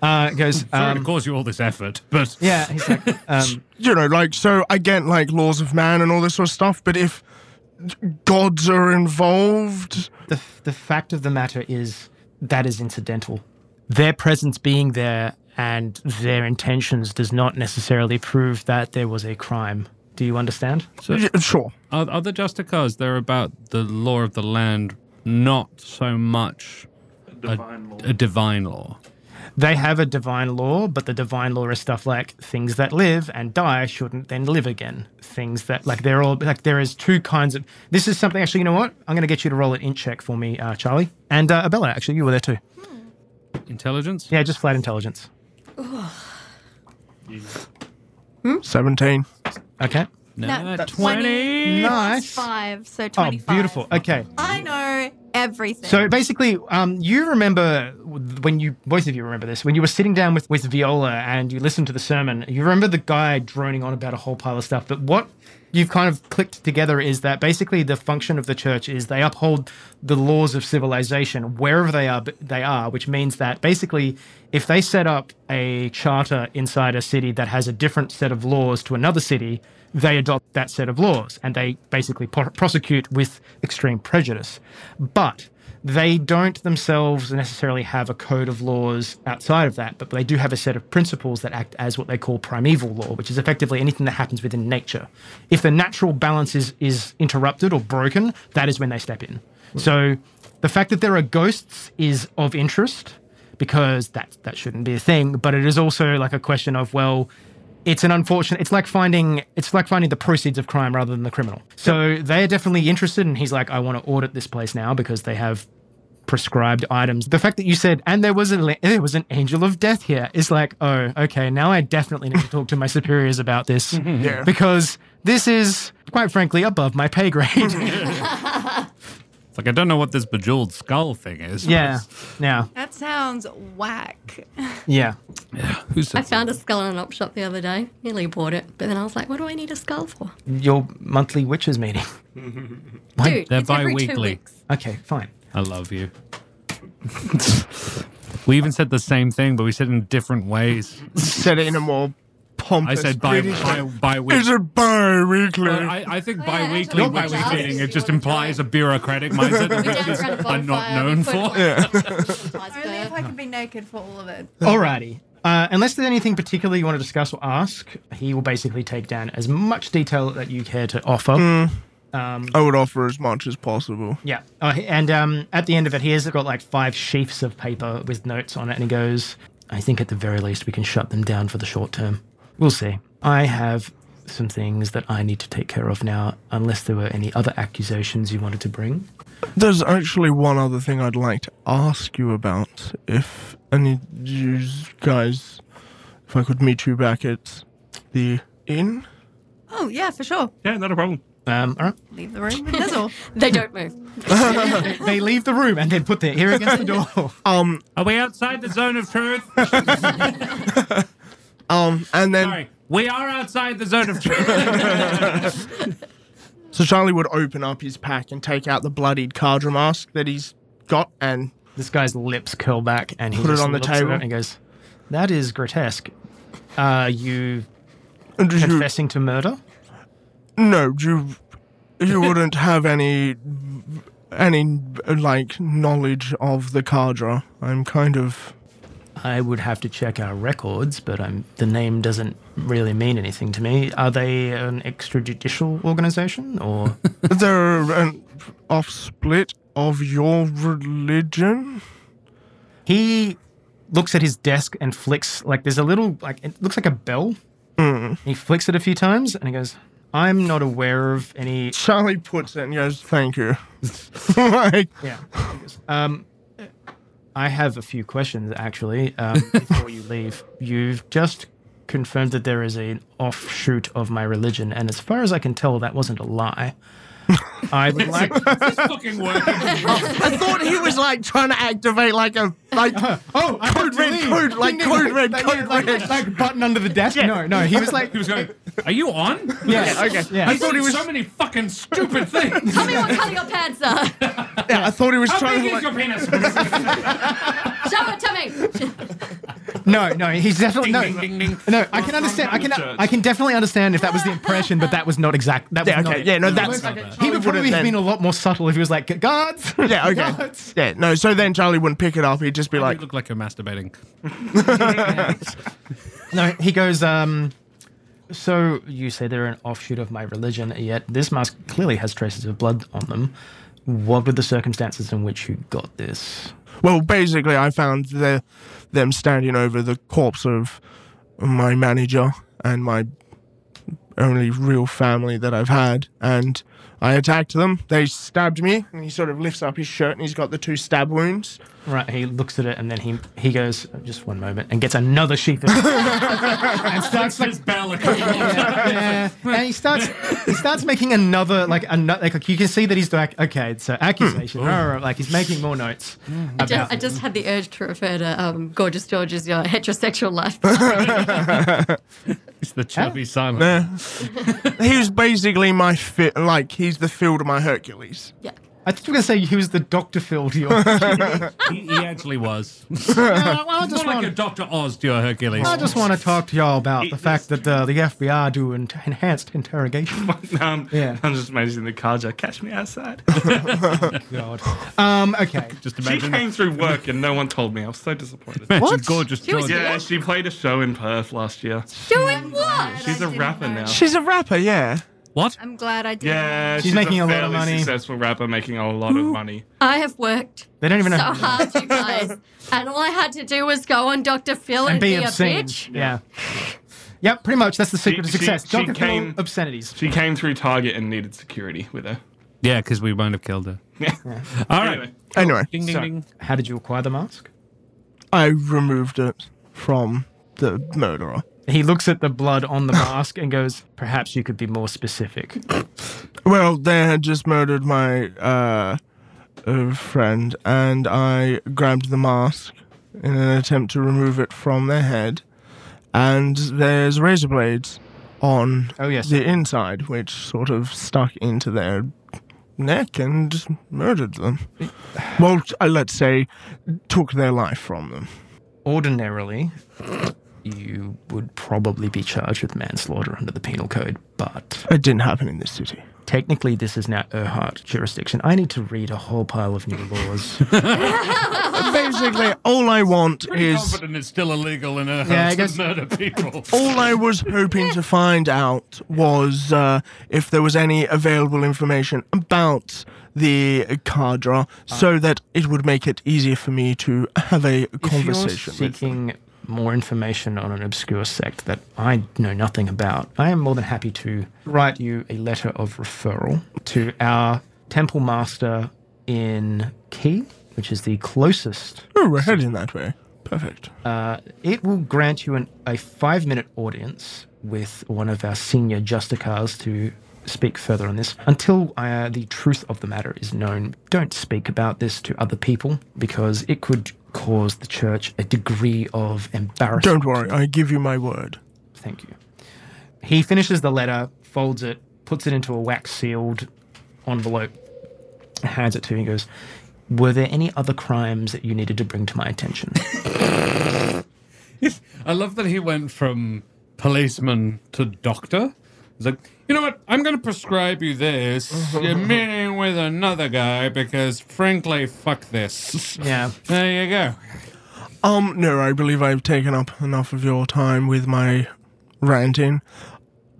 Speaker 1: uh, goes,
Speaker 4: Sorry to
Speaker 1: um,
Speaker 4: cause you all this effort, but
Speaker 1: yeah, he's
Speaker 4: <laughs>
Speaker 1: like, um,
Speaker 5: you know, like, so I get like laws of man and all this sort of stuff, but if gods are involved,
Speaker 1: the, f- the fact of the matter is that is incidental. Their presence being there and their intentions does not necessarily prove that there was a crime. Do you understand?
Speaker 5: y- sure.
Speaker 4: Are, are the Justicars there about the law of the land, not so much
Speaker 7: Divine law.
Speaker 4: a divine law?
Speaker 1: They have a divine law, but the divine law is stuff like things that live and die shouldn't then live again. Things that like they're all like there is two kinds of. This is something actually. You know what? I'm going to get you to roll an int check for me, uh, Charlie and uh, Abella. Actually, you were there too.
Speaker 4: Intelligence?
Speaker 1: Yeah, just flat intelligence.
Speaker 5: 17.
Speaker 1: Okay.
Speaker 4: No,
Speaker 2: No,
Speaker 4: 20.
Speaker 1: Nice.
Speaker 2: Five, so
Speaker 1: Oh,
Speaker 2: 25.
Speaker 1: beautiful. Okay.
Speaker 2: I know everything.
Speaker 1: So basically, um, you remember when you both of you remember this when you were sitting down with with Viola and you listened to the sermon. You remember the guy droning on about a whole pile of stuff. But what you've kind of clicked together is that basically the function of the church is they uphold the laws of civilization wherever they are. They are, which means that basically, if they set up a charter inside a city that has a different set of laws to another city, they adopt that set of laws and they basically pro- prosecute with extreme prejudice. But they don't themselves necessarily have a code of laws outside of that, but they do have a set of principles that act as what they call primeval law, which is effectively anything that happens within nature. If the natural balance is, is interrupted or broken, that is when they step in. So the fact that there are ghosts is of interest because that that shouldn't be a thing, but it is also like a question of well, it's an unfortunate it's like finding it's like finding the proceeds of crime rather than the criminal so they are definitely interested and he's like i want to audit this place now because they have prescribed items the fact that you said and there was a la- there was an angel of death here is like oh okay now i definitely need to talk to my superiors about this
Speaker 5: Yeah.
Speaker 1: because this is quite frankly above my pay grade <laughs>
Speaker 4: It's like, I don't know what this bejeweled skull thing is.
Speaker 1: yeah yeah
Speaker 2: that sounds whack.
Speaker 1: yeah
Speaker 4: Who said
Speaker 3: I found a skull in an op shop the other day. Nearly bought it, but then I was like, what do I need a skull for?
Speaker 1: your monthly witches meeting <laughs>
Speaker 3: Dude,
Speaker 4: They're
Speaker 3: it's every two
Speaker 4: bi-weekly.
Speaker 3: weeks.
Speaker 1: okay fine
Speaker 4: I love you. we even said the same thing, but we said it in different ways.
Speaker 5: Said it in a more
Speaker 4: I
Speaker 5: pompous
Speaker 4: said bi
Speaker 5: British-
Speaker 4: bi bi
Speaker 5: Is
Speaker 4: weekly.
Speaker 5: it bi weekly?
Speaker 4: I, I think
Speaker 3: Oh, yeah,
Speaker 4: bi
Speaker 3: that's
Speaker 4: weekly
Speaker 3: what
Speaker 4: bi
Speaker 3: we
Speaker 4: weekly
Speaker 3: did.
Speaker 4: meeting
Speaker 3: Yeah.
Speaker 4: it just implies a bureaucratic mindset,
Speaker 3: We
Speaker 4: which
Speaker 3: danced
Speaker 4: is
Speaker 3: around a
Speaker 4: <laughs> I'm not
Speaker 3: bonfire, we
Speaker 4: known
Speaker 3: put,
Speaker 4: for.
Speaker 3: like,
Speaker 2: <laughs> Only if
Speaker 3: sanitizer.
Speaker 2: I could be naked for all of it.
Speaker 1: Alrighty. Uh, unless there's anything particular you want to discuss or ask, he will basically take down as much detail that you care to offer.
Speaker 5: I would offer as much as possible.
Speaker 1: Yeah. Uh, and um, at the end of it, he has got like five sheafs of paper with notes on it, and he goes, I think at the very least we can shut them down for the short term. We'll see. I have
Speaker 8: some things that I need to take care of now, unless there were any other accusations you wanted to bring.
Speaker 5: There's actually one other thing I'd like to ask you about. If any of you guys, if I could meet you back at the inn.
Speaker 2: Oh, yeah, for sure.
Speaker 7: Yeah, not a problem. <laughs>
Speaker 8: Um, all right.
Speaker 2: Leave the room with Nizzle.
Speaker 3: They don't move.
Speaker 1: They leave the room and then put their ear against the door.
Speaker 5: Um,
Speaker 4: Are we outside the zone of truth?
Speaker 5: um, and then
Speaker 4: Sorry. We are outside the zone of truth.
Speaker 5: so Charlie would open up his pack and take out the bloodied Kadra mask that he's got, and
Speaker 8: This guy's lips curl back and he
Speaker 5: Put it
Speaker 8: just
Speaker 5: on the
Speaker 8: looks at
Speaker 5: table.
Speaker 8: it and goes, "That is grotesque. Are you
Speaker 5: and you-
Speaker 8: confessing to murder?"
Speaker 5: No, you you wouldn't have any any like knowledge of the Kadra. I'm kind of
Speaker 8: I would have to check our records, but I'm, the name doesn't really mean anything to me. Are they an extrajudicial
Speaker 5: <laughs>
Speaker 8: organization or?
Speaker 5: they're an offsplit of your religion.
Speaker 1: He looks at his desk and flicks like there's a little like it looks like a bell.
Speaker 5: Mm.
Speaker 1: He flicks it a few times and he goes, "I'm not aware of any."
Speaker 5: Charlie puts it and goes, "Thank you." <laughs> like,
Speaker 1: <laughs> Yeah.
Speaker 8: Um, I have a few questions actually.
Speaker 5: <laughs>
Speaker 8: Um, before you leave, you've just confirmed that there is an offshoot of my religion, and as far as I can tell, that wasn't
Speaker 5: <laughs>
Speaker 8: a lie. I would like.
Speaker 4: fucking working.
Speaker 5: I thought he was like trying to activate like a like
Speaker 1: Oh, I
Speaker 5: Code red, code, like, code red, code
Speaker 1: like,
Speaker 5: red.
Speaker 1: like button under the desk. No, no, he was
Speaker 5: <laughs>
Speaker 1: like,
Speaker 4: He was going, Are you on?
Speaker 1: yeah, okay, yeah.
Speaker 4: I thought he was so many fucking stupid things.
Speaker 3: Tell me what colour your pants are. <laughs>
Speaker 5: yeah, I thought he was
Speaker 4: How
Speaker 5: trying
Speaker 4: big
Speaker 5: to
Speaker 4: is
Speaker 5: like,
Speaker 4: your penis?
Speaker 3: Show it to me.
Speaker 1: No, no, he's definitely no.
Speaker 4: Ding, ding, ding, ding.
Speaker 1: No, I can understand. I can, I can definitely understand if that was the impression, but that was not exact. That was
Speaker 5: yeah,
Speaker 1: not
Speaker 5: okay,
Speaker 1: it.
Speaker 5: yeah, no, that's
Speaker 1: He would
Speaker 5: would've
Speaker 1: probably have
Speaker 5: then-
Speaker 1: been a lot more subtle if he was like,
Speaker 8: <laughs>
Speaker 1: guards.
Speaker 5: <laughs> yeah, okay,
Speaker 1: What?
Speaker 5: yeah, no. So then Charlie wouldn't pick it up. He'd just be
Speaker 4: You
Speaker 5: like,
Speaker 4: look like you're masturbating.
Speaker 1: No, he goes, um,
Speaker 8: So you say they're an offshoot of my religion, yet this mask clearly has traces of blood on them. What were the circumstances in which you got this?
Speaker 5: Well, basically, I found the, them standing over the corpse of my manager and my only real family that I've had, and I attacked them. They stabbed me, and he sort of lifts up his shirt, and he's got the two stab wounds.
Speaker 8: Right, he looks at it and then he he goes, just one moment, and gets another sheep.
Speaker 1: <laughs> and starts like,
Speaker 4: His bell according-
Speaker 1: yeah, and he starts, he starts making another like another like you can see that he's like, okay, so
Speaker 8: Hmm.
Speaker 1: accusation, rah, rah, rah, like he's making more notes.
Speaker 3: I just, Hmm. I just had the urge to refer to um, Gorgeous George as your heterosexual life. <laughs>
Speaker 4: It's the chubby silent.
Speaker 5: He was basically my fit, like he's the field of my Hercules.
Speaker 3: yeah.
Speaker 1: I think you were gonna say he was the Doctor Phil
Speaker 3: <laughs>
Speaker 1: to your. I
Speaker 4: He, he actually
Speaker 7: <laughs>
Speaker 4: was.
Speaker 1: <laughs>
Speaker 4: More like a Dr. Oz to your Hercules.
Speaker 1: just want to talk to y'all about the fact that uh, the FBI do en- enhanced interrogation.
Speaker 7: Um,
Speaker 1: Yeah.
Speaker 7: I'm just imagining the Kaja. Catch
Speaker 1: <laughs>
Speaker 7: me outside.
Speaker 1: God. Um.
Speaker 7: <laughs>
Speaker 1: Okay.
Speaker 4: Just
Speaker 7: she
Speaker 4: imagine.
Speaker 7: came through work and no one told me. I was so disappointed.
Speaker 1: <laughs>
Speaker 4: imagine
Speaker 1: What?
Speaker 4: Gorgeous
Speaker 3: She was-
Speaker 4: George.
Speaker 7: Yeah, she played a show in Perth last year.
Speaker 3: Doing what?
Speaker 7: She's a rapper now.
Speaker 5: She's a rapper, yeah.
Speaker 4: What?
Speaker 2: <laughs> I'm glad I did.
Speaker 7: Yeah, she's,
Speaker 1: making a lot of
Speaker 7: fairly
Speaker 1: money.
Speaker 7: Successful rapper making a lot of money.
Speaker 3: I have worked
Speaker 1: They don't even
Speaker 3: so
Speaker 1: know.
Speaker 3: hard,
Speaker 1: <laughs>
Speaker 3: you guys. And all I had to do was go on Dr. Phil and,
Speaker 1: and be
Speaker 3: a
Speaker 1: obscene.
Speaker 3: bitch.
Speaker 1: Yeah. Yep, pretty much. That's the secret
Speaker 7: She-
Speaker 1: of success.
Speaker 7: she- she
Speaker 1: Dr. Phil
Speaker 7: came-
Speaker 1: obscenities.
Speaker 7: She came through Target and needed security with her.
Speaker 4: Yeah, because we might have killed
Speaker 7: <laughs>
Speaker 4: her. All right.
Speaker 7: Anyway,
Speaker 5: Anyway,
Speaker 4: Ding, ding,
Speaker 7: So-
Speaker 4: ding.
Speaker 8: How did you acquire the mask?
Speaker 5: I removed it from the murderer.
Speaker 8: He looks at the blood on the mask and goes, "Perhaps you could be more specific."
Speaker 5: Well, they had just murdered my uh, uh, friend, and I grabbed the mask in an attempt to remove it from their head. And there's razor blades on
Speaker 1: Oh, yes.
Speaker 5: the inside, which sort of stuck into their neck and murdered them. Well, uh, let's say, took their life from them.
Speaker 8: Ordinarily, you would probably be charged with manslaughter under the penal code, but
Speaker 5: It didn't happen in this city.
Speaker 8: technically this is now Erhard jurisdiction. I need to read a whole pile of new laws.
Speaker 5: Basically, all I want
Speaker 4: Pretty
Speaker 5: is.
Speaker 4: confident it's still illegal in her
Speaker 1: Yeah, I
Speaker 4: house
Speaker 1: guess-
Speaker 4: to murder people. <laughs>
Speaker 5: All I was hoping to find out was uh, if there was any available information about the
Speaker 8: Ah.
Speaker 5: Cadra so that it would make it easier for me to have a
Speaker 8: If you're
Speaker 5: conversation with them.
Speaker 8: seeking more information on an obscure sect that I know nothing about, I am more than happy to write you a letter of referral to our temple master in Key, which is the closest
Speaker 5: Oh, we're heading that way. Perfect.
Speaker 8: Ah. it will grant you an, a five minute audience with one of our senior justicars to speak further on this until uh, the truth of the matter is known. Don't speak about this to other people because it could cause the church a degree of embarrassment.
Speaker 5: Don't worry, I give you my word.
Speaker 8: Thank you. He finishes the letter, folds it, puts it into a wax sealed envelope, and hands it to me. and Goes, "Were there any other crimes that you needed to bring to my attention?"
Speaker 4: I love that he went from policeman to doctor. He's like, you know what? I'm going to prescribe
Speaker 1: <laughs>
Speaker 4: you this. You're meeting with another guy because, frankly, fuck this.
Speaker 8: yeah.
Speaker 4: There you go.
Speaker 5: Um, no, I believe I've taken up enough of your time with my ranting.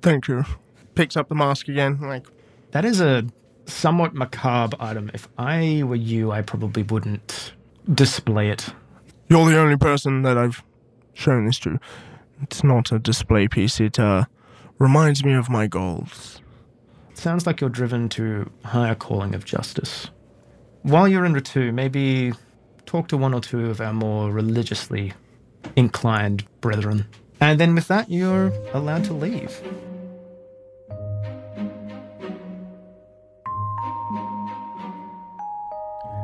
Speaker 5: Thank you. Picks up the mask again, like,
Speaker 8: That is a somewhat macabre item. If I were you, I probably wouldn't display it.
Speaker 5: You're the only person that I've shown this to. It's not a display piece. It uh, reminds me of my goals.
Speaker 8: Sounds like you're driven to higher calling of justice. While you're in Ritu, maybe talk to one or two of our more religiously inclined brethren. And then with that, you're allowed to leave.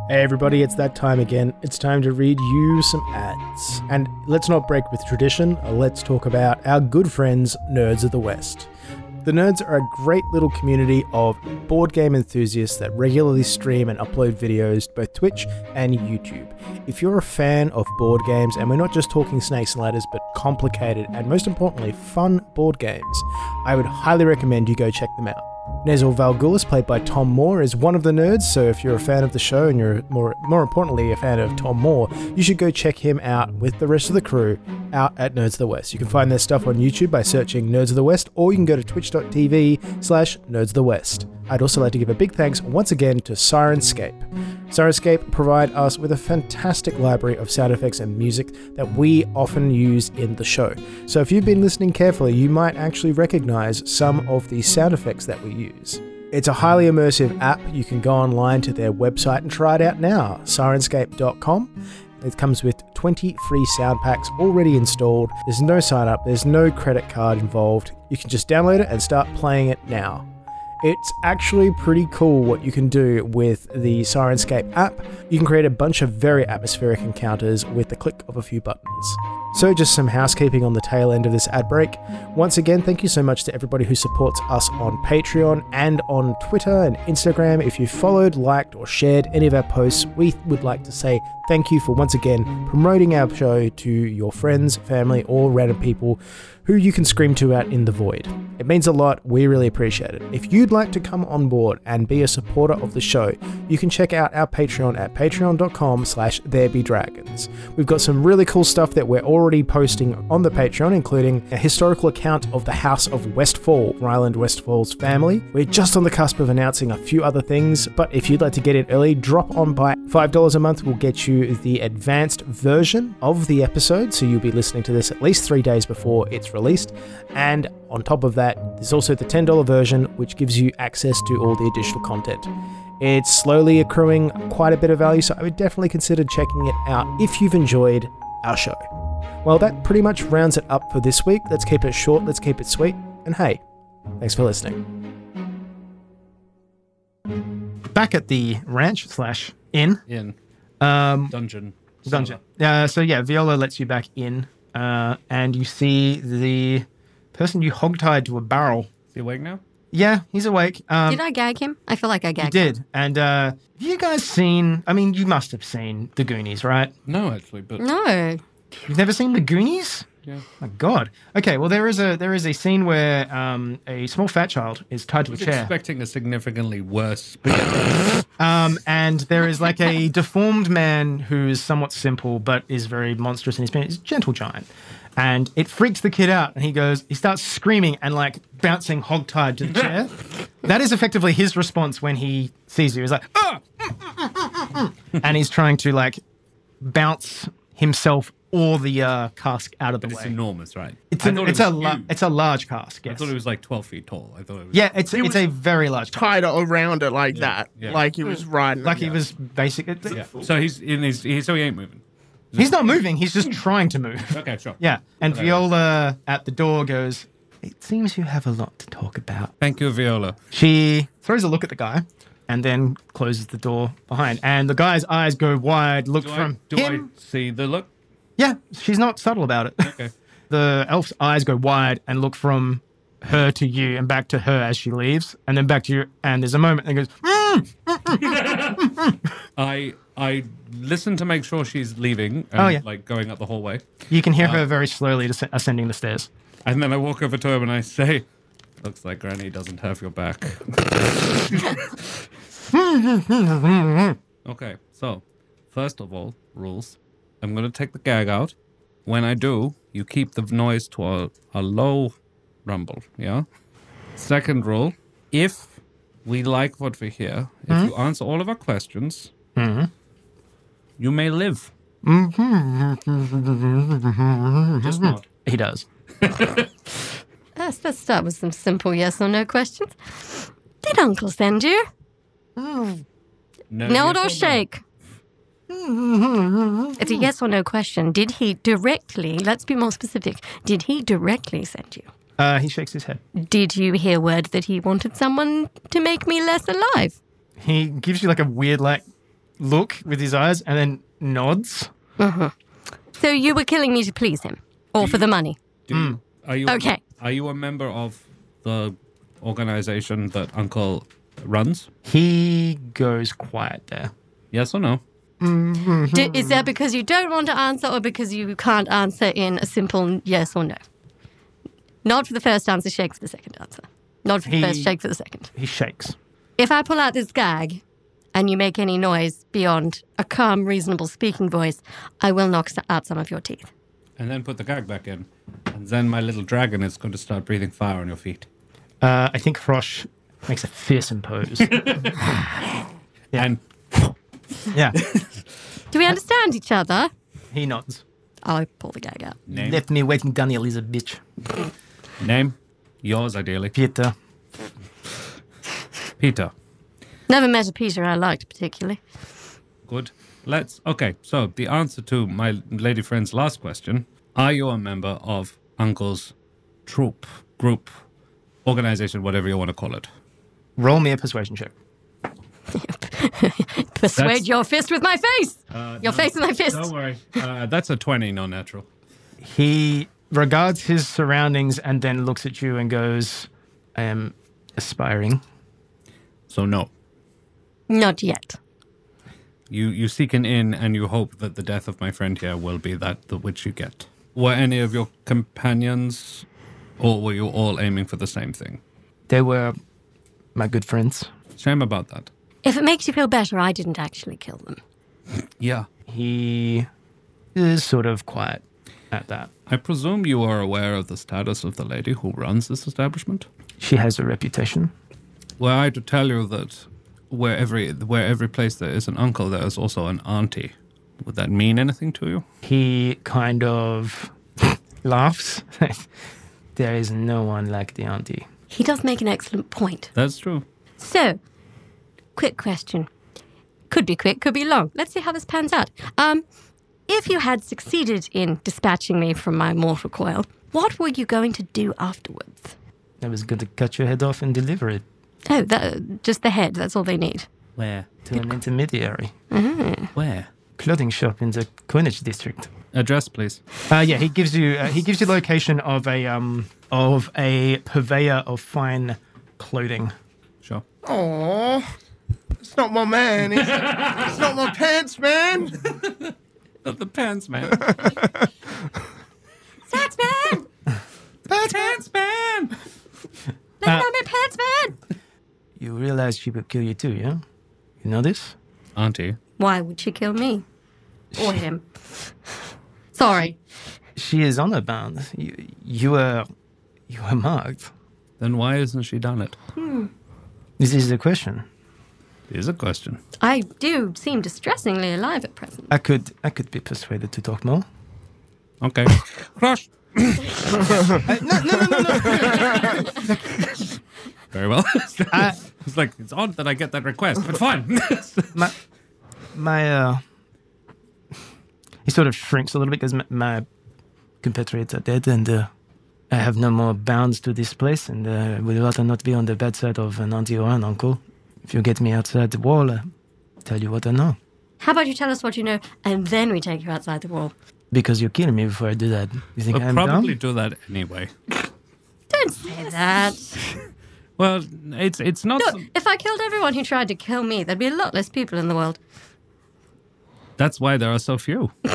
Speaker 9: Hey everybody, it's that time again. It's time to read you some ads. And let's not break with tradition, let's talk about our good friends, Nerds of the West. The Nerds are a great little community of board game enthusiasts that regularly stream and upload videos to both Twitch and YouTube. If you're a fan of board games, and we're not just talking snakes and ladders, but complicated and most importantly, fun board games, I would highly recommend you go check them out. Nezul Valgulis, played by Tom Moore, is one of the nerds. So if you're a fan of the show and you're more more importantly a fan of Tom Moore, you should go check him out with the rest of the crew out at Nerds of the West. You can find their stuff on YouTube by searching Nerds of the West, or you can go to twitch.tv slash nerds of the West. I'd also like to give a big thanks once again to Sirenscape. Sirenscape provide us with a fantastic library of sound effects and music that we often use in the show. So if you've been listening carefully, you might actually recognize some of the sound effects that we use. It's a highly immersive app. You can go online to their website and try it out now, sirenscape.com. It comes with 20 free sound packs already installed. There's no sign up, there's no credit card involved. You can just download it and start playing it now. It's actually pretty cool what you can do with the Sirenscape app. You can create a bunch of very atmospheric encounters with the click of a few buttons. So, just some housekeeping on the tail end of this ad break. Once again, thank you so much to everybody who supports us on Patreon and on Twitter and Instagram. If you followed, liked, or shared any of our posts, we would like to say thank you for once again promoting our show to your friends, family, or random people who you can scream to out in the void. It means a lot. We really appreciate it. If you'd like to come on board and be a supporter of the show, you can check out our Patreon at patreon.com slash there be dragons. We've got some really cool stuff that we're already posting on the Patreon, including a historical account of the House of Westfall, Ryland Westfall's family. We're just on the cusp of announcing a few other things, but if you'd like to get in early, drop on by $5 a month will get you the advanced version of the episode, so you'll be listening to this at least three days before it's released. And on top of that, there's also the $10 version, which gives you access to all the additional content. It's slowly accruing quite a bit of value, so I would definitely consider checking it out if you've enjoyed our show. Well, that pretty much rounds it up for this week. Let's keep it short, let's keep it sweet, and hey, thanks for listening.
Speaker 1: Back at the ranch slash inn.
Speaker 4: In
Speaker 1: Um,
Speaker 4: dungeon.
Speaker 1: dungeon. Uh, so yeah, Viola lets you back in, uh, and you see the person you hogtied to a barrel.
Speaker 4: Is he awake now?
Speaker 1: Yeah, he's awake. Um,
Speaker 3: Did I gag him? I feel like I gagged
Speaker 1: you did, and uh, you guys seen? I mean, you must have seen the Goonies, right?
Speaker 4: No, actually, but
Speaker 3: him. No.
Speaker 1: You've never seen the Goonies?
Speaker 4: Yeah.
Speaker 1: My God. Okay. Well, there is a there is a scene where um, a small fat child is tied to a
Speaker 4: was
Speaker 1: chair.
Speaker 4: expecting a significantly worse.
Speaker 1: Um, and there is like
Speaker 4: <laughs>
Speaker 1: a deformed man who is somewhat simple but is very monstrous in his appearance. He's a gentle giant. And it freaks the kid out, and he goes, he starts screaming and like bouncing hogtied to the
Speaker 4: <laughs>
Speaker 1: chair. that is effectively his response when he sees you. He's like, "Ah!" and he's trying to like bounce himself all the uh, cask out of the
Speaker 4: But it's
Speaker 1: way.
Speaker 4: enormous, right?
Speaker 1: It's,
Speaker 4: I
Speaker 1: an,
Speaker 4: thought it
Speaker 1: it's a
Speaker 4: was
Speaker 1: la-
Speaker 4: huge.
Speaker 1: it's a large cask.
Speaker 4: I
Speaker 1: Yes.
Speaker 4: thought it was like 12 feet tall. I thought it was.
Speaker 1: yeah, it's it's a very large cask.
Speaker 5: Tied it around it like that,
Speaker 4: yeah.
Speaker 5: like he was riding.
Speaker 1: Hmm. Like
Speaker 5: it.
Speaker 1: he was basic. it-
Speaker 4: Yeah. So he's in his. He, so he ain't moving.
Speaker 1: He's not moving. He's just trying to
Speaker 4: <laughs>
Speaker 1: move.
Speaker 4: Okay, sure.
Speaker 1: Yeah. And
Speaker 4: Okay.
Speaker 1: Viola at the door goes. It seems you have a lot to talk about.
Speaker 4: Thank you, Viola.
Speaker 1: She throws a look at the guy and then closes the door behind. And the guy's eyes go wide. Look
Speaker 4: Do,
Speaker 1: from
Speaker 4: I, do
Speaker 1: him.
Speaker 4: I see the look?
Speaker 1: Yeah, she's not subtle about it.
Speaker 4: Okay.
Speaker 1: The elf's eyes go wide and look from her to you and back to her as she leaves, and then back to you. And there's a moment and it goes, "Mm."
Speaker 4: I I listen to make sure she's leaving. And,
Speaker 1: Oh, yeah.
Speaker 4: Like going up the hallway,
Speaker 1: you can hear her very slowly descend- ascending the stairs.
Speaker 4: and then I walk over to him and I say, "Looks like Granny doesn't have your <laughs> back." okay. So, first of all, rules. I'm gonna take the gag out. When I do, you keep the noise to a, a low rumble. Yeah. Second rule: if we like what we hear, if you answer all of our questions, you may live. Just <laughs> nod.
Speaker 8: He does.
Speaker 3: Let's just start with some simple yes or no questions. Did Uncle send you?
Speaker 1: Uh,
Speaker 4: No,
Speaker 3: Nod
Speaker 4: yes
Speaker 3: or
Speaker 4: no.
Speaker 3: shake? It's a yes or no question. Did he directly, let's be more specific, did he directly send you?
Speaker 1: Uh, he shakes his head.
Speaker 3: Did you hear word that he wanted someone to make me less alive?
Speaker 1: He gives you like a weird, like, look with his eyes and then nods.
Speaker 3: So you were killing me to please him or for the money?
Speaker 4: Do you- Are you
Speaker 3: Okay.
Speaker 4: Are you a member of the organization that Uncle runs?
Speaker 1: He goes quiet there.
Speaker 4: Yes or no?
Speaker 3: Do, is that because you don't want to answer or because you can't answer in a simple yes or no? Nod for the first answer, shake for the second answer. Nod for the
Speaker 1: He-
Speaker 3: first, shake for the second.
Speaker 1: He shakes.
Speaker 3: If I pull out this gag and you make any noise beyond a calm, reasonable speaking voice, I will knock s- out some of your teeth.
Speaker 4: And then put the gag back in, and then my little dragon is going to start breathing fire on your feet.
Speaker 1: Uh, I think Frosh makes a fearsome <laughs> pose.
Speaker 4: And
Speaker 1: yeah,
Speaker 3: Do we understand each other?
Speaker 1: he nods.
Speaker 3: I'll pull the gag out.
Speaker 4: name,
Speaker 1: Left me waiting, Daniel is a bitch.
Speaker 4: name, yours ideally,
Speaker 1: Peter.
Speaker 4: Peter.
Speaker 3: Never met a Peter I liked particularly.
Speaker 4: Good. Let's. Okay. So the answer to my lady friend's last question: Are you a member of Uncle's troop, group, organization, whatever you want to call it?
Speaker 1: Roll me a persuasion check.
Speaker 3: Persuade
Speaker 4: That's-
Speaker 3: your fist with my face! your face with my fist!
Speaker 4: Don't worry. Uh, that's a twenty, non-natural.
Speaker 1: He regards his surroundings and then looks at you and goes, I am aspiring.
Speaker 4: So no.
Speaker 3: Not yet.
Speaker 4: You you seek an inn and you hope that the death of my friend here will be that the which you get. Were any of your companions, or were you all aiming for the same thing?
Speaker 8: They were my good friends.
Speaker 4: Shame about that.
Speaker 3: If it makes you feel better, I didn't actually kill them.
Speaker 4: Yeah.
Speaker 8: He is sort of quiet at that.
Speaker 4: I presume you are aware of the status of the lady who runs this establishment.
Speaker 8: She has a reputation.
Speaker 4: Were I to tell you that where every where every place there is an uncle, there is also an auntie. Would that mean anything to you?
Speaker 8: He kind of <laughs> laughs. <laughs> there is no one like the auntie.
Speaker 3: He does make an excellent point.
Speaker 4: That's true.
Speaker 3: So, quick question. Could be quick, could be long. Let's see how this pans out. Um, if you had succeeded in dispatching me from my mortal coil, what were you going to do afterwards?
Speaker 8: I was going to cut your head off and deliver it
Speaker 3: Oh, that, just the head. That's all they need.
Speaker 4: Where?
Speaker 8: to an intermediary.
Speaker 4: Where?
Speaker 8: Clothing shop in the Coinage district.
Speaker 4: Address, please.
Speaker 1: Uh, yeah, he gives you uh, he gives you location of a um of a purveyor of fine clothing.
Speaker 4: Sure.
Speaker 5: Aw, it's not my man. It's, it's not my pants, man.
Speaker 4: Not the pants, man.
Speaker 3: Pants man!
Speaker 4: <laughs> pants, man.
Speaker 3: Let me know my pants man!
Speaker 8: You realize she would kill you too, yeah? You know this?
Speaker 4: Auntie,
Speaker 3: Why would she kill me? Or him? Sorry.
Speaker 8: She is honor bound. You, you were, you were marked.
Speaker 4: then why isn't she done it?
Speaker 8: This is the question.
Speaker 4: Is a question.
Speaker 3: I do seem distressingly alive at present.
Speaker 8: I could, I could be persuaded to talk more.
Speaker 1: <coughs>
Speaker 4: Okay. Crush. Very
Speaker 1: <laughs>
Speaker 4: well.
Speaker 1: Uh,
Speaker 4: <laughs> it's like it's odd that I get that request, but fine. <laughs>
Speaker 1: my, my, uh, <laughs> he sort of shrinks a little bit because my, my compatriots are dead and uh, I have no more bounds to this place and uh, would rather not be on the bedside of an auntie or an uncle. If you get me outside the wall, uh, tell you what I know.
Speaker 3: How about you tell us what you know, and then we take you outside the wall?
Speaker 1: Because you kill me before I do that. You think
Speaker 4: I'll
Speaker 1: I'm
Speaker 4: Uh, probably
Speaker 1: dumb?
Speaker 4: do that anyway.
Speaker 3: Don't say that.
Speaker 4: Well, it's it's not.
Speaker 3: Look, if I killed everyone who tried to kill me, there'd be a lot less people in the world.
Speaker 4: That's why there are so few.
Speaker 3: <laughs>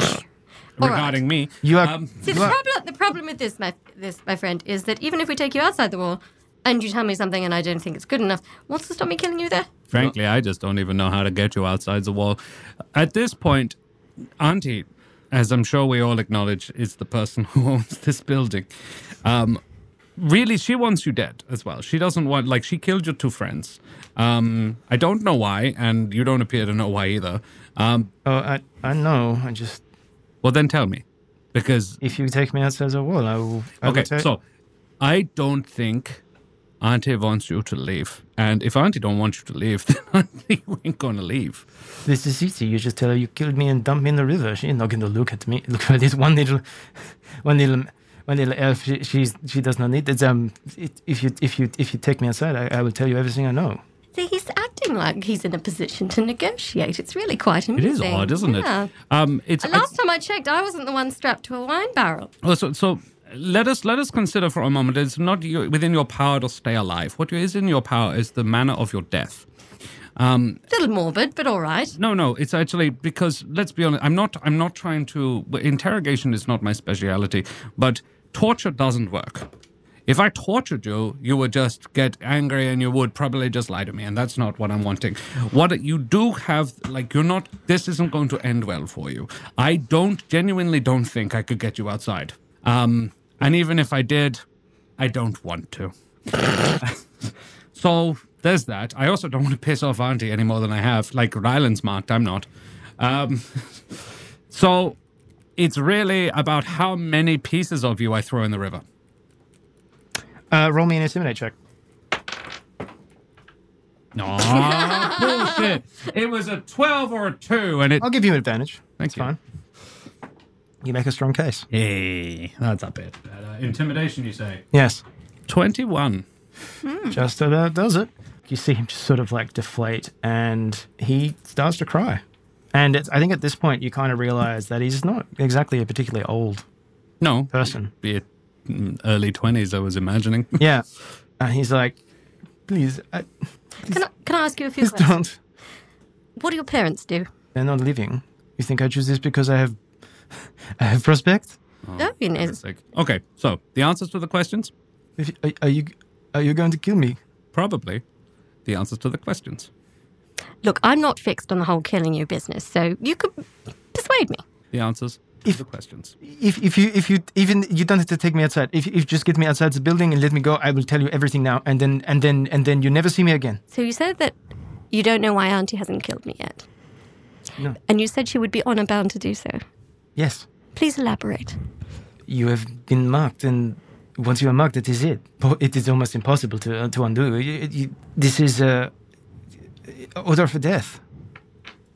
Speaker 3: All right.
Speaker 4: regarding me, Um,
Speaker 1: You are-
Speaker 3: See, the problem, the problem with this, my this, my friend, is that even if we take you outside the wall, and you tell me something and I don't think it's good enough, what's to stop me killing you there?
Speaker 4: Frankly, I just don't even know how to get you outside the wall. At this point, Auntie, as I'm sure we all acknowledge, is the person <laughs> who owns this building. Um, really, she wants you dead as well. She doesn't want, like, she killed your two friends. Um, I don't know why, and you don't appear to know why either. Um,
Speaker 1: Oh, I, I know. I just,
Speaker 4: well, then tell me, because
Speaker 1: if you take me outside the wall, I will. I will
Speaker 4: Okay,
Speaker 1: take-
Speaker 4: so I don't think Auntie wants you to leave. And if Auntie don't want you to leave, <laughs> then Auntie you ain't gonna leave.
Speaker 1: This is easy. You just tell her you killed me and dumped me in the river. She's not going to look at me. <laughs> Look at this one little, one little, one little elf. She, she's, she does not need it. Um, it, if you if you if you take me outside, I, I will tell you everything I know.
Speaker 3: See, he's acting like he's in a position to negotiate. It's really quite
Speaker 4: It
Speaker 3: amusing.
Speaker 4: is odd, isn't
Speaker 3: Yeah.
Speaker 4: it? Um, it's
Speaker 3: Uh, Last time I checked, I wasn't the one strapped to a wine barrel.
Speaker 4: I- so, so let us let us consider for a moment. It's not you, within your power to stay alive. What is in your power is the manner of your death.
Speaker 3: Little morbid, but all right.
Speaker 4: No, no, it's actually because let's be honest. I'm not. I'm not trying to. Interrogation is not my speciality, but torture doesn't work. If I tortured you, you would just get angry and you would probably just lie to me, and that's not what I'm wanting. What you do have, like, you're not. This isn't going to end well for you. I don't genuinely don't think I could get you outside. Um, and even if I did, I don't want to. So there's that. I also don't want to piss off Auntie any more than I have. Like Ryland's marked, I'm not. Um, <laughs> so it's really about how many pieces of you I throw in the river.
Speaker 1: Uh, roll me an intimidate check.
Speaker 4: No bullshit. It was a twelve or a two, and it.
Speaker 1: I'll give you an advantage.
Speaker 4: Thank
Speaker 1: That's
Speaker 4: you.
Speaker 1: fine. You make a strong case.
Speaker 4: Hey, that's a bit better. Uh, Intimidation, you say?
Speaker 1: Yes,
Speaker 4: Twenty-one.
Speaker 1: just about does it. You see him just sort of like deflate, and he starts to cry. And it's, I think at this point you kind of realize that he's not exactly a particularly old
Speaker 4: No,
Speaker 1: person.
Speaker 4: be it mm, early twenties. I was imagining. <laughs>
Speaker 1: Yeah. And he's like, please, I,
Speaker 3: Can I, can I ask you a few
Speaker 1: please
Speaker 3: questions?
Speaker 1: don't.
Speaker 3: What do your parents do?
Speaker 1: They're not living. You think I choose this because I have, I have prospect?
Speaker 3: No, you know.
Speaker 4: It's like, okay, Oh, so the answers to the questions
Speaker 1: If, you- are, are you, are you going to kill me?
Speaker 4: probably the answers to the questions.
Speaker 3: Look, I'm not fixed on the whole killing you business, so you could persuade me.
Speaker 4: The answers to
Speaker 1: If-
Speaker 4: the questions.
Speaker 1: If, if you, if you, even you don't have to take me outside. If, if you just get me outside the building and let me go, I will tell you everything now. And then, and then, and then you never see me again.
Speaker 3: So you said that you don't know why Auntie hasn't killed me yet.
Speaker 1: No.
Speaker 3: And you said she would be honor bound to do so.
Speaker 1: Yes.
Speaker 3: Please elaborate.
Speaker 1: You have been marked and once you are marked, it is it. Po- It is almost impossible to, uh, to undo. You- you- this is a order for death.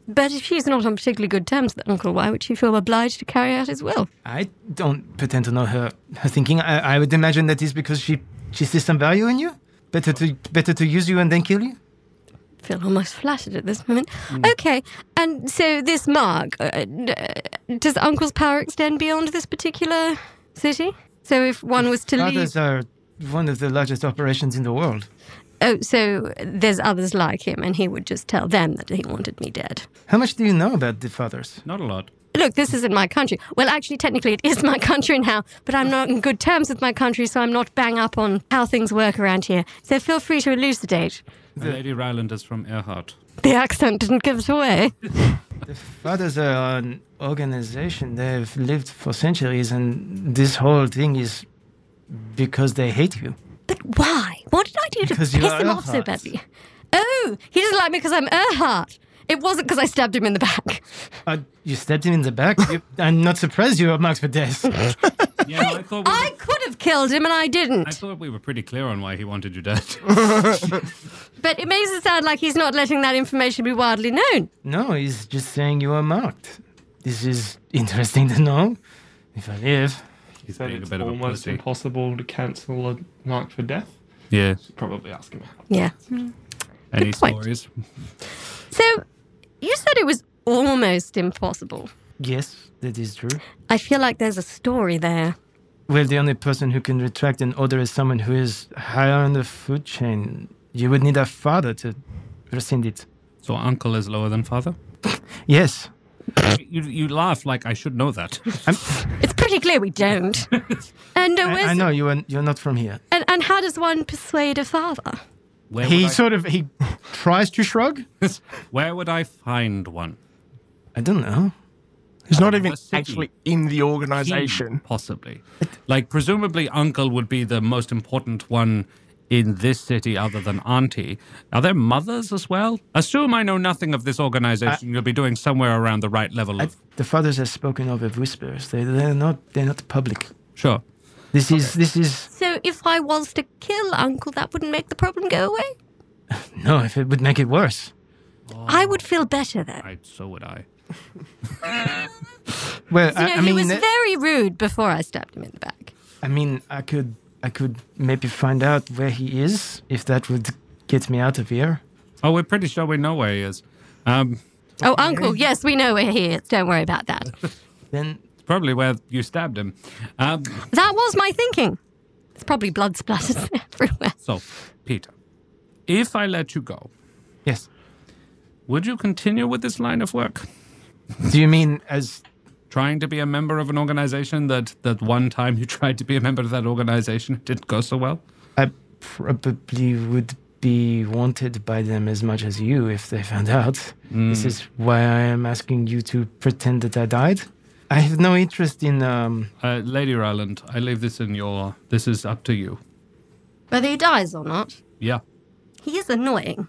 Speaker 3: But if she's not on particularly good terms with Uncle, why would she feel obliged to carry out his will?
Speaker 1: I don't pretend to know her, her thinking. I, I would imagine that is because she, she sees some value in you. Better to better to use you and then kill you.
Speaker 3: feel almost flattered at this moment. Okay, and so this mark, uh, d- uh, does Uncle's power extend beyond this particular city? So if one was to leave,
Speaker 1: Others are one of the largest operations in the world.
Speaker 3: oh, so there's others like him, and he would just tell them that he wanted me dead.
Speaker 1: How much do you know about the fathers?
Speaker 4: Not a lot.
Speaker 3: Look, this isn't my country. Well, actually, technically, it is my country now, but I'm not in good terms with my country, so I'm not bang up on how things work around here. So feel free to elucidate.
Speaker 4: The Lady Ryland is from Earhart.
Speaker 3: The accent didn't give it away.
Speaker 1: Fathers are an organization. They've lived for centuries, and this whole thing is because they hate you.
Speaker 3: But why? What did I do
Speaker 1: Because
Speaker 3: to
Speaker 1: you
Speaker 3: piss
Speaker 1: are
Speaker 3: him off so
Speaker 1: Earhart.
Speaker 3: badly? Oh, he doesn't like me because I'm Earhart. It wasn't because I stabbed him in the back.
Speaker 1: Uh, you stabbed him in the back?
Speaker 3: <laughs>
Speaker 1: You, I'm not surprised you are marked for death.
Speaker 4: <laughs>
Speaker 1: <laughs>
Speaker 4: Yeah, no, I thought we were,
Speaker 3: I could have killed him and I
Speaker 4: I
Speaker 3: didn't.
Speaker 4: thought we were pretty clear on why he wanted you dead.
Speaker 3: But it makes it sound like he's not letting that information be widely known.
Speaker 1: no, he's just saying you are marked. This is interesting to know. If I live.
Speaker 4: <laughs> He's
Speaker 7: Said
Speaker 4: being a
Speaker 7: it's
Speaker 4: bit of a
Speaker 7: almost
Speaker 4: pussy.
Speaker 7: impossible to cancel a mark for death.
Speaker 4: Yeah.
Speaker 7: Probably ask him.
Speaker 3: Yeah.
Speaker 4: Any
Speaker 3: point.
Speaker 4: stories?
Speaker 3: So you said it was almost impossible.
Speaker 1: Yes, that is true.
Speaker 3: I feel like there's a story there.
Speaker 1: Well, the only person who can retract an order is someone who is higher on the food chain. You would need a father to rescind it.
Speaker 4: So uncle is lower than father?
Speaker 1: Yes.
Speaker 4: You, you laugh like I should know that.
Speaker 1: I'm,
Speaker 3: It's pretty clear we
Speaker 1: <laughs>
Speaker 3: don't. and, uh,
Speaker 1: I, I
Speaker 3: where's-
Speaker 1: know you are, you're not from here.
Speaker 3: and and how does one persuade a father?
Speaker 4: Where
Speaker 1: He
Speaker 4: would I-
Speaker 1: sort of he tries to shrug.
Speaker 4: Where would I <laughs> find one?
Speaker 1: I don't know.
Speaker 5: He's not even
Speaker 4: a city.
Speaker 5: actually in the organization.
Speaker 4: Possibly. Like, presumably, uncle would be the most important one in this city other than auntie. Are there mothers as well? Assume I know nothing of this
Speaker 3: Uh,
Speaker 4: organization. You'll be doing somewhere around the right level of.
Speaker 1: The fathers are spoken of as whispers. They they're not they're not public.
Speaker 4: sure.
Speaker 1: This is this is
Speaker 3: So if I was to kill Uncle, that wouldn't make the problem go away.
Speaker 1: no. If it would make it worse.
Speaker 3: I would feel better then.
Speaker 4: I, so would I.
Speaker 1: Well,
Speaker 3: You
Speaker 1: I,
Speaker 3: know,
Speaker 1: I
Speaker 3: he
Speaker 1: mean,
Speaker 3: was
Speaker 1: that-
Speaker 3: very rude before I stabbed him in the back.
Speaker 1: I mean, I could I could maybe find out where he is if that would get me out of here.
Speaker 4: Oh, we're pretty sure we know where he is. Um,
Speaker 3: Oh, Uncle, yes, we know where he is. Don't worry about
Speaker 1: <laughs>
Speaker 3: that.
Speaker 1: Then
Speaker 4: it's probably where you stabbed him. Um,
Speaker 3: That was my thinking. It's probably blood splattered <laughs> everywhere.
Speaker 4: so, Peter, if I let you go,
Speaker 1: yes.
Speaker 4: would you continue with this line of work?
Speaker 1: Do you mean as
Speaker 4: trying to be a member of an organization that that one time you <laughs> tried to be a member of that organization it didn't go so well
Speaker 1: I probably would be wanted by them as much as you if they found out. This is why I am asking you to pretend that I died. I have no interest in um
Speaker 4: uh, lady ryland i leave this in your this is up to you
Speaker 3: Whether he dies or not,
Speaker 4: yeah
Speaker 3: he is annoying.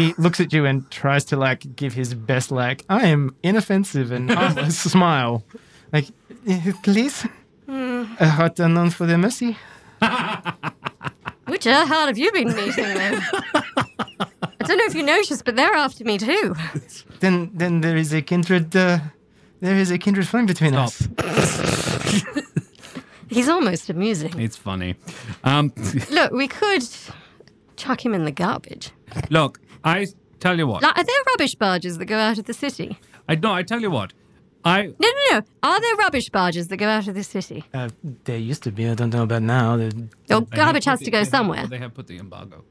Speaker 1: he looks at you and tries to like give his best like I am inoffensive and harmless smile. Like "Eh, please a heart unknown for the mercy.
Speaker 3: Which hell have you been meeting
Speaker 1: <laughs>
Speaker 3: with? I don't know if you noticed, but they're after me too.
Speaker 1: Then then there is a kindred uh, there is a kindred flame between us.
Speaker 3: He's almost amusing.
Speaker 4: it's funny um, <laughs>
Speaker 3: Look, we could chuck him in the garbage.
Speaker 4: look i tell you what
Speaker 3: Like, are there rubbish barges that go out of the city?
Speaker 4: i no i tell you what i
Speaker 3: No, no, no. Are there rubbish barges that go out of the city?
Speaker 1: Uh, there used to be, I don't know about now. There-
Speaker 3: Or
Speaker 4: they have
Speaker 3: garbage
Speaker 4: put
Speaker 3: has
Speaker 4: the-
Speaker 3: to go
Speaker 4: they have-
Speaker 3: somewhere.
Speaker 4: they have put the embargo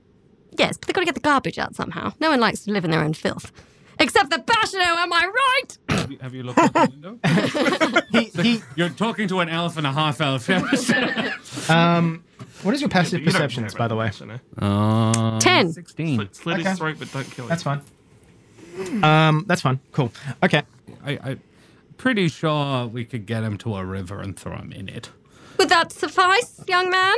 Speaker 3: Yes, but they've got to get the garbage out somehow. No one likes to live in their own filth. Except the Bashano, am I right?
Speaker 4: have you, have you looked at the window
Speaker 1: He, he,
Speaker 4: you're talking to an elf and a half elf <laughs>
Speaker 1: um, what is your passive perceptions, by the way?
Speaker 4: uh,
Speaker 3: Ten.
Speaker 4: 16
Speaker 7: Slit
Speaker 1: Okay.
Speaker 7: his throat, but don't kill him.
Speaker 1: That's fine. Um, that's fine. Cool. Okay.
Speaker 4: I, i'm pretty sure we could get him to a river and throw him in it
Speaker 3: Would that suffice, young man?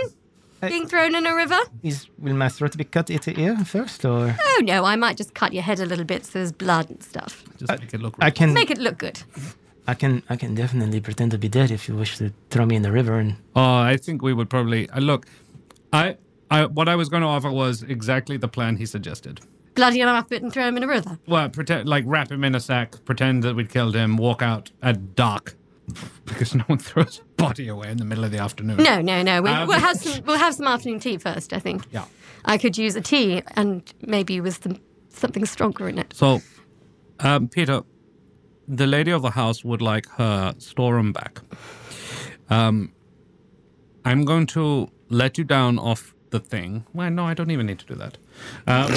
Speaker 3: Being thrown in a river?
Speaker 1: Is will my throat be cut ear to ear first, or
Speaker 3: Oh no, I might just cut your head a little bit so there's blood and stuff.
Speaker 4: just make it look
Speaker 1: I can
Speaker 3: Make it look good.
Speaker 1: I can I can definitely pretend to be dead if you wish to throw me in the river and
Speaker 4: Oh, I think we would probably uh, look. I, I, what I was going to offer was exactly the plan he suggested.
Speaker 3: Bloody him up it and throw him in a river.
Speaker 4: Well, pretend like wrap him in a sack, pretend that we'd killed him, walk out at dark, <laughs> because no one <laughs> throws a body away in the middle of the afternoon.
Speaker 3: No, no, no. We,
Speaker 4: Um,
Speaker 3: we'll have some. We'll have some afternoon tea first. I think.
Speaker 4: Yeah.
Speaker 3: I could use a tea and maybe with some, something stronger in it.
Speaker 4: So, um, Peter, the lady of the house would like her storeroom back. Um, I'm going to let you down off the thing. Well, no, I don't even need to do that. Um,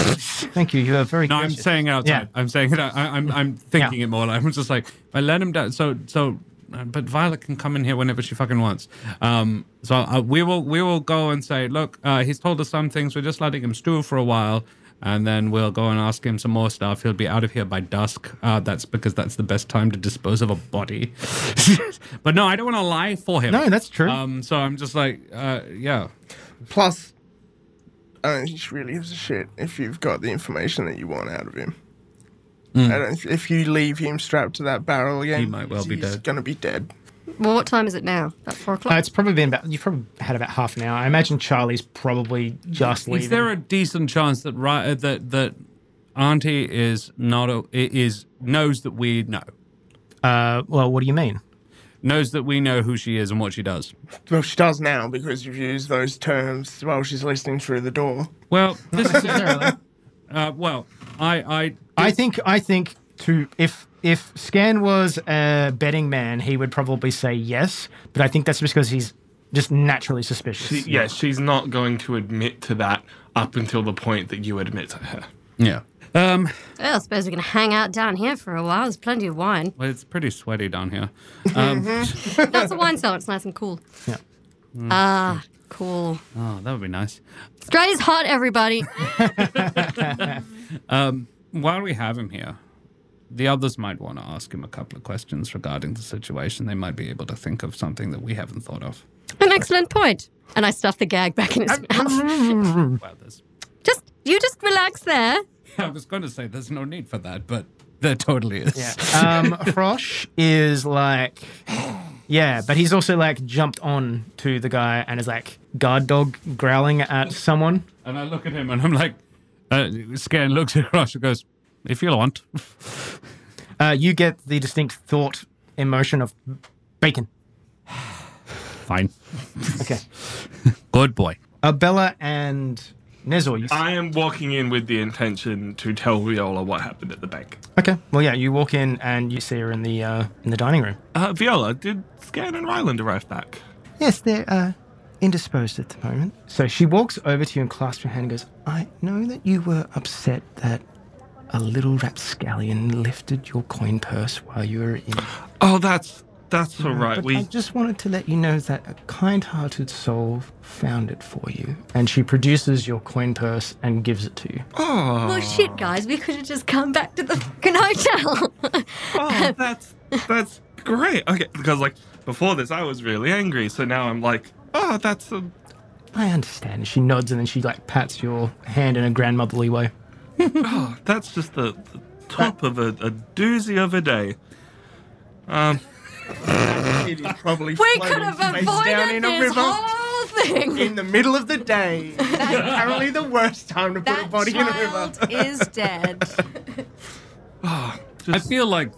Speaker 1: thank you. You are very.
Speaker 4: No, I'm
Speaker 1: gracious.
Speaker 4: saying it outside.
Speaker 1: Yeah.
Speaker 4: I'm saying it. out- I, I'm I'm thinking it more. I'm just like <laughs> if I let him down. So so, uh, but Violet can come in here whenever she fucking wants. Um, so uh, we will we will go and say, look, uh, he's told us some things. We're just letting him stew for a while, and then we'll go and ask him some more stuff. He'll be out of here by dusk. Uh, that's because that's the best time to dispose of a body. <laughs> but no, I don't want to lie for him.
Speaker 1: No, that's true.
Speaker 4: Um, so I'm just like, uh, yeah.
Speaker 5: Plus, I don't think she really gives a shit if you've got the information that you want out of him. I don't, if you leave him strapped to that barrel again,
Speaker 4: Hmm. He might well be
Speaker 5: he's
Speaker 4: dead.
Speaker 5: going to be dead.
Speaker 3: Well, what time is it now? About four
Speaker 8: Uh,
Speaker 3: o'clock.
Speaker 8: it's probably been about, you've probably had about half an hour. I imagine Charlie's probably just leaving.
Speaker 4: Is there a decent chance that Ri- uh, that that Auntie is not a, i- is knows that we know
Speaker 8: uh, well, what do you mean?
Speaker 4: knows that we know who she is and what she does?
Speaker 5: Well, she does now because you've used those terms while she's listening through the door.
Speaker 4: Well, this is <laughs> uh, well, I I
Speaker 8: I think I think to if if Scan was a betting man, he would probably say yes. But I think that's just because he's just naturally suspicious.
Speaker 7: She, yeah, she's not going to admit to that up until the point that you admit to her.
Speaker 4: yeah. Um,
Speaker 3: Well, Oh, I suppose we can hang out down here for a while. There's plenty of wine.
Speaker 4: well, it's pretty sweaty down here. Um,
Speaker 3: That's a wine cellar. It's nice and cool.
Speaker 8: Yeah.
Speaker 3: Ah, cool.
Speaker 4: <laughs> oh, that would be nice.
Speaker 3: Australia's hot, everybody.
Speaker 4: While we have him here, the others might want to ask him a couple of questions regarding the situation. They might be able to think of something that we haven't thought of.
Speaker 3: An excellent point. And I stuffed the gag back in his mouth.
Speaker 4: Well, there's,
Speaker 3: Just you, just relax there.
Speaker 4: I was going to say there's no need for that, but there totally is.
Speaker 8: Um, <laughs> Frosh is like, yeah, but he's also like jumped on to the guy and is like guard dog growling at someone.
Speaker 4: And I look at him and I'm like, uh, Scan looks <laughs> across and goes, if you want.
Speaker 8: Uh, you get the distinct thought emotion of bacon.
Speaker 4: Fine.
Speaker 8: <laughs> Okay,
Speaker 4: <laughs> Good boy.
Speaker 8: uh, Bella and Nezor. You
Speaker 7: I am walking in with the intention to tell Viola what happened at the bank.
Speaker 8: okay? Well, yeah, you walk in and you see her in the uh, in the dining room.
Speaker 7: Uh, Viola, did Scan and Ryland arrive back?
Speaker 8: Yes, they're uh, indisposed at the moment. So she walks over to you and clasps your hand and goes, I know that you were upset that a little rapscallion lifted your coin purse while you were in.
Speaker 7: Oh, that's that's all right.
Speaker 8: But
Speaker 7: We
Speaker 8: I just wanted to let you know that a kind hearted soul found it for you. And she produces your coin purse and gives it to you.
Speaker 7: oh,
Speaker 3: Well, Oh, shit, guys, we could have just come back to the fucking hotel. <laughs>
Speaker 7: oh, that's that's great. Okay, because like before this, I was really angry, so now I'm like, oh, that's a
Speaker 8: I understand. And she nods and then she like pats your hand in a grandmotherly way.
Speaker 7: oh, that's just the, the top of a, a doozy of a day. Um,
Speaker 5: It is
Speaker 3: we
Speaker 5: probably floating
Speaker 3: could have
Speaker 5: face down
Speaker 3: avoided
Speaker 5: in a
Speaker 3: this
Speaker 5: river
Speaker 3: whole thing.
Speaker 5: in the middle of
Speaker 3: <laughs>
Speaker 5: the day. Apparently, the worst time to put a
Speaker 2: That
Speaker 5: body in a river.
Speaker 1: <laughs>
Speaker 2: child is dead.
Speaker 4: I feel like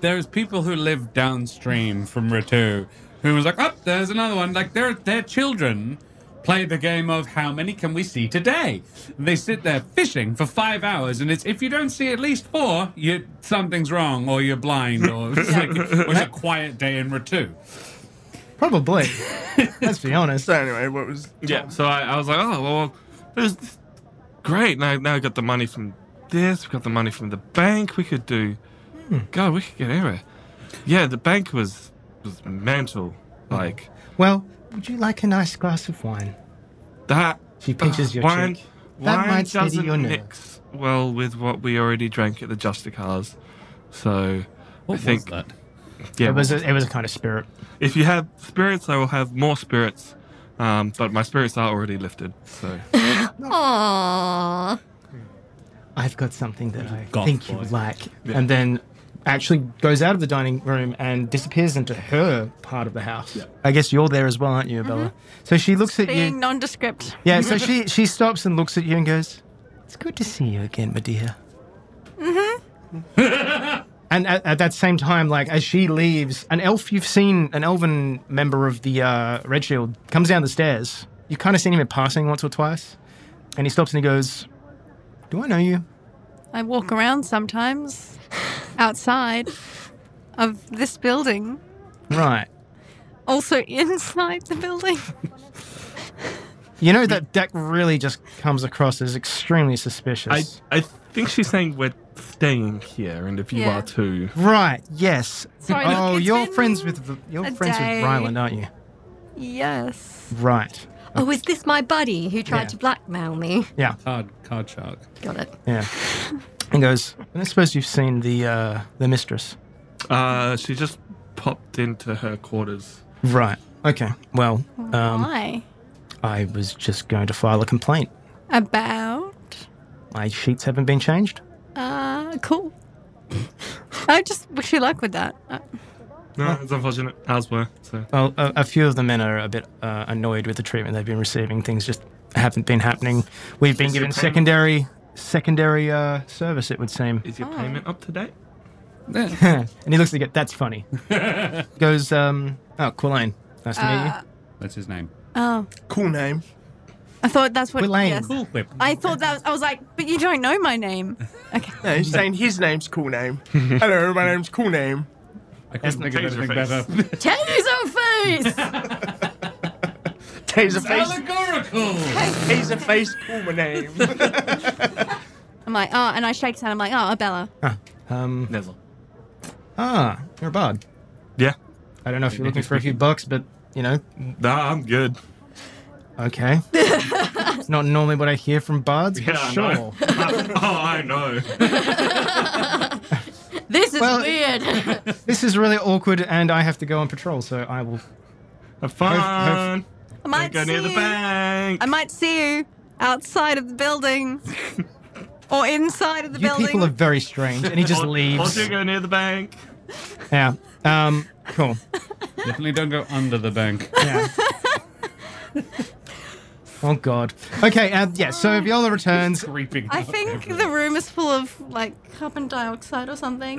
Speaker 4: there's people who live downstream from Ritu who was like, oh, there's another one. Like, their, their children play the game of how many can we see today? And they sit there fishing for five hours, and it's if you don't see at least four, you something's wrong, or you're blind, <laughs> or it's, like, it was a quiet day in Ritu.
Speaker 8: Probably. Let's be honest.
Speaker 5: So anyway, what was?
Speaker 7: yeah. So I, I was like, oh well, there's this, great. Now now we got the money from this. We got the money from the bank. We could do.
Speaker 8: Hmm.
Speaker 7: God, we could get anywhere. Yeah, the bank was was mental. Like
Speaker 8: Well, would you like a nice glass of wine?
Speaker 7: that.
Speaker 8: She pinches your
Speaker 7: wine,
Speaker 8: cheek. That
Speaker 7: Wine
Speaker 8: might steady
Speaker 7: doesn't
Speaker 8: your nerve.
Speaker 7: mix well with what we already drank at the Justicars. So
Speaker 4: What
Speaker 7: I think
Speaker 4: was that?
Speaker 7: yeah,
Speaker 8: It was a, it was a kind of spirit.
Speaker 7: If you have spirits, I will have more spirits. Um, but my spirits are already lifted, so
Speaker 3: Aww.
Speaker 8: I've got something that I
Speaker 4: goth
Speaker 8: think you
Speaker 4: boy.
Speaker 8: would like. And then actually goes out of the dining room and disappears into her part of the house. I guess you're there as well, aren't you, Bella? So she looks at
Speaker 2: Being
Speaker 8: you.
Speaker 2: nondescript.
Speaker 8: Yeah, so she, she stops and looks at you and goes, It's good to see you again, my dear. Mm-hmm. and at, at that same time, like as she leaves, an elf you've seen, an elven member of the uh, Red Shield, comes down the stairs. You've kind of seen him in passing once or twice. And he stops and he goes, Do I know you?
Speaker 2: I walk around sometimes outside of this building,
Speaker 8: Right.
Speaker 2: also <laughs> inside the building. <laughs>
Speaker 8: You know that deck really just comes across as extremely
Speaker 7: I
Speaker 8: suspicious.
Speaker 7: I think she's saying we're staying here, and if you
Speaker 2: Yeah.
Speaker 7: are too,
Speaker 8: right? Yes.
Speaker 2: Sorry, look,
Speaker 8: oh,
Speaker 2: it's
Speaker 8: you're
Speaker 2: been
Speaker 8: friends with the- you're
Speaker 2: a
Speaker 8: friends
Speaker 2: day.
Speaker 8: with Ryland, aren't you?
Speaker 2: Yes.
Speaker 8: Right.
Speaker 3: Oh, is this my buddy who tried
Speaker 8: Yeah.
Speaker 3: to blackmail me?
Speaker 8: Yeah.
Speaker 4: Card, card shark.
Speaker 3: Got it.
Speaker 8: Yeah. And goes. And I suppose you've seen the uh, the mistress.
Speaker 7: uh, she just popped into her quarters.
Speaker 8: Right. Okay. Well, um,
Speaker 2: Why?
Speaker 8: I was just going to file a complaint.
Speaker 2: About.
Speaker 8: My sheets haven't been changed.
Speaker 2: Uh, cool. I just wish you luck with that. Uh,
Speaker 7: No, it's unfortunate. Ours were. So
Speaker 8: Well, a, a few of the men are a bit uh, annoyed with the treatment they've been receiving. Things just haven't been happening. We've been
Speaker 7: Is your
Speaker 8: given
Speaker 7: payment-
Speaker 8: secondary secondary uh, service, it would seem.
Speaker 7: is your
Speaker 2: Oh.
Speaker 7: payment up to date?
Speaker 4: <laughs>
Speaker 8: and he looks at it.
Speaker 7: <laughs>
Speaker 8: That's funny. Goes, um, oh, Quillane. Nice to meet you.
Speaker 7: Uh,
Speaker 4: That's his name.
Speaker 2: oh,
Speaker 5: Cool name.
Speaker 2: I thought that's what.
Speaker 8: Elaine.
Speaker 2: Yes.
Speaker 4: Cool whip.
Speaker 2: I thought that was, I was like, but you don't know my name. Okay.
Speaker 8: <laughs>
Speaker 5: No, he's saying his name's cool name. <laughs> Hello, my name's cool name.
Speaker 4: I couldn't think of
Speaker 7: Taser
Speaker 4: anything better.
Speaker 7: face.
Speaker 2: Taser face.
Speaker 4: <laughs>
Speaker 5: Taserface.
Speaker 4: Allegorical.
Speaker 5: Taserface cool my name. <laughs>
Speaker 2: I'm like, oh, and I shake his hand. I'm like, oh, Abella.
Speaker 8: Um,
Speaker 7: Nezel.
Speaker 8: ah, you're a bard.
Speaker 7: Yeah.
Speaker 8: I don't know if you're looking for a few bucks, but, you know,
Speaker 7: Nah, I'm good.
Speaker 8: okay. it's not normally what I hear from bards, but
Speaker 7: Yeah, I
Speaker 8: sure.
Speaker 7: know. <laughs> oh, I know.
Speaker 3: This is
Speaker 8: Well-
Speaker 3: weird.
Speaker 8: <laughs> This is really awkward, and I have to go on patrol, so I will.
Speaker 7: Have fun.
Speaker 2: I
Speaker 7: Don't
Speaker 2: might
Speaker 7: go
Speaker 2: see
Speaker 7: near the
Speaker 2: you.
Speaker 7: bank.
Speaker 2: I might see you outside of the
Speaker 8: <laughs>
Speaker 2: building or inside of the
Speaker 8: You
Speaker 2: building.
Speaker 8: people are very strange, and he just
Speaker 7: Or- or
Speaker 8: leaves.
Speaker 7: do go near the bank.
Speaker 8: Yeah. Um. Cool.
Speaker 4: Definitely don't go under the <laughs> bank.
Speaker 8: Yeah. oh God. Okay. Um, yeah. So Viola returns.
Speaker 4: Creeping.
Speaker 2: I
Speaker 4: up
Speaker 2: think
Speaker 4: everywhere.
Speaker 2: the room is full of like carbon dioxide or something.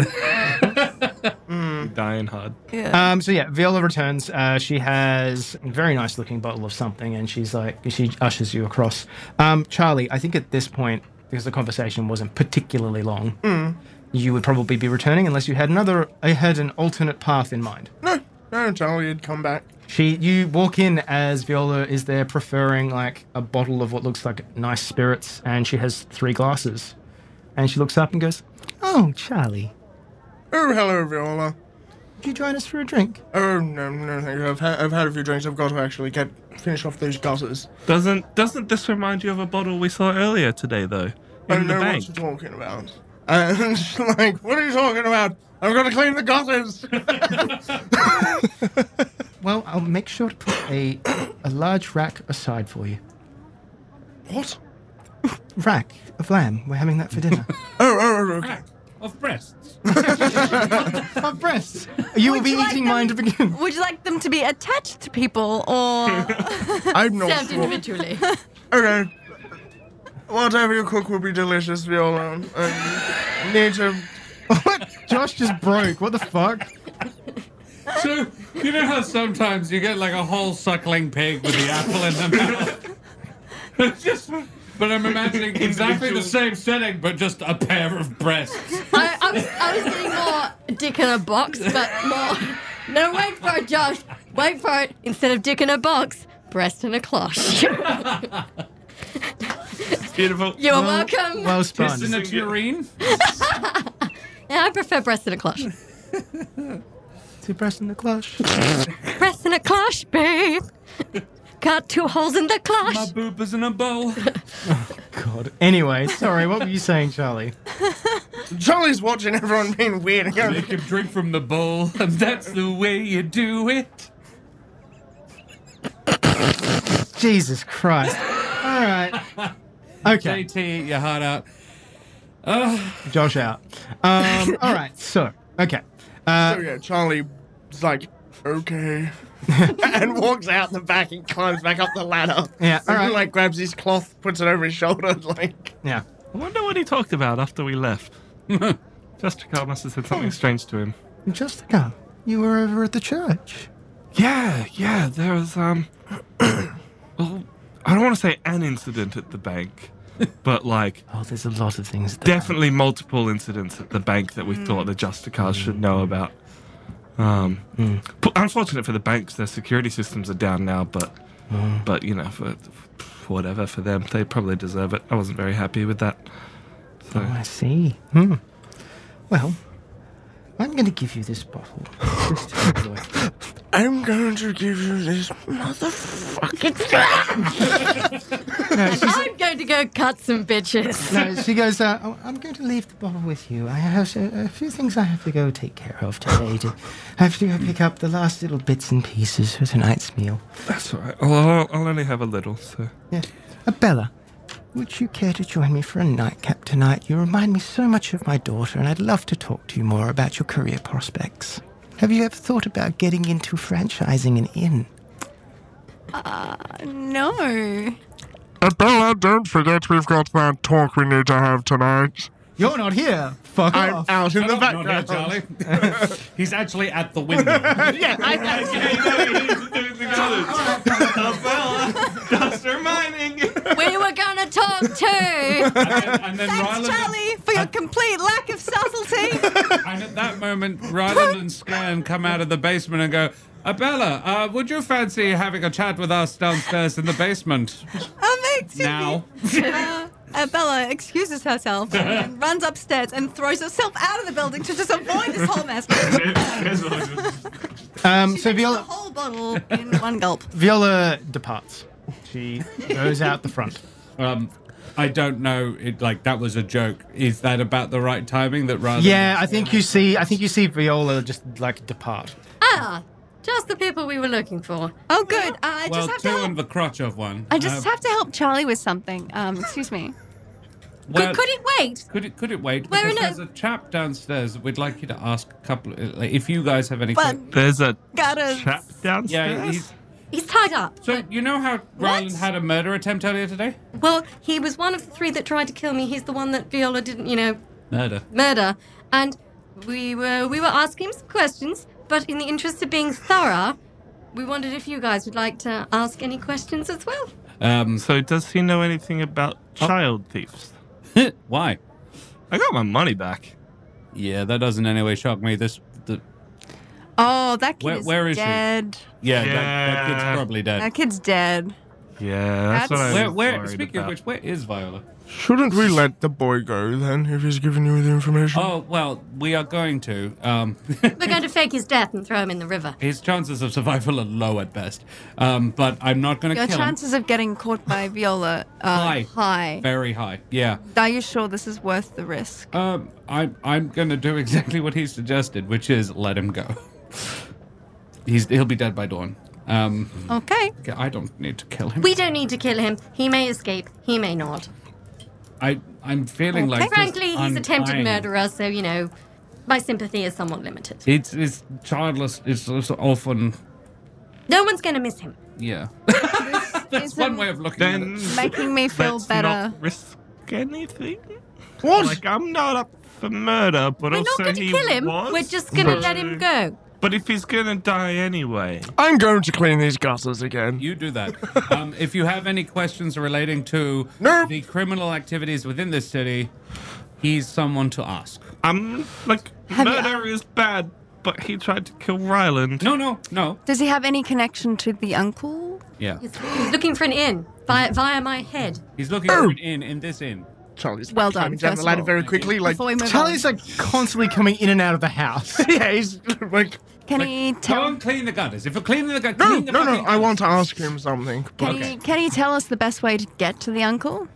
Speaker 7: Dying hard.
Speaker 2: yeah.
Speaker 8: Um. So yeah, Viola returns. Uh, she has a very nice looking bottle of something, and she's like, she ushers you across. Um, Charlie, I think at this point, because the conversation wasn't particularly long, you would probably be returning unless you had another, I had an alternate path in mind.
Speaker 5: no, no, Charlie had come back.
Speaker 8: She, you walk in as Viola is there, preferring like a bottle of what looks like nice spirits, and she has three glasses. And she looks up and goes, "Oh, Charlie,
Speaker 5: Oh, hello, Viola.
Speaker 8: would you join us for a drink?"
Speaker 5: Oh, no, no, thank you. I've, ha- I've had a few drinks. I've got to actually get finish off those glasses.
Speaker 7: Doesn't doesn't this remind you of a bottle we saw earlier today though?
Speaker 5: I
Speaker 7: In
Speaker 5: don't
Speaker 7: the
Speaker 5: know
Speaker 7: bank.
Speaker 5: what you're talking about. <laughs> And she's like, what are you talking about? I've got to clean the gutters. <laughs>
Speaker 8: Well, I'll make sure to put a a large rack aside for you.
Speaker 5: what?
Speaker 8: Rack of lamb. We're having that for <laughs> dinner.
Speaker 5: Oh, oh, oh, okay.
Speaker 4: Of breasts.
Speaker 8: My breasts. <laughs> You will
Speaker 2: Would
Speaker 8: be
Speaker 2: you like
Speaker 8: eating
Speaker 2: them?
Speaker 8: mine to begin.
Speaker 2: <laughs> Would you like them to be attached to people or
Speaker 8: <laughs>
Speaker 5: oh. I'm not
Speaker 3: Served
Speaker 5: sure.
Speaker 3: individually.
Speaker 5: Okay. Whatever you cook will be delicious, Viola. um, I need to.
Speaker 8: Josh just broke. What the fuck?
Speaker 4: So you know how sometimes you get like a whole suckling pig with the apple in the
Speaker 2: <laughs>
Speaker 4: mouth. It's just. But I'm <laughs> imagining exactly the same setting, but just a pair of
Speaker 2: <laughs>
Speaker 4: breasts.
Speaker 3: <laughs> I, I, was, I was thinking more dick in a box, but more. No, wait for it, Josh. Wait for it. Instead of dick in a box, breast in a
Speaker 8: <laughs>
Speaker 3: cloche.
Speaker 7: Beautiful.
Speaker 3: You're welcome.
Speaker 8: Well spun.
Speaker 4: Breasts in a tureen.
Speaker 3: yeah, I prefer breast in a cloche.
Speaker 8: Two breasts in the clutch.
Speaker 3: Breast in a cloche, babe. Got two holes in the
Speaker 4: My
Speaker 3: cloche.
Speaker 4: boob is in a bowl.
Speaker 8: God. Anyway, sorry. What were you saying, Charlie?
Speaker 5: Charlie's watching everyone being weird. <laughs> and going,
Speaker 4: Make him drink from the bowl, and that's the way you do it.
Speaker 8: Jesus Christ. All right. Okay.
Speaker 4: JT, your heart out. Uh,
Speaker 8: Josh out. <laughs> Um, all right. So, okay. Uh,
Speaker 5: Oh yeah, Charlie's like, okay.
Speaker 10: <laughs>
Speaker 5: and walks out the back and climbs back up the ladder.
Speaker 8: Yeah,
Speaker 5: And
Speaker 8: alright.
Speaker 5: like grabs his cloth, puts it over his shoulder, <laughs> like
Speaker 8: yeah.
Speaker 7: I wonder what he talked about after we
Speaker 5: <laughs>
Speaker 7: left. Justicar must have said
Speaker 5: Hmm.
Speaker 7: something strange to him.
Speaker 8: Jessica, you were over at the church.
Speaker 7: Yeah, yeah, there was um <coughs> well I don't want to say an incident at the
Speaker 5: <laughs>
Speaker 7: bank, but like
Speaker 8: Oh, there's a lot of things. That
Speaker 7: definitely multiple incidents at the bank that we
Speaker 5: Hmm.
Speaker 7: thought the Justicars should know about. Um
Speaker 5: Hmm.
Speaker 7: p- unfortunate for the banks, their security systems are down now, but
Speaker 5: Hmm.
Speaker 7: but you know, for, for whatever for them, they probably deserve it. I wasn't very happy with that. So
Speaker 8: I see. Hmm. Well, I'm going to give you this
Speaker 7: <laughs>
Speaker 8: bottle. Just to enjoy.
Speaker 5: I'm going to give you this motherfucking
Speaker 8: no, she,
Speaker 3: I'm going to go cut some bitches.
Speaker 8: no, she goes, uh, oh, I'm going to leave the bottle with you. I have a, a few things I have to go take care of today. To, I have to go pick up the last little bits and pieces for tonight's meal.
Speaker 7: that's all right. I'll, I'll I'll only have a little, so
Speaker 8: Yeah. Uh, Bella,
Speaker 1: Would you care to join me for a nightcap tonight? You remind me so much of my daughter, and I'd love to talk to you more about your career prospects. Have you ever thought about getting into franchising an inn?
Speaker 2: No.
Speaker 10: And Bella, don't forget we've got that talk we need to have tonight.
Speaker 1: You're not here. Fuck
Speaker 5: I'm out in the
Speaker 4: Not now,
Speaker 5: background.
Speaker 4: Charlie. <laughs> He's actually at the window.
Speaker 5: <laughs>
Speaker 4: <laughs>
Speaker 5: yeah, I,
Speaker 7: Just reminding you.
Speaker 3: we were gonna talk
Speaker 8: <laughs>
Speaker 3: to.
Speaker 4: and, and then
Speaker 2: Thanks,
Speaker 4: Ryland,
Speaker 2: Charlie, for
Speaker 8: Uh,
Speaker 2: your complete lack of
Speaker 8: <laughs>
Speaker 2: subtlety.
Speaker 4: and at that moment, Ryland and Scan come out of the basement and go, Abella, uh, would you fancy having a chat with us downstairs in the basement
Speaker 2: Oh, mate, Susie.
Speaker 5: <laughs>
Speaker 4: now?
Speaker 2: Uh, uh, Bella excuses
Speaker 8: <laughs>
Speaker 2: herself and runs upstairs and throws herself out of the building to just avoid this whole mess.
Speaker 1: Um, so
Speaker 2: The
Speaker 1: Viola,
Speaker 2: whole bottle in one gulp.
Speaker 1: Viola departs. She goes out the front.
Speaker 4: Um, I don't know. It like that was a joke. Is that about the right timing? That Ryland?
Speaker 1: Yeah, I think you see. I think you see Viola just like depart.
Speaker 3: ah, just the people we were looking for.
Speaker 2: Oh, good. Uh, I
Speaker 4: Well,
Speaker 2: just have
Speaker 4: two
Speaker 2: to
Speaker 4: in
Speaker 2: help.
Speaker 4: the crotch of one.
Speaker 2: I just
Speaker 4: Uh,
Speaker 2: have to help Charlie with something. Um, excuse me.
Speaker 4: well,
Speaker 3: could, could it wait?
Speaker 4: Could it, could it wait?
Speaker 3: We're
Speaker 4: Because
Speaker 3: in a-
Speaker 4: there's a chap downstairs. that We'd like you to ask a couple. Like, if you guys have any.
Speaker 2: But
Speaker 7: There's a
Speaker 2: gotta.
Speaker 7: chap downstairs.
Speaker 4: yeah, he's,
Speaker 3: He's tied up.
Speaker 4: so you know how Ryland had a murder attempt earlier today?
Speaker 3: Well, he was one of the three that tried to kill me. He's the one that Viola didn't, you know,
Speaker 4: Murder.
Speaker 3: murder. And we were we were asking him some questions, but in the interest of being thorough, we wondered if you guys would like to ask any questions as well.
Speaker 4: Um,
Speaker 7: So does he know anything about child thieves?
Speaker 4: <laughs> why?
Speaker 7: I got my money back.
Speaker 4: Yeah, that doesn't in any way shock me. This, the,
Speaker 2: Oh, that kid
Speaker 4: Where-
Speaker 2: is
Speaker 4: where is he?
Speaker 2: dead.
Speaker 4: yeah, That, that kid's
Speaker 7: Yeah.
Speaker 4: probably dead.
Speaker 2: That kid's dead.
Speaker 7: Yeah, that's, what I
Speaker 2: That's-
Speaker 7: was
Speaker 4: Where, where?
Speaker 7: worried
Speaker 4: Speaking of
Speaker 7: about.
Speaker 4: which, where is Viola?
Speaker 5: Shouldn't
Speaker 10: We let the boy go then, if he's given you the information.
Speaker 4: Oh well, we are going to. Um, <laughs>
Speaker 3: We're going to fake his death and throw him in the river.
Speaker 4: his chances of survival are low at best. Um, but I'm not going to
Speaker 2: Your
Speaker 4: kill him.
Speaker 2: chances of getting caught by Viola are
Speaker 4: High.
Speaker 2: high.
Speaker 4: Very high. Yeah.
Speaker 2: Are you sure this is worth the risk?
Speaker 4: Um, I'm I'm gonna do exactly what he suggested, which is let him go. <laughs> He's he'll be dead by dawn. Um,
Speaker 2: Okay.
Speaker 4: I don't need to kill him.
Speaker 3: We don't need to kill him. He may escape. He may not.
Speaker 4: I I'm feeling like this
Speaker 3: Frankly, he's a tempted
Speaker 4: undying-
Speaker 3: murderer, so you know, my sympathy is somewhat limited.
Speaker 4: It's it's childless. It's also often
Speaker 3: No one's going to miss him.
Speaker 4: yeah. <laughs>
Speaker 2: That's
Speaker 4: One way of looking
Speaker 7: Then
Speaker 4: at it.
Speaker 2: um,
Speaker 4: <laughs>
Speaker 2: making me feel
Speaker 7: let's
Speaker 2: better.
Speaker 7: Not risk anything. Like I'm not up for murder, but
Speaker 3: We're
Speaker 7: also
Speaker 3: not going to
Speaker 7: he
Speaker 3: kill him.
Speaker 7: was.
Speaker 3: We're just going to let him go.
Speaker 7: But uh, if he's gonna die anyway,
Speaker 10: I'm going to clean these gutters again.
Speaker 4: You do that. Um, if you have any questions relating to
Speaker 10: Nope.
Speaker 4: the criminal activities within this city, he's someone to ask.
Speaker 7: I'm like murder is bad. But he tried to kill Ryland.
Speaker 4: No, no, no.
Speaker 2: Does he have any connection to the uncle?
Speaker 4: Yeah,
Speaker 3: He's he's looking for an inn via, via my head.
Speaker 4: he's looking for an inn in this inn.
Speaker 5: Charlie's
Speaker 2: Well
Speaker 5: climbing
Speaker 2: done,
Speaker 5: down
Speaker 2: first
Speaker 5: the
Speaker 2: of
Speaker 5: ladder
Speaker 2: all.
Speaker 5: very quickly. Like, <gasps>
Speaker 2: Before we move
Speaker 1: Charlie's
Speaker 2: on.
Speaker 1: like constantly coming in and out of the house. <laughs>
Speaker 5: yeah, he's like,
Speaker 2: Can he tell?
Speaker 4: Don't clean the gutters. If you're cleaning the gutters,
Speaker 5: no,
Speaker 4: clean the
Speaker 5: no, no.
Speaker 4: fucking
Speaker 5: I want to ask him something.
Speaker 2: Can,
Speaker 4: Okay.
Speaker 2: he, can he tell us the best way to get to the uncle?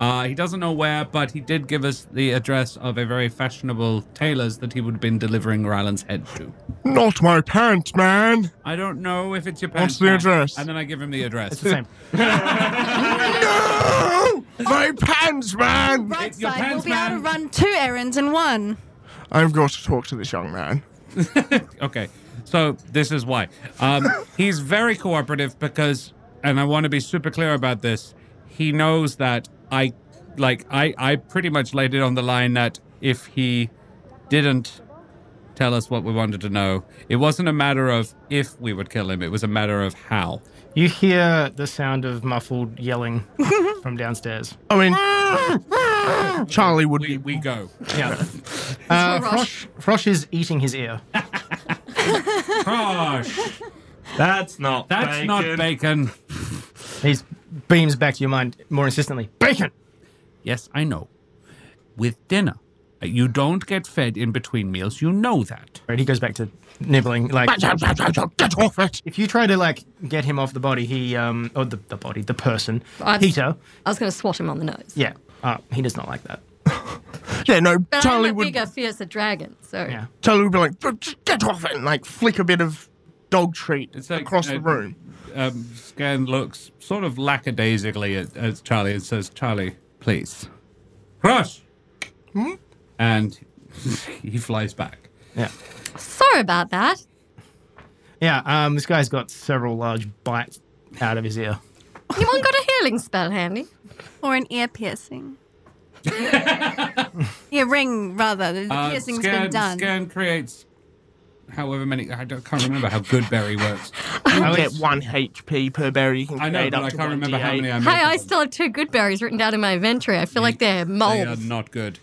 Speaker 4: Uh, he doesn't know where, but he did give us the address of a very fashionable tailor's that he would have been delivering Ryland's head to.
Speaker 10: Not my pants, man.
Speaker 4: I don't know if it's your
Speaker 10: What's
Speaker 4: parents.
Speaker 10: the address?
Speaker 4: And then I give him the address.
Speaker 1: It's the same.
Speaker 10: No! My pants, man!
Speaker 2: Right
Speaker 4: your
Speaker 2: side, we'll
Speaker 4: pants,
Speaker 2: be able to
Speaker 4: man.
Speaker 2: run two errands in one.
Speaker 10: I've got to talk to this young man.
Speaker 4: Okay, so this is why. Um, he's very cooperative because, and I want to be super clear about this. He knows that I, like, I, I pretty much laid it on the line that if he didn't tell us what we wanted to know, it wasn't a matter of if we would kill him. It was a matter of how.
Speaker 1: You hear the sound of muffled <laughs> yelling from downstairs.
Speaker 5: I mean, Charlie would
Speaker 4: We
Speaker 5: be.
Speaker 4: we go.
Speaker 1: Yeah. Uh,
Speaker 3: Frosh.
Speaker 1: Frosh, Frosh is eating his ear.
Speaker 4: Gosh.
Speaker 7: That's not.
Speaker 4: That's
Speaker 7: bacon.
Speaker 4: not bacon.
Speaker 1: He beams back to your mind more insistently. Bacon!
Speaker 4: Yes, I know. With dinner, you don't get fed in between meals. You know that.
Speaker 1: Right, he goes back to nibbling. Like,
Speaker 10: Get off it!
Speaker 1: if you try to like get him off the body, he um, or the, the body, the person,
Speaker 3: I'd-
Speaker 1: Peter.
Speaker 3: I was going to swat him on the nose.
Speaker 1: Yeah, uh, he does not like that.
Speaker 5: Yeah, no.
Speaker 3: But
Speaker 5: Charlie
Speaker 3: I'm a
Speaker 5: would.
Speaker 3: bigger, fiercer dragon, so
Speaker 1: Yeah.
Speaker 5: Charlie would be like, "Just get off it, and like flick a bit of dog treat
Speaker 4: It's like,
Speaker 5: across
Speaker 4: uh,
Speaker 5: the room.
Speaker 4: Um, Scan looks sort of lackadaisically at, at Charlie and says, Charlie, please. Crush!
Speaker 5: Hmm?
Speaker 4: And <laughs> he flies back.
Speaker 3: Sorry about that.
Speaker 1: Yeah, um, this guy's got several large bites out of his ear.
Speaker 3: Anyone got a healing spell handy?
Speaker 2: Or an ear piercing. <laughs> yeah, ring rather. The
Speaker 4: Uh,
Speaker 2: piercing's
Speaker 4: scan,
Speaker 2: been done.
Speaker 4: scan creates however many. I don't, can't remember how good Berry works.
Speaker 5: You
Speaker 1: Alex-
Speaker 5: get one HP per berry. You can
Speaker 4: I know,
Speaker 5: create
Speaker 4: but
Speaker 5: up
Speaker 4: I
Speaker 5: to
Speaker 4: can't
Speaker 5: one
Speaker 4: remember how
Speaker 5: D8.
Speaker 4: many I made.
Speaker 3: Hey, I still have two good berries written down in my inventory. I feel like they're
Speaker 4: They are
Speaker 3: moles.
Speaker 4: not good.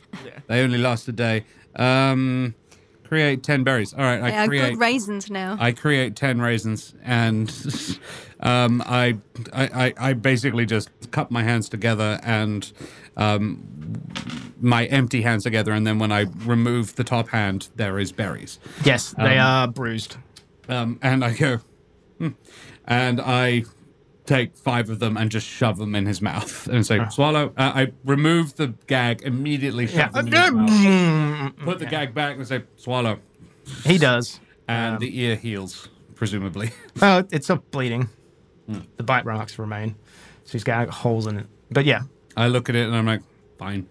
Speaker 4: They only last a day. Um, create 10 berries. All right, I
Speaker 2: They are
Speaker 4: create.
Speaker 2: good raisins now.
Speaker 4: I create ten raisins, and <laughs> um, I, I I- I basically just cup my hands together and um, my empty hands together, and then when I remove the top hand, there is berries,
Speaker 1: Yes, they are bruised.
Speaker 4: um, and I go, "Hmm." and I take five of them and just shove them in his mouth <laughs> and say swallow. Uh, I remove the gag immediately, shove them in his mouth, put the gag back, and say swallow,
Speaker 1: He does.
Speaker 4: and the ear heals presumably.
Speaker 1: Well, it- it's not bleeding. The bite marks remain. So he's got holes in it. But yeah,
Speaker 4: I look at it and I'm like, fine.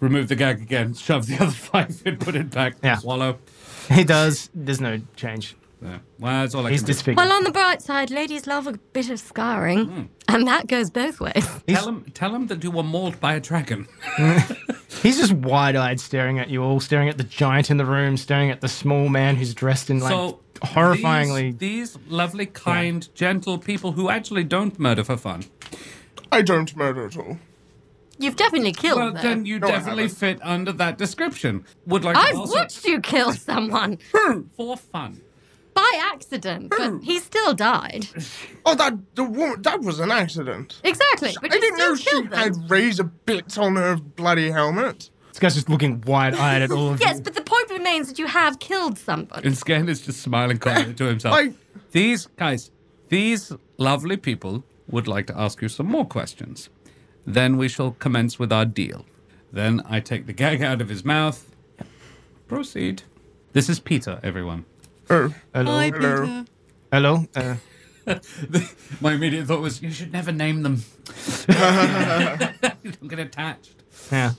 Speaker 4: Remove the gag again, <laughs> shove the other five in, put it back,
Speaker 1: Yeah.
Speaker 4: swallow.
Speaker 1: he does. There's no change.
Speaker 4: Yeah. Well, that's all I
Speaker 1: He's
Speaker 4: can do.
Speaker 1: disfigured.
Speaker 3: Well, on the bright side, ladies love a bit of scarring, and that goes both ways. <laughs>
Speaker 4: Tell him, tell him that you were mauled by a dragon. <laughs>
Speaker 1: He's just wide eyed staring at you all, staring at the giant in the room, staring at the small man who's dressed in like
Speaker 4: so
Speaker 1: horrifyingly.
Speaker 4: these, these lovely, kind, gentle people who actually don't murder for fun.
Speaker 5: I don't murder at all.
Speaker 3: You've definitely killed
Speaker 4: Well,
Speaker 3: though.
Speaker 4: then you
Speaker 5: I
Speaker 4: definitely fit under that description. Would like
Speaker 3: I've
Speaker 4: to also
Speaker 3: watched you kill someone
Speaker 4: for fun.
Speaker 3: by accident, but he still died.
Speaker 5: Oh, that the woman. That was an accident.
Speaker 3: Exactly. But
Speaker 5: I
Speaker 3: you
Speaker 5: didn't
Speaker 3: still
Speaker 5: know she
Speaker 3: killed them.
Speaker 5: had razor bits on her bloody helmet.
Speaker 1: This guy's just looking wide eyed at all of
Speaker 3: Yes,
Speaker 1: you.
Speaker 3: but the point remains that you have killed somebody.
Speaker 4: And Scan is just smiling quietly to
Speaker 5: <laughs>
Speaker 4: himself.
Speaker 5: I-
Speaker 4: these guys, these lovely people would like to ask you some more questions. Then we shall commence with our deal. Then I take the gag out of his mouth. Proceed. This is Peter, everyone.
Speaker 5: Oh,
Speaker 1: Hello.
Speaker 5: hello.
Speaker 1: Hello. Uh,
Speaker 4: My immediate thought was, you should never name
Speaker 5: <laughs>
Speaker 4: them. <laughs> you don't get attached.
Speaker 1: yeah.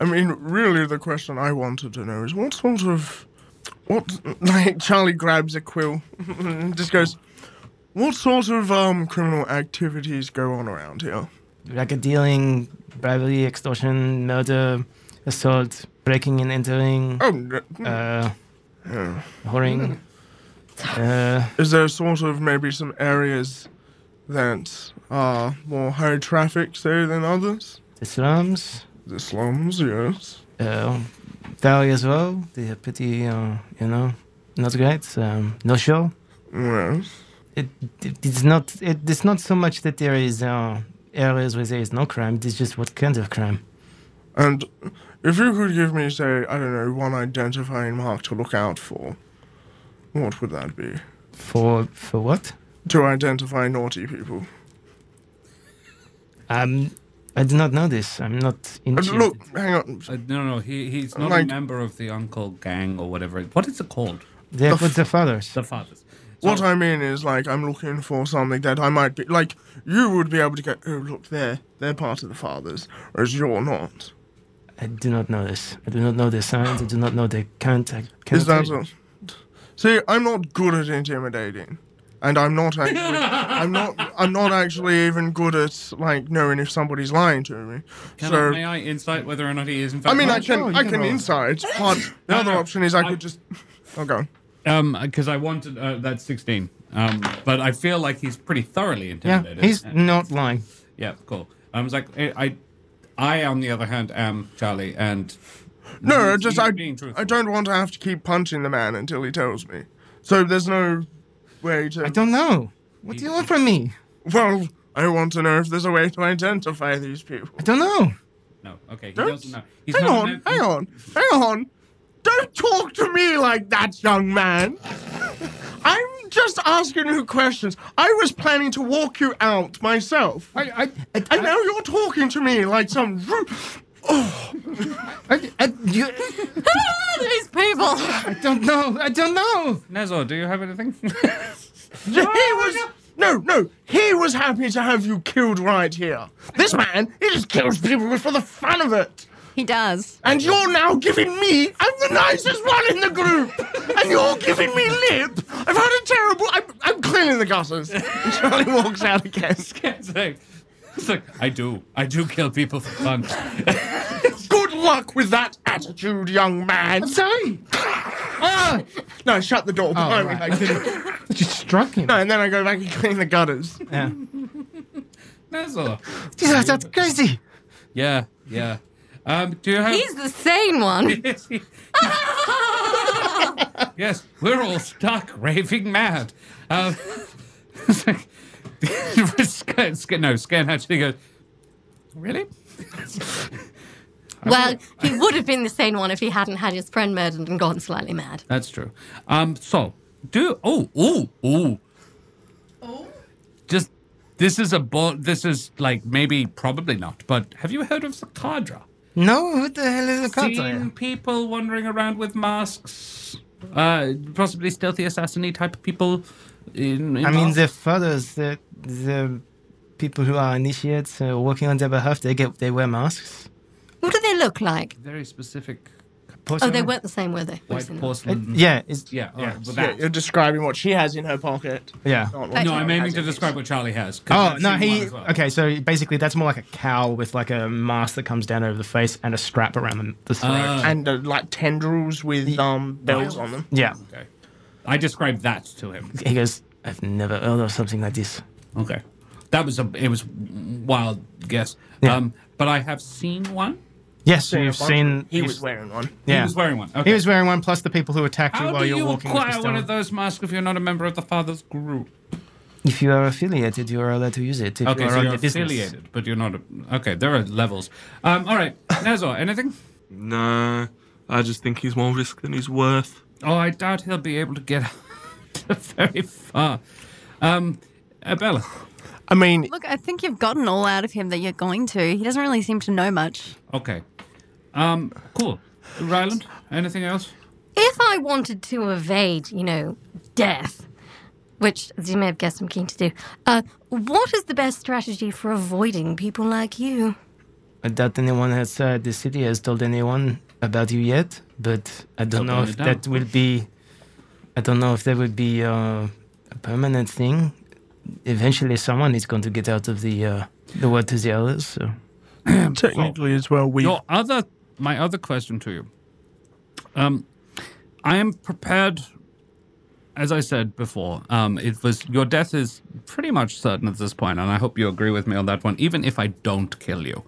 Speaker 5: I mean, really, the question I wanted to know is what sort of, what <laughs> like Charlie grabs a quill, and just goes, what sort of um criminal activities go on around here?
Speaker 1: Like a dealing, bribery, extortion, murder, assault, breaking and entering,
Speaker 5: Oh, n-
Speaker 1: uh, <laughs> whoring. Uh,
Speaker 5: is there sort of maybe some areas that are more high traffic say than others?
Speaker 1: the slums.
Speaker 5: The slums, yes.
Speaker 1: uh, Valley as well. They are pretty, uh, you know, not great. Um, no show.
Speaker 5: Yes.
Speaker 1: It, it- it's not. It, it's not so much that there is uh, areas where there is no crime. It's just what kind of crime.
Speaker 5: And if you could give me, say, I don't know, one identifying mark to look out for, what would that be?
Speaker 1: For for what?
Speaker 5: To identify naughty people.
Speaker 1: Um, I do not know this. I'm not
Speaker 5: And
Speaker 1: initiated.
Speaker 5: Uh, look, hang on.
Speaker 4: Uh, no, no, he, he's not a
Speaker 5: Like-
Speaker 4: member of the Uncle Gang or whatever. it- What is it called?
Speaker 1: They're with the fathers.
Speaker 4: The Fathers. So-
Speaker 5: What I mean is, like, I'm looking for something that I might be, like, you would be able to go, oh, look, they're, they're part of the fathers, whereas you're not.
Speaker 1: I do not know this. I do not know the signs. I do not know the count. I cannot
Speaker 5: Is
Speaker 1: tell
Speaker 5: that
Speaker 1: you.
Speaker 5: a, See, I'm not good at intimidating. And I'm
Speaker 4: <laughs>
Speaker 5: not actually, I'm not, I'm not actually even good at, like, knowing if somebody's lying to me.
Speaker 4: Can
Speaker 5: so,
Speaker 4: I, may I Oh, insight whether or not he is in fact?
Speaker 5: I mean, I
Speaker 4: Well,
Speaker 5: can,
Speaker 1: sure, you
Speaker 5: I
Speaker 1: can
Speaker 5: can
Speaker 1: roll.
Speaker 5: inside. But the other
Speaker 4: <laughs> no,
Speaker 5: option is I
Speaker 4: I-
Speaker 5: could just. Oh, go. on.
Speaker 4: Um, because I wanted uh, that's sixteen. Um, but I feel like he's pretty thoroughly
Speaker 1: Yeah,
Speaker 4: intimidated.
Speaker 1: he's
Speaker 4: Uh,
Speaker 1: not lying.
Speaker 4: yeah, cool. I was like, I, I, I, on the other hand, am Charlie, and
Speaker 5: No, I
Speaker 4: He's-
Speaker 5: just
Speaker 4: he's
Speaker 5: I,
Speaker 4: being truthful.
Speaker 5: I don't want to have to keep punching the man until he tells me. So there's no way to.
Speaker 1: I don't know. What do you want from me?
Speaker 5: Well, I want to know if there's a way to identify these people.
Speaker 1: I don't know.
Speaker 4: no, okay, he
Speaker 5: Don't-
Speaker 4: doesn't know. He's
Speaker 5: Hang
Speaker 4: not a
Speaker 5: on,
Speaker 4: mem-
Speaker 5: hang on, hang on. Don't talk to me like that, young man. I'm just asking you questions. I was planning to walk you out myself.
Speaker 1: I, I, I,
Speaker 5: and now you're talking to me like some. ru-
Speaker 1: I, I, you,
Speaker 2: Oh,
Speaker 1: oh,
Speaker 3: Who are these people?
Speaker 4: <laughs>
Speaker 1: I don't know. I don't know.
Speaker 4: Nezor, do you have anything? <laughs>
Speaker 5: He was no, no. He was happy to have you killed right here. This man, he just kills people for the fun of it.
Speaker 2: <laughs> He does.
Speaker 5: And you're now giving me. I'm the nicest one in the group, and you're giving me lip. I've had a terrible. I'm, I'm cleaning the gutters. And Charlie walks out again.
Speaker 4: It's like, it's like, I do. I do kill people for fun. <laughs>
Speaker 5: Good luck with that attitude, young man.
Speaker 1: Sorry.
Speaker 5: Ah! No, shut the door. behind me,
Speaker 1: right.
Speaker 5: mate.
Speaker 1: Just struck him.
Speaker 5: No, and then I go back and clean the gutters.
Speaker 1: Yeah.
Speaker 4: Nezor.
Speaker 1: Jesus, that's crazy.
Speaker 4: Yeah, yeah. Um, do you have?
Speaker 3: He's the sane one.
Speaker 4: <laughs> yes, we're all stuck raving mad. Um, <laughs> it's like- Scan- Scan- no, Scan actually goes. Really?
Speaker 3: well, he would have been the sane one if he hadn't had his friend murdered and gone slightly mad.
Speaker 4: That's true. Um, so do oh oh oh. Just this is a bo- this is like maybe probably not, but have you heard of the cadre?
Speaker 1: No, who the hell is a
Speaker 4: Seen people wandering around with masks, uh, possibly stealthy assassin type of people. In, in
Speaker 1: I mean,
Speaker 4: masks.
Speaker 1: the fathers, the the people who are initiates uh, working on their behalf, they get they wear masks.
Speaker 3: What do they look like?
Speaker 4: very specific
Speaker 3: Oh,
Speaker 1: Porcelain?
Speaker 3: they weren't the same, were they?
Speaker 4: white porcelain.
Speaker 1: Yeah, it's,
Speaker 4: yeah, all right, well,
Speaker 5: Yeah,
Speaker 4: that.
Speaker 5: you're describing what she has in her pocket.
Speaker 1: yeah.
Speaker 5: Not
Speaker 2: Uh,
Speaker 5: what
Speaker 4: Oh, No, I'm aiming
Speaker 5: has
Speaker 4: to
Speaker 5: in
Speaker 4: describe what Charlie has. 'cause
Speaker 1: Oh
Speaker 4: I've
Speaker 1: no,
Speaker 4: seen one
Speaker 1: he
Speaker 4: as well.
Speaker 1: okay. So basically, that's more like a cowl with like a mask that comes down over the face and a strap around the, the throat.
Speaker 5: his.
Speaker 4: Uh,
Speaker 5: And uh, like tendrils with um, bells on them.
Speaker 1: yeah,
Speaker 4: okay. I described that to him.
Speaker 1: he goes. I've never heard of something like this.
Speaker 4: Okay, that was a it was wild guess.
Speaker 1: Yeah.
Speaker 4: Um, but I have seen one.
Speaker 1: Yes, you've seen.
Speaker 5: He
Speaker 1: you've-
Speaker 5: was wearing one.
Speaker 1: Yeah.
Speaker 4: He was wearing one. Okay.
Speaker 1: He was wearing one, plus the people who attacked you
Speaker 4: How
Speaker 1: while
Speaker 4: do
Speaker 1: you're
Speaker 4: you
Speaker 1: walking. with the
Speaker 4: acquire one
Speaker 1: stone.
Speaker 4: of those masks if you're not a member of the Father's group?
Speaker 1: If you are affiliated, you are allowed to use it. If
Speaker 4: Okay,
Speaker 1: you are
Speaker 4: so
Speaker 1: on
Speaker 4: you're
Speaker 1: the business.
Speaker 4: affiliated, but you're not. A, okay, there are levels. Um, all right, Nezor, anything?
Speaker 7: No, I just think he's more risk than he's worth.
Speaker 4: Oh, I doubt he'll be able to get <laughs> very far. Um, Abella.
Speaker 5: I mean,
Speaker 2: Look, I think you've gotten all out of him that you're going to. He doesn't really seem to know much.
Speaker 4: Okay. Um, cool. Ryland, anything else?
Speaker 3: If I wanted to evade, you know, death, which, as you may have guessed, I'm keen to do, uh, what is the best strategy for avoiding people like you?
Speaker 1: I doubt anyone outside the city has told anyone about you yet, but I don't know
Speaker 4: Open
Speaker 1: if
Speaker 4: it
Speaker 1: that
Speaker 4: down.
Speaker 1: will be. I don't know if that will be uh, a permanent thing. Eventually, someone is going to get out of the uh, the water to the others. So.
Speaker 5: technically as well, we.
Speaker 4: Your other, my other question to you. Um, I am prepared. As I said before, um, it was your death is pretty much certain at this point, and I hope you agree with me on that one. Even if I don't kill you,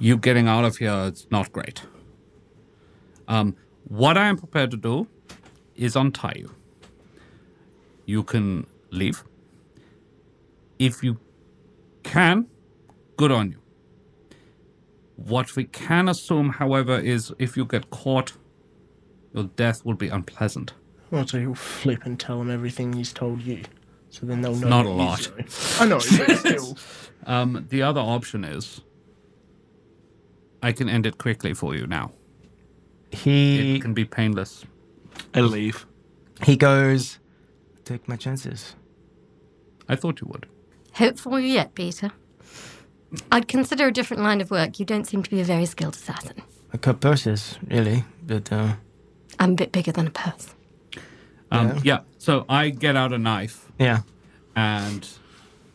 Speaker 4: you getting out of here is not great. Um, what I am prepared to do is untie you. You can leave. If you can, good on you. What we can assume, however, is if you get caught, your death will be unpleasant.
Speaker 5: Well, so he'll flip and tell them everything he's told you. So then they'll know.
Speaker 4: not a
Speaker 5: that
Speaker 4: lot.
Speaker 5: he's doing. I know. but still.
Speaker 4: Um, the other option is I can end it quickly for you now.
Speaker 1: He
Speaker 4: It can be painless.
Speaker 6: I leave.
Speaker 1: he goes. Take my chances.
Speaker 4: I thought you would.
Speaker 3: Hopeful yet, Peter. I'd consider a different line of work. You don't seem to be a very skilled assassin.
Speaker 1: I cut purses, really, but uh,
Speaker 3: I'm a bit bigger than a purse.
Speaker 4: Um,
Speaker 1: Yeah.
Speaker 4: yeah. So I get out a knife,
Speaker 1: yeah.
Speaker 4: and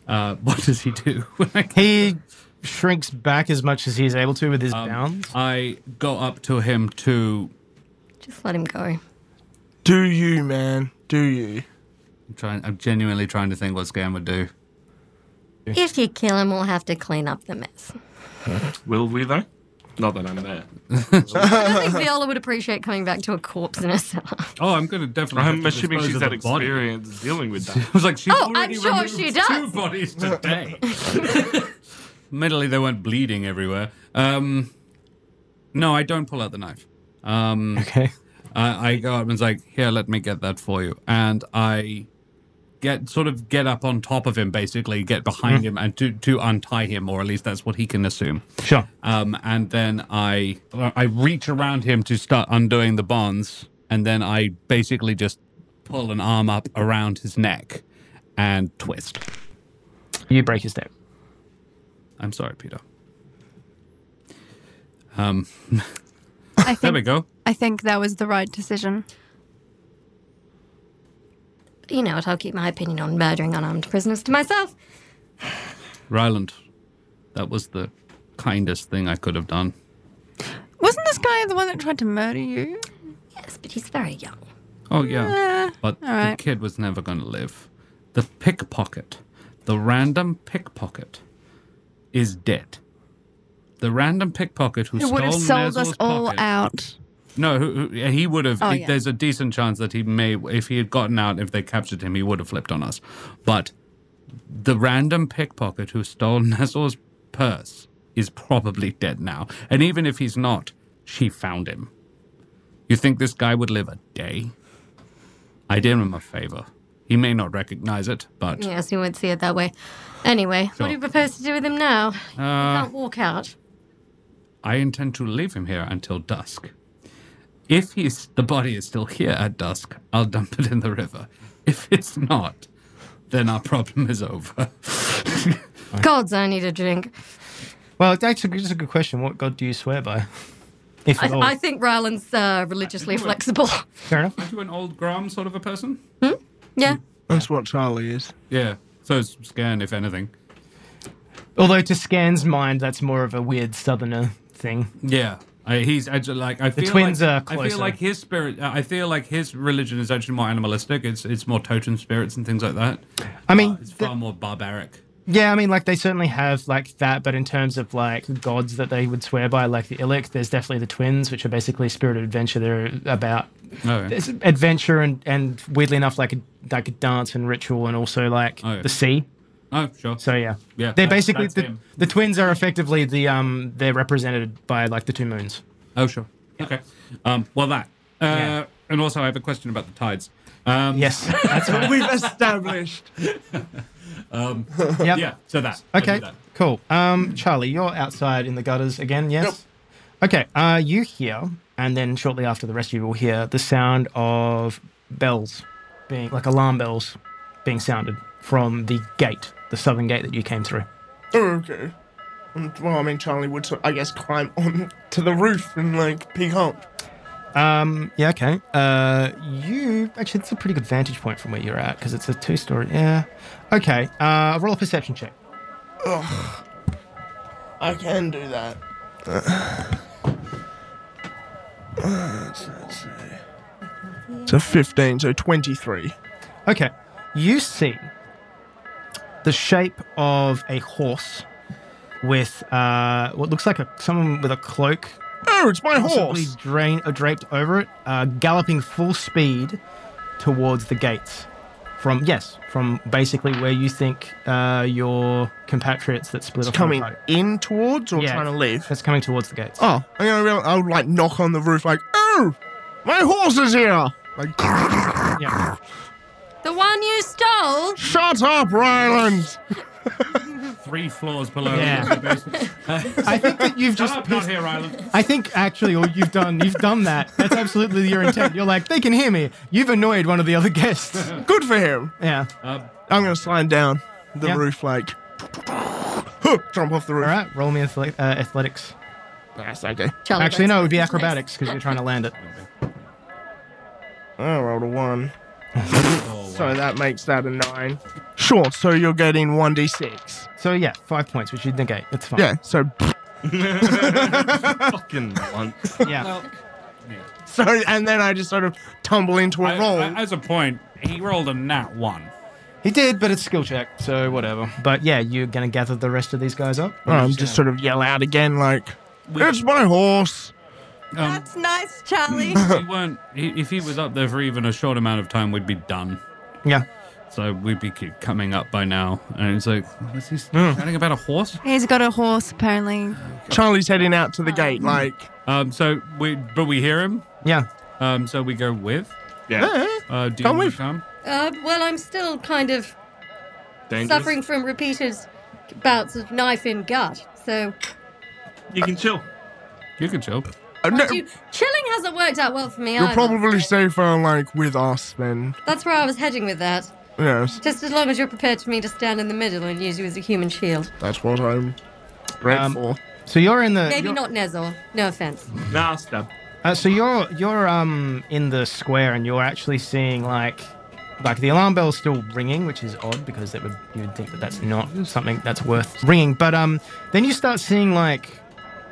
Speaker 4: uh, <laughs> what does he do? when I get-
Speaker 1: He shrinks back as much as he's able to with
Speaker 4: Um,
Speaker 1: his bounds.
Speaker 4: I go up to him to.
Speaker 3: Just let him go.
Speaker 5: Do you, man? Do you?
Speaker 4: I'm, trying, I'm genuinely trying to think what Scam would do.
Speaker 3: If you kill him, we'll have to clean up the mess.
Speaker 7: Will we though? Not that I'm there.
Speaker 3: I think Viola would appreciate coming back to a corpse in a cellar.
Speaker 4: Oh, I'm going to definitely. have
Speaker 7: I'm
Speaker 4: to
Speaker 7: assuming
Speaker 4: dispose
Speaker 7: she's
Speaker 4: of
Speaker 7: had
Speaker 4: the body.
Speaker 7: experience dealing
Speaker 4: <laughs>
Speaker 7: with
Speaker 4: I
Speaker 7: that.
Speaker 4: was like, she's
Speaker 3: Oh, I'm
Speaker 4: already
Speaker 3: sure
Speaker 4: removed
Speaker 3: she does.
Speaker 4: two bodies today. Admittedly, they weren't bleeding everywhere. Um, no, I don't pull out the knife. Um,
Speaker 1: Okay.
Speaker 4: I, I go up and it's like, here, let me get that for you. And I get sort of get up on top of him, basically get behind him and to, to untie him, or at least that's what he can assume.
Speaker 1: Sure.
Speaker 4: Um, and then I I reach around him to start undoing the bonds, and then I basically just pull an arm up around his neck and twist.
Speaker 11: You break his neck.
Speaker 4: I'm sorry, Peter. Um,
Speaker 2: I think,
Speaker 4: there we go.
Speaker 2: I think that was the right decision.
Speaker 3: You know what? I'll keep my opinion on murdering unarmed prisoners to myself.
Speaker 4: Ryland, that was the kindest thing I could have done.
Speaker 2: Wasn't this guy the one that tried to murder you?
Speaker 3: Yes, but he's very young.
Speaker 4: Oh, yeah. but
Speaker 2: alright.
Speaker 4: the kid was never going to live. The pickpocket, the random pickpocket, is dead. The random pickpocket who
Speaker 2: It
Speaker 4: stole
Speaker 2: would have sold us
Speaker 4: Nezle's
Speaker 2: all
Speaker 4: pocket-
Speaker 2: out.
Speaker 4: No, who, who, he would have.
Speaker 2: Oh,
Speaker 4: he-
Speaker 2: yeah.
Speaker 4: There's a decent chance that he may, if he had gotten out, if they captured him, he would have flipped on us. But the random pickpocket who stole <laughs> Nazor's purse is probably dead now. And even if he's not, she found him. You think this guy would live a day? I did him a favor. He may not recognize it, but
Speaker 3: Yes, he won't see it that way. Anyway, what do you propose to do with him now? You
Speaker 4: uh,
Speaker 3: can't walk out.
Speaker 4: I intend to leave him here until dusk. If he's the body is still here at dusk, I'll dump it in the river. If it's not, then our problem is over.
Speaker 3: Gods, I need a drink.
Speaker 8: Well, that's a, that's a good question. What god do you swear by? If
Speaker 3: I,
Speaker 8: at all.
Speaker 3: I think Ryland's uh, religiously flexible. <laughs>
Speaker 8: Fair
Speaker 4: <laughs>
Speaker 8: enough.
Speaker 4: Aren't you an old Grom sort of a person?
Speaker 3: yeah.
Speaker 5: <laughs> That's what Charlie is.
Speaker 4: Yeah. So it's scan, if anything.
Speaker 8: Although to Scan's mind, that's more of a weird southerner thing.
Speaker 4: Yeah. I, he's actually like I feel
Speaker 8: twins
Speaker 4: like,
Speaker 8: are
Speaker 4: I feel
Speaker 8: closer.
Speaker 4: like his spirit. I feel like his religion is actually more animalistic. It's it's more totem spirits and things like that.
Speaker 8: I mean,
Speaker 4: Oh, It's
Speaker 8: th-
Speaker 4: far more barbaric.
Speaker 8: <laughs> yeah, I mean, like they certainly have like that, but in terms of like gods that they would swear by, like the Illic, there's definitely the twins, which are basically spirit of adventure. They're about
Speaker 4: Oh,
Speaker 8: it's adventure and and weirdly enough, like a, like a dance and ritual, and also like
Speaker 4: Oh, yeah.
Speaker 8: the sea.
Speaker 4: oh sure.
Speaker 8: So yeah,
Speaker 4: Yeah,
Speaker 8: they're
Speaker 4: that's-
Speaker 8: basically
Speaker 4: that's
Speaker 8: the,
Speaker 4: him.
Speaker 8: the twins are effectively the um they're represented by like the two moons.
Speaker 4: Oh, sure. Okay. Um, well, that. Uh,
Speaker 8: Yeah.
Speaker 4: And also, I have a question about the tides. Um,
Speaker 8: Yes, that's right.
Speaker 5: We've established.
Speaker 8: Yep.
Speaker 4: Yeah, so that. I
Speaker 8: Okay,
Speaker 4: do that.
Speaker 8: cool. Um, Charlie, you're outside in the gutters again, yes? Okay, uh, you hear, and then shortly after the rest of you will hear the sound of bells being, like alarm bells being sounded from the gate, the southern gate that you came through.
Speaker 5: Oh, okay. Um, Well, I mean, Charlie would, sort- I guess, climb on to the roof and like peek up.
Speaker 8: Um, yeah, okay. Uh, you, actually, it's a pretty good vantage point from where you're at, because it's a two story, yeah. Okay, uh, roll a perception check.
Speaker 5: I can do that. <sighs> So 15, so 23.
Speaker 8: Okay. You see the shape of a horse with uh, what looks like a, someone with a cloak
Speaker 5: Oh, it's my
Speaker 8: possibly
Speaker 5: horse!
Speaker 8: drain, uh, draped over it, uh, galloping full speed towards the gates. From, yes, from basically where you think uh, your compatriots that split off
Speaker 5: It's
Speaker 8: from the
Speaker 5: coming
Speaker 8: party-
Speaker 5: in towards or
Speaker 8: Yeah.
Speaker 5: trying to leave?
Speaker 8: It's coming towards the gates.
Speaker 5: Oh, I'm gonna real, I'll like knock on the roof, like, oh, my horse is here! Like, <laughs>
Speaker 8: Yeah.
Speaker 3: The one you stole?
Speaker 5: shut up, Ryland!
Speaker 4: Three floors below.
Speaker 8: Yeah.
Speaker 4: the basement.
Speaker 8: I think that you've
Speaker 4: Shut
Speaker 8: just
Speaker 4: up, not here, Island.
Speaker 8: I think actually, all you've done, you've done that. That's absolutely your intent. You're like, they can hear me. You've annoyed one of the other guests.
Speaker 5: Good for him.
Speaker 8: Yeah.
Speaker 5: I'm gonna slide down the
Speaker 8: Yeah.
Speaker 5: roof, like, <laughs> huh, jump off the roof.
Speaker 8: All right, roll me athle- uh, athletics.
Speaker 5: That's okay.
Speaker 3: Charlie,
Speaker 8: Actually, no, it
Speaker 3: that's-
Speaker 8: would be
Speaker 3: that's
Speaker 8: acrobatics because you're trying to land it.
Speaker 5: I rolled a
Speaker 8: <laughs>
Speaker 5: one.
Speaker 4: Oh, wow.
Speaker 5: So that makes that a nine. Sure, so you're getting 1d6.
Speaker 8: So yeah, five points, which you'd negate. That's fine.
Speaker 5: Yeah, so <laughs>
Speaker 7: Fucking once.
Speaker 8: Yeah.
Speaker 5: so and then I just sort of tumble into a
Speaker 4: I-
Speaker 5: roll.
Speaker 4: I- as a point, he rolled a nat one.
Speaker 8: He did, but it's skill check, so whatever. But yeah, you're gonna gather the rest of these guys up.
Speaker 5: And I'm just sort of yell out again like, "It's my horse."
Speaker 4: Um,
Speaker 2: That's nice, Charlie.
Speaker 4: we weren't. i- If he was up there for even a short amount of time, we'd be done.
Speaker 8: Yeah.
Speaker 4: So we'd be keep coming up by now. And it's like, was he chatting about a horse?
Speaker 2: <laughs> He's got a horse, apparently.
Speaker 5: Charlie's heading out to the gate like,
Speaker 4: Um, so we, but we hear him.
Speaker 8: Yeah.
Speaker 4: Um, so we go with.
Speaker 5: <laughs>
Speaker 7: Yeah.
Speaker 5: "Eh,
Speaker 4: Uh, do
Speaker 5: Come
Speaker 4: you wanna
Speaker 5: with.
Speaker 4: come?
Speaker 3: Uh, well, I'm still kind of
Speaker 7: Dangerous.
Speaker 3: suffering from repeated bouts of knife in gut. So
Speaker 7: You can chill.
Speaker 4: You can chill.
Speaker 5: no,
Speaker 3: Mind you, chilling hasn't worked out well for me.
Speaker 5: you're
Speaker 3: either.
Speaker 5: probably safer like with us then.
Speaker 3: That's where I was heading with that.
Speaker 5: Yes,
Speaker 3: Just as long as you're prepared for me to stand in the middle and use you as a human shield.
Speaker 5: that's what I'm
Speaker 4: Um,
Speaker 5: grateful.
Speaker 8: So you're in the
Speaker 3: Maybe
Speaker 8: you're-
Speaker 3: not Nezor. No offense.
Speaker 12: Nah, stab.
Speaker 8: Uh, so you're you're um in the square and you're actually seeing like like the alarm bell's still ringing, which is odd because that would you would think that that's not something that's worth ringing. But um then you start seeing like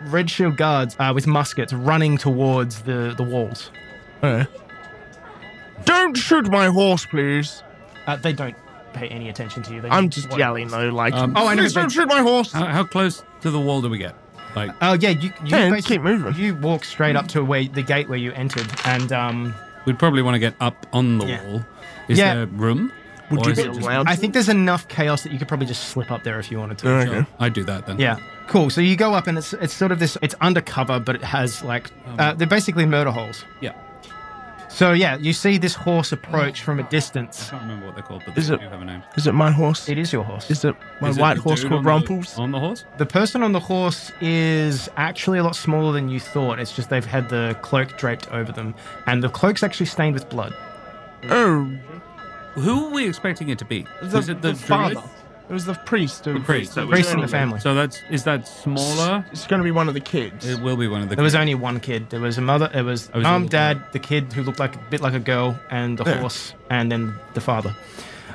Speaker 8: red shield guards uh, with muskets running towards the the walls.
Speaker 5: Okay. Eh. Don't shoot my horse, please.
Speaker 8: Uh, they don't pay any attention to you. They
Speaker 5: I'm just
Speaker 8: what-
Speaker 5: yelling though, like,
Speaker 4: Um,
Speaker 5: oh, please
Speaker 4: they-
Speaker 5: don't shoot my horse.
Speaker 4: How, how close to the wall do we get? Like,
Speaker 8: Oh yeah, you you
Speaker 5: Yeah,
Speaker 8: basically-
Speaker 5: keep moving.
Speaker 8: You walk straight up to where the gate where you entered, and um
Speaker 4: we'd probably want to get up on the
Speaker 8: Yeah.
Speaker 4: wall. Is
Speaker 8: Yeah.
Speaker 4: there room?
Speaker 5: Would
Speaker 4: Or
Speaker 5: you
Speaker 4: is
Speaker 5: be
Speaker 4: it just-
Speaker 5: allowed?
Speaker 8: I think there's enough chaos that you could probably just slip up there if you wanted to.
Speaker 5: Okay.
Speaker 4: Sure, I'd do that then.
Speaker 8: Yeah. Cool. So you go up and it's it's sort of this it's undercover, but it has like
Speaker 5: Um.
Speaker 8: uh, they're basically murder holes.
Speaker 4: Yeah.
Speaker 8: So yeah, you see this horse approach from a
Speaker 4: I
Speaker 8: distance.
Speaker 4: can't remember what they're called, but
Speaker 5: Is
Speaker 4: they
Speaker 5: it-
Speaker 4: do have a name.
Speaker 5: Is it my horse?
Speaker 8: It is your horse.
Speaker 5: Is it my
Speaker 4: Is it
Speaker 5: white
Speaker 4: the
Speaker 5: horse
Speaker 4: dude
Speaker 5: called
Speaker 4: on the-
Speaker 5: Rumples?
Speaker 4: On the horse?
Speaker 8: The person on the horse is actually a lot smaller than you thought. It's just they've had the cloak draped over them, and the cloak's actually stained with blood.
Speaker 5: Oh,
Speaker 4: Who are we expecting it to be? is it the, druid?
Speaker 5: father. It was the priest. who-
Speaker 4: The priest. that we
Speaker 8: Priest in
Speaker 4: saw.
Speaker 8: the family.
Speaker 4: So that's is that smaller?
Speaker 5: It's going to be one of the kids.
Speaker 4: It will be one of the.
Speaker 8: There was only one kid. There was a mother. It was
Speaker 4: was
Speaker 8: mum,
Speaker 4: little
Speaker 8: dad, the kid who looked like a bit like a girl, and the horse, and then the father.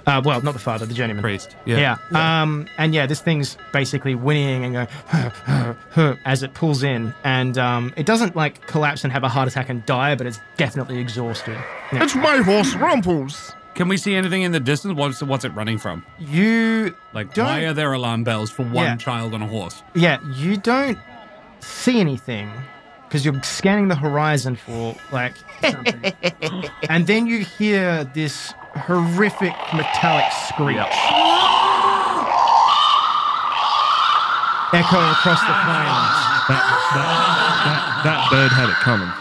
Speaker 8: Uh, well, not the father, the journeyman.
Speaker 4: priest.
Speaker 8: Yeah. Um, and yeah, this thing's basically whinnying and going <laughs> "Huh, huh, huh," as it pulls in, and um, it doesn't like collapse and have a heart attack and die, but it's definitely exhausted. Yeah.
Speaker 5: It's my horse, Rumples.
Speaker 4: Can we see anything in the distance? What's what's it running from?
Speaker 8: You
Speaker 4: Like,
Speaker 8: Don't-
Speaker 4: why are there alarm bells for one
Speaker 8: Yeah.
Speaker 4: child on a horse?
Speaker 8: yeah, you don't see anything because you're scanning the horizon for like something, and then you hear this horrific metallic screech echo across the plains.
Speaker 12: That bird had it coming.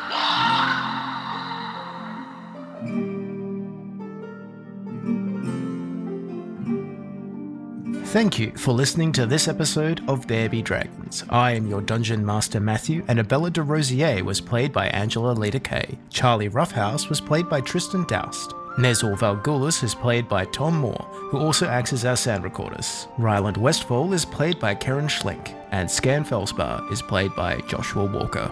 Speaker 9: Thank you for listening to this episode of There Be Dragons. I am your Dungeon Master Matthew, and Abella de Rosier was played by Angela Lita Kay. Charlie Roughhouse was played by Tristan Doust. Nezor Valgulis is played by Tom Moore, who also acts as our sound recordist. Ryland Westfall is played by Karen Schlink, and Scan Felsbar is played by Joshua Walker.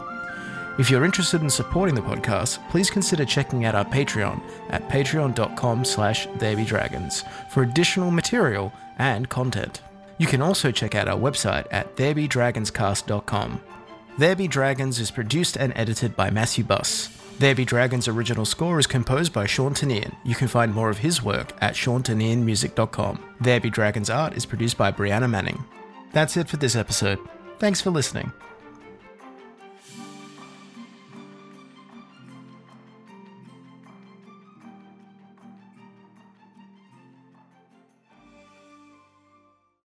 Speaker 9: If you're interested in supporting the podcast, please consider checking out our Patreon at patreon.com slash therebedragons for additional material and content. You can also check out our website at therebedragonscast.com. There Be Dragons is produced and edited by Matthew Buss. There Be Dragons' original score is composed by Sean Tanian. You can find more of his work at SeanTanianMusic.com. There Be Dragons art is produced by Brianna Manning. That's it for this episode. Thanks for listening.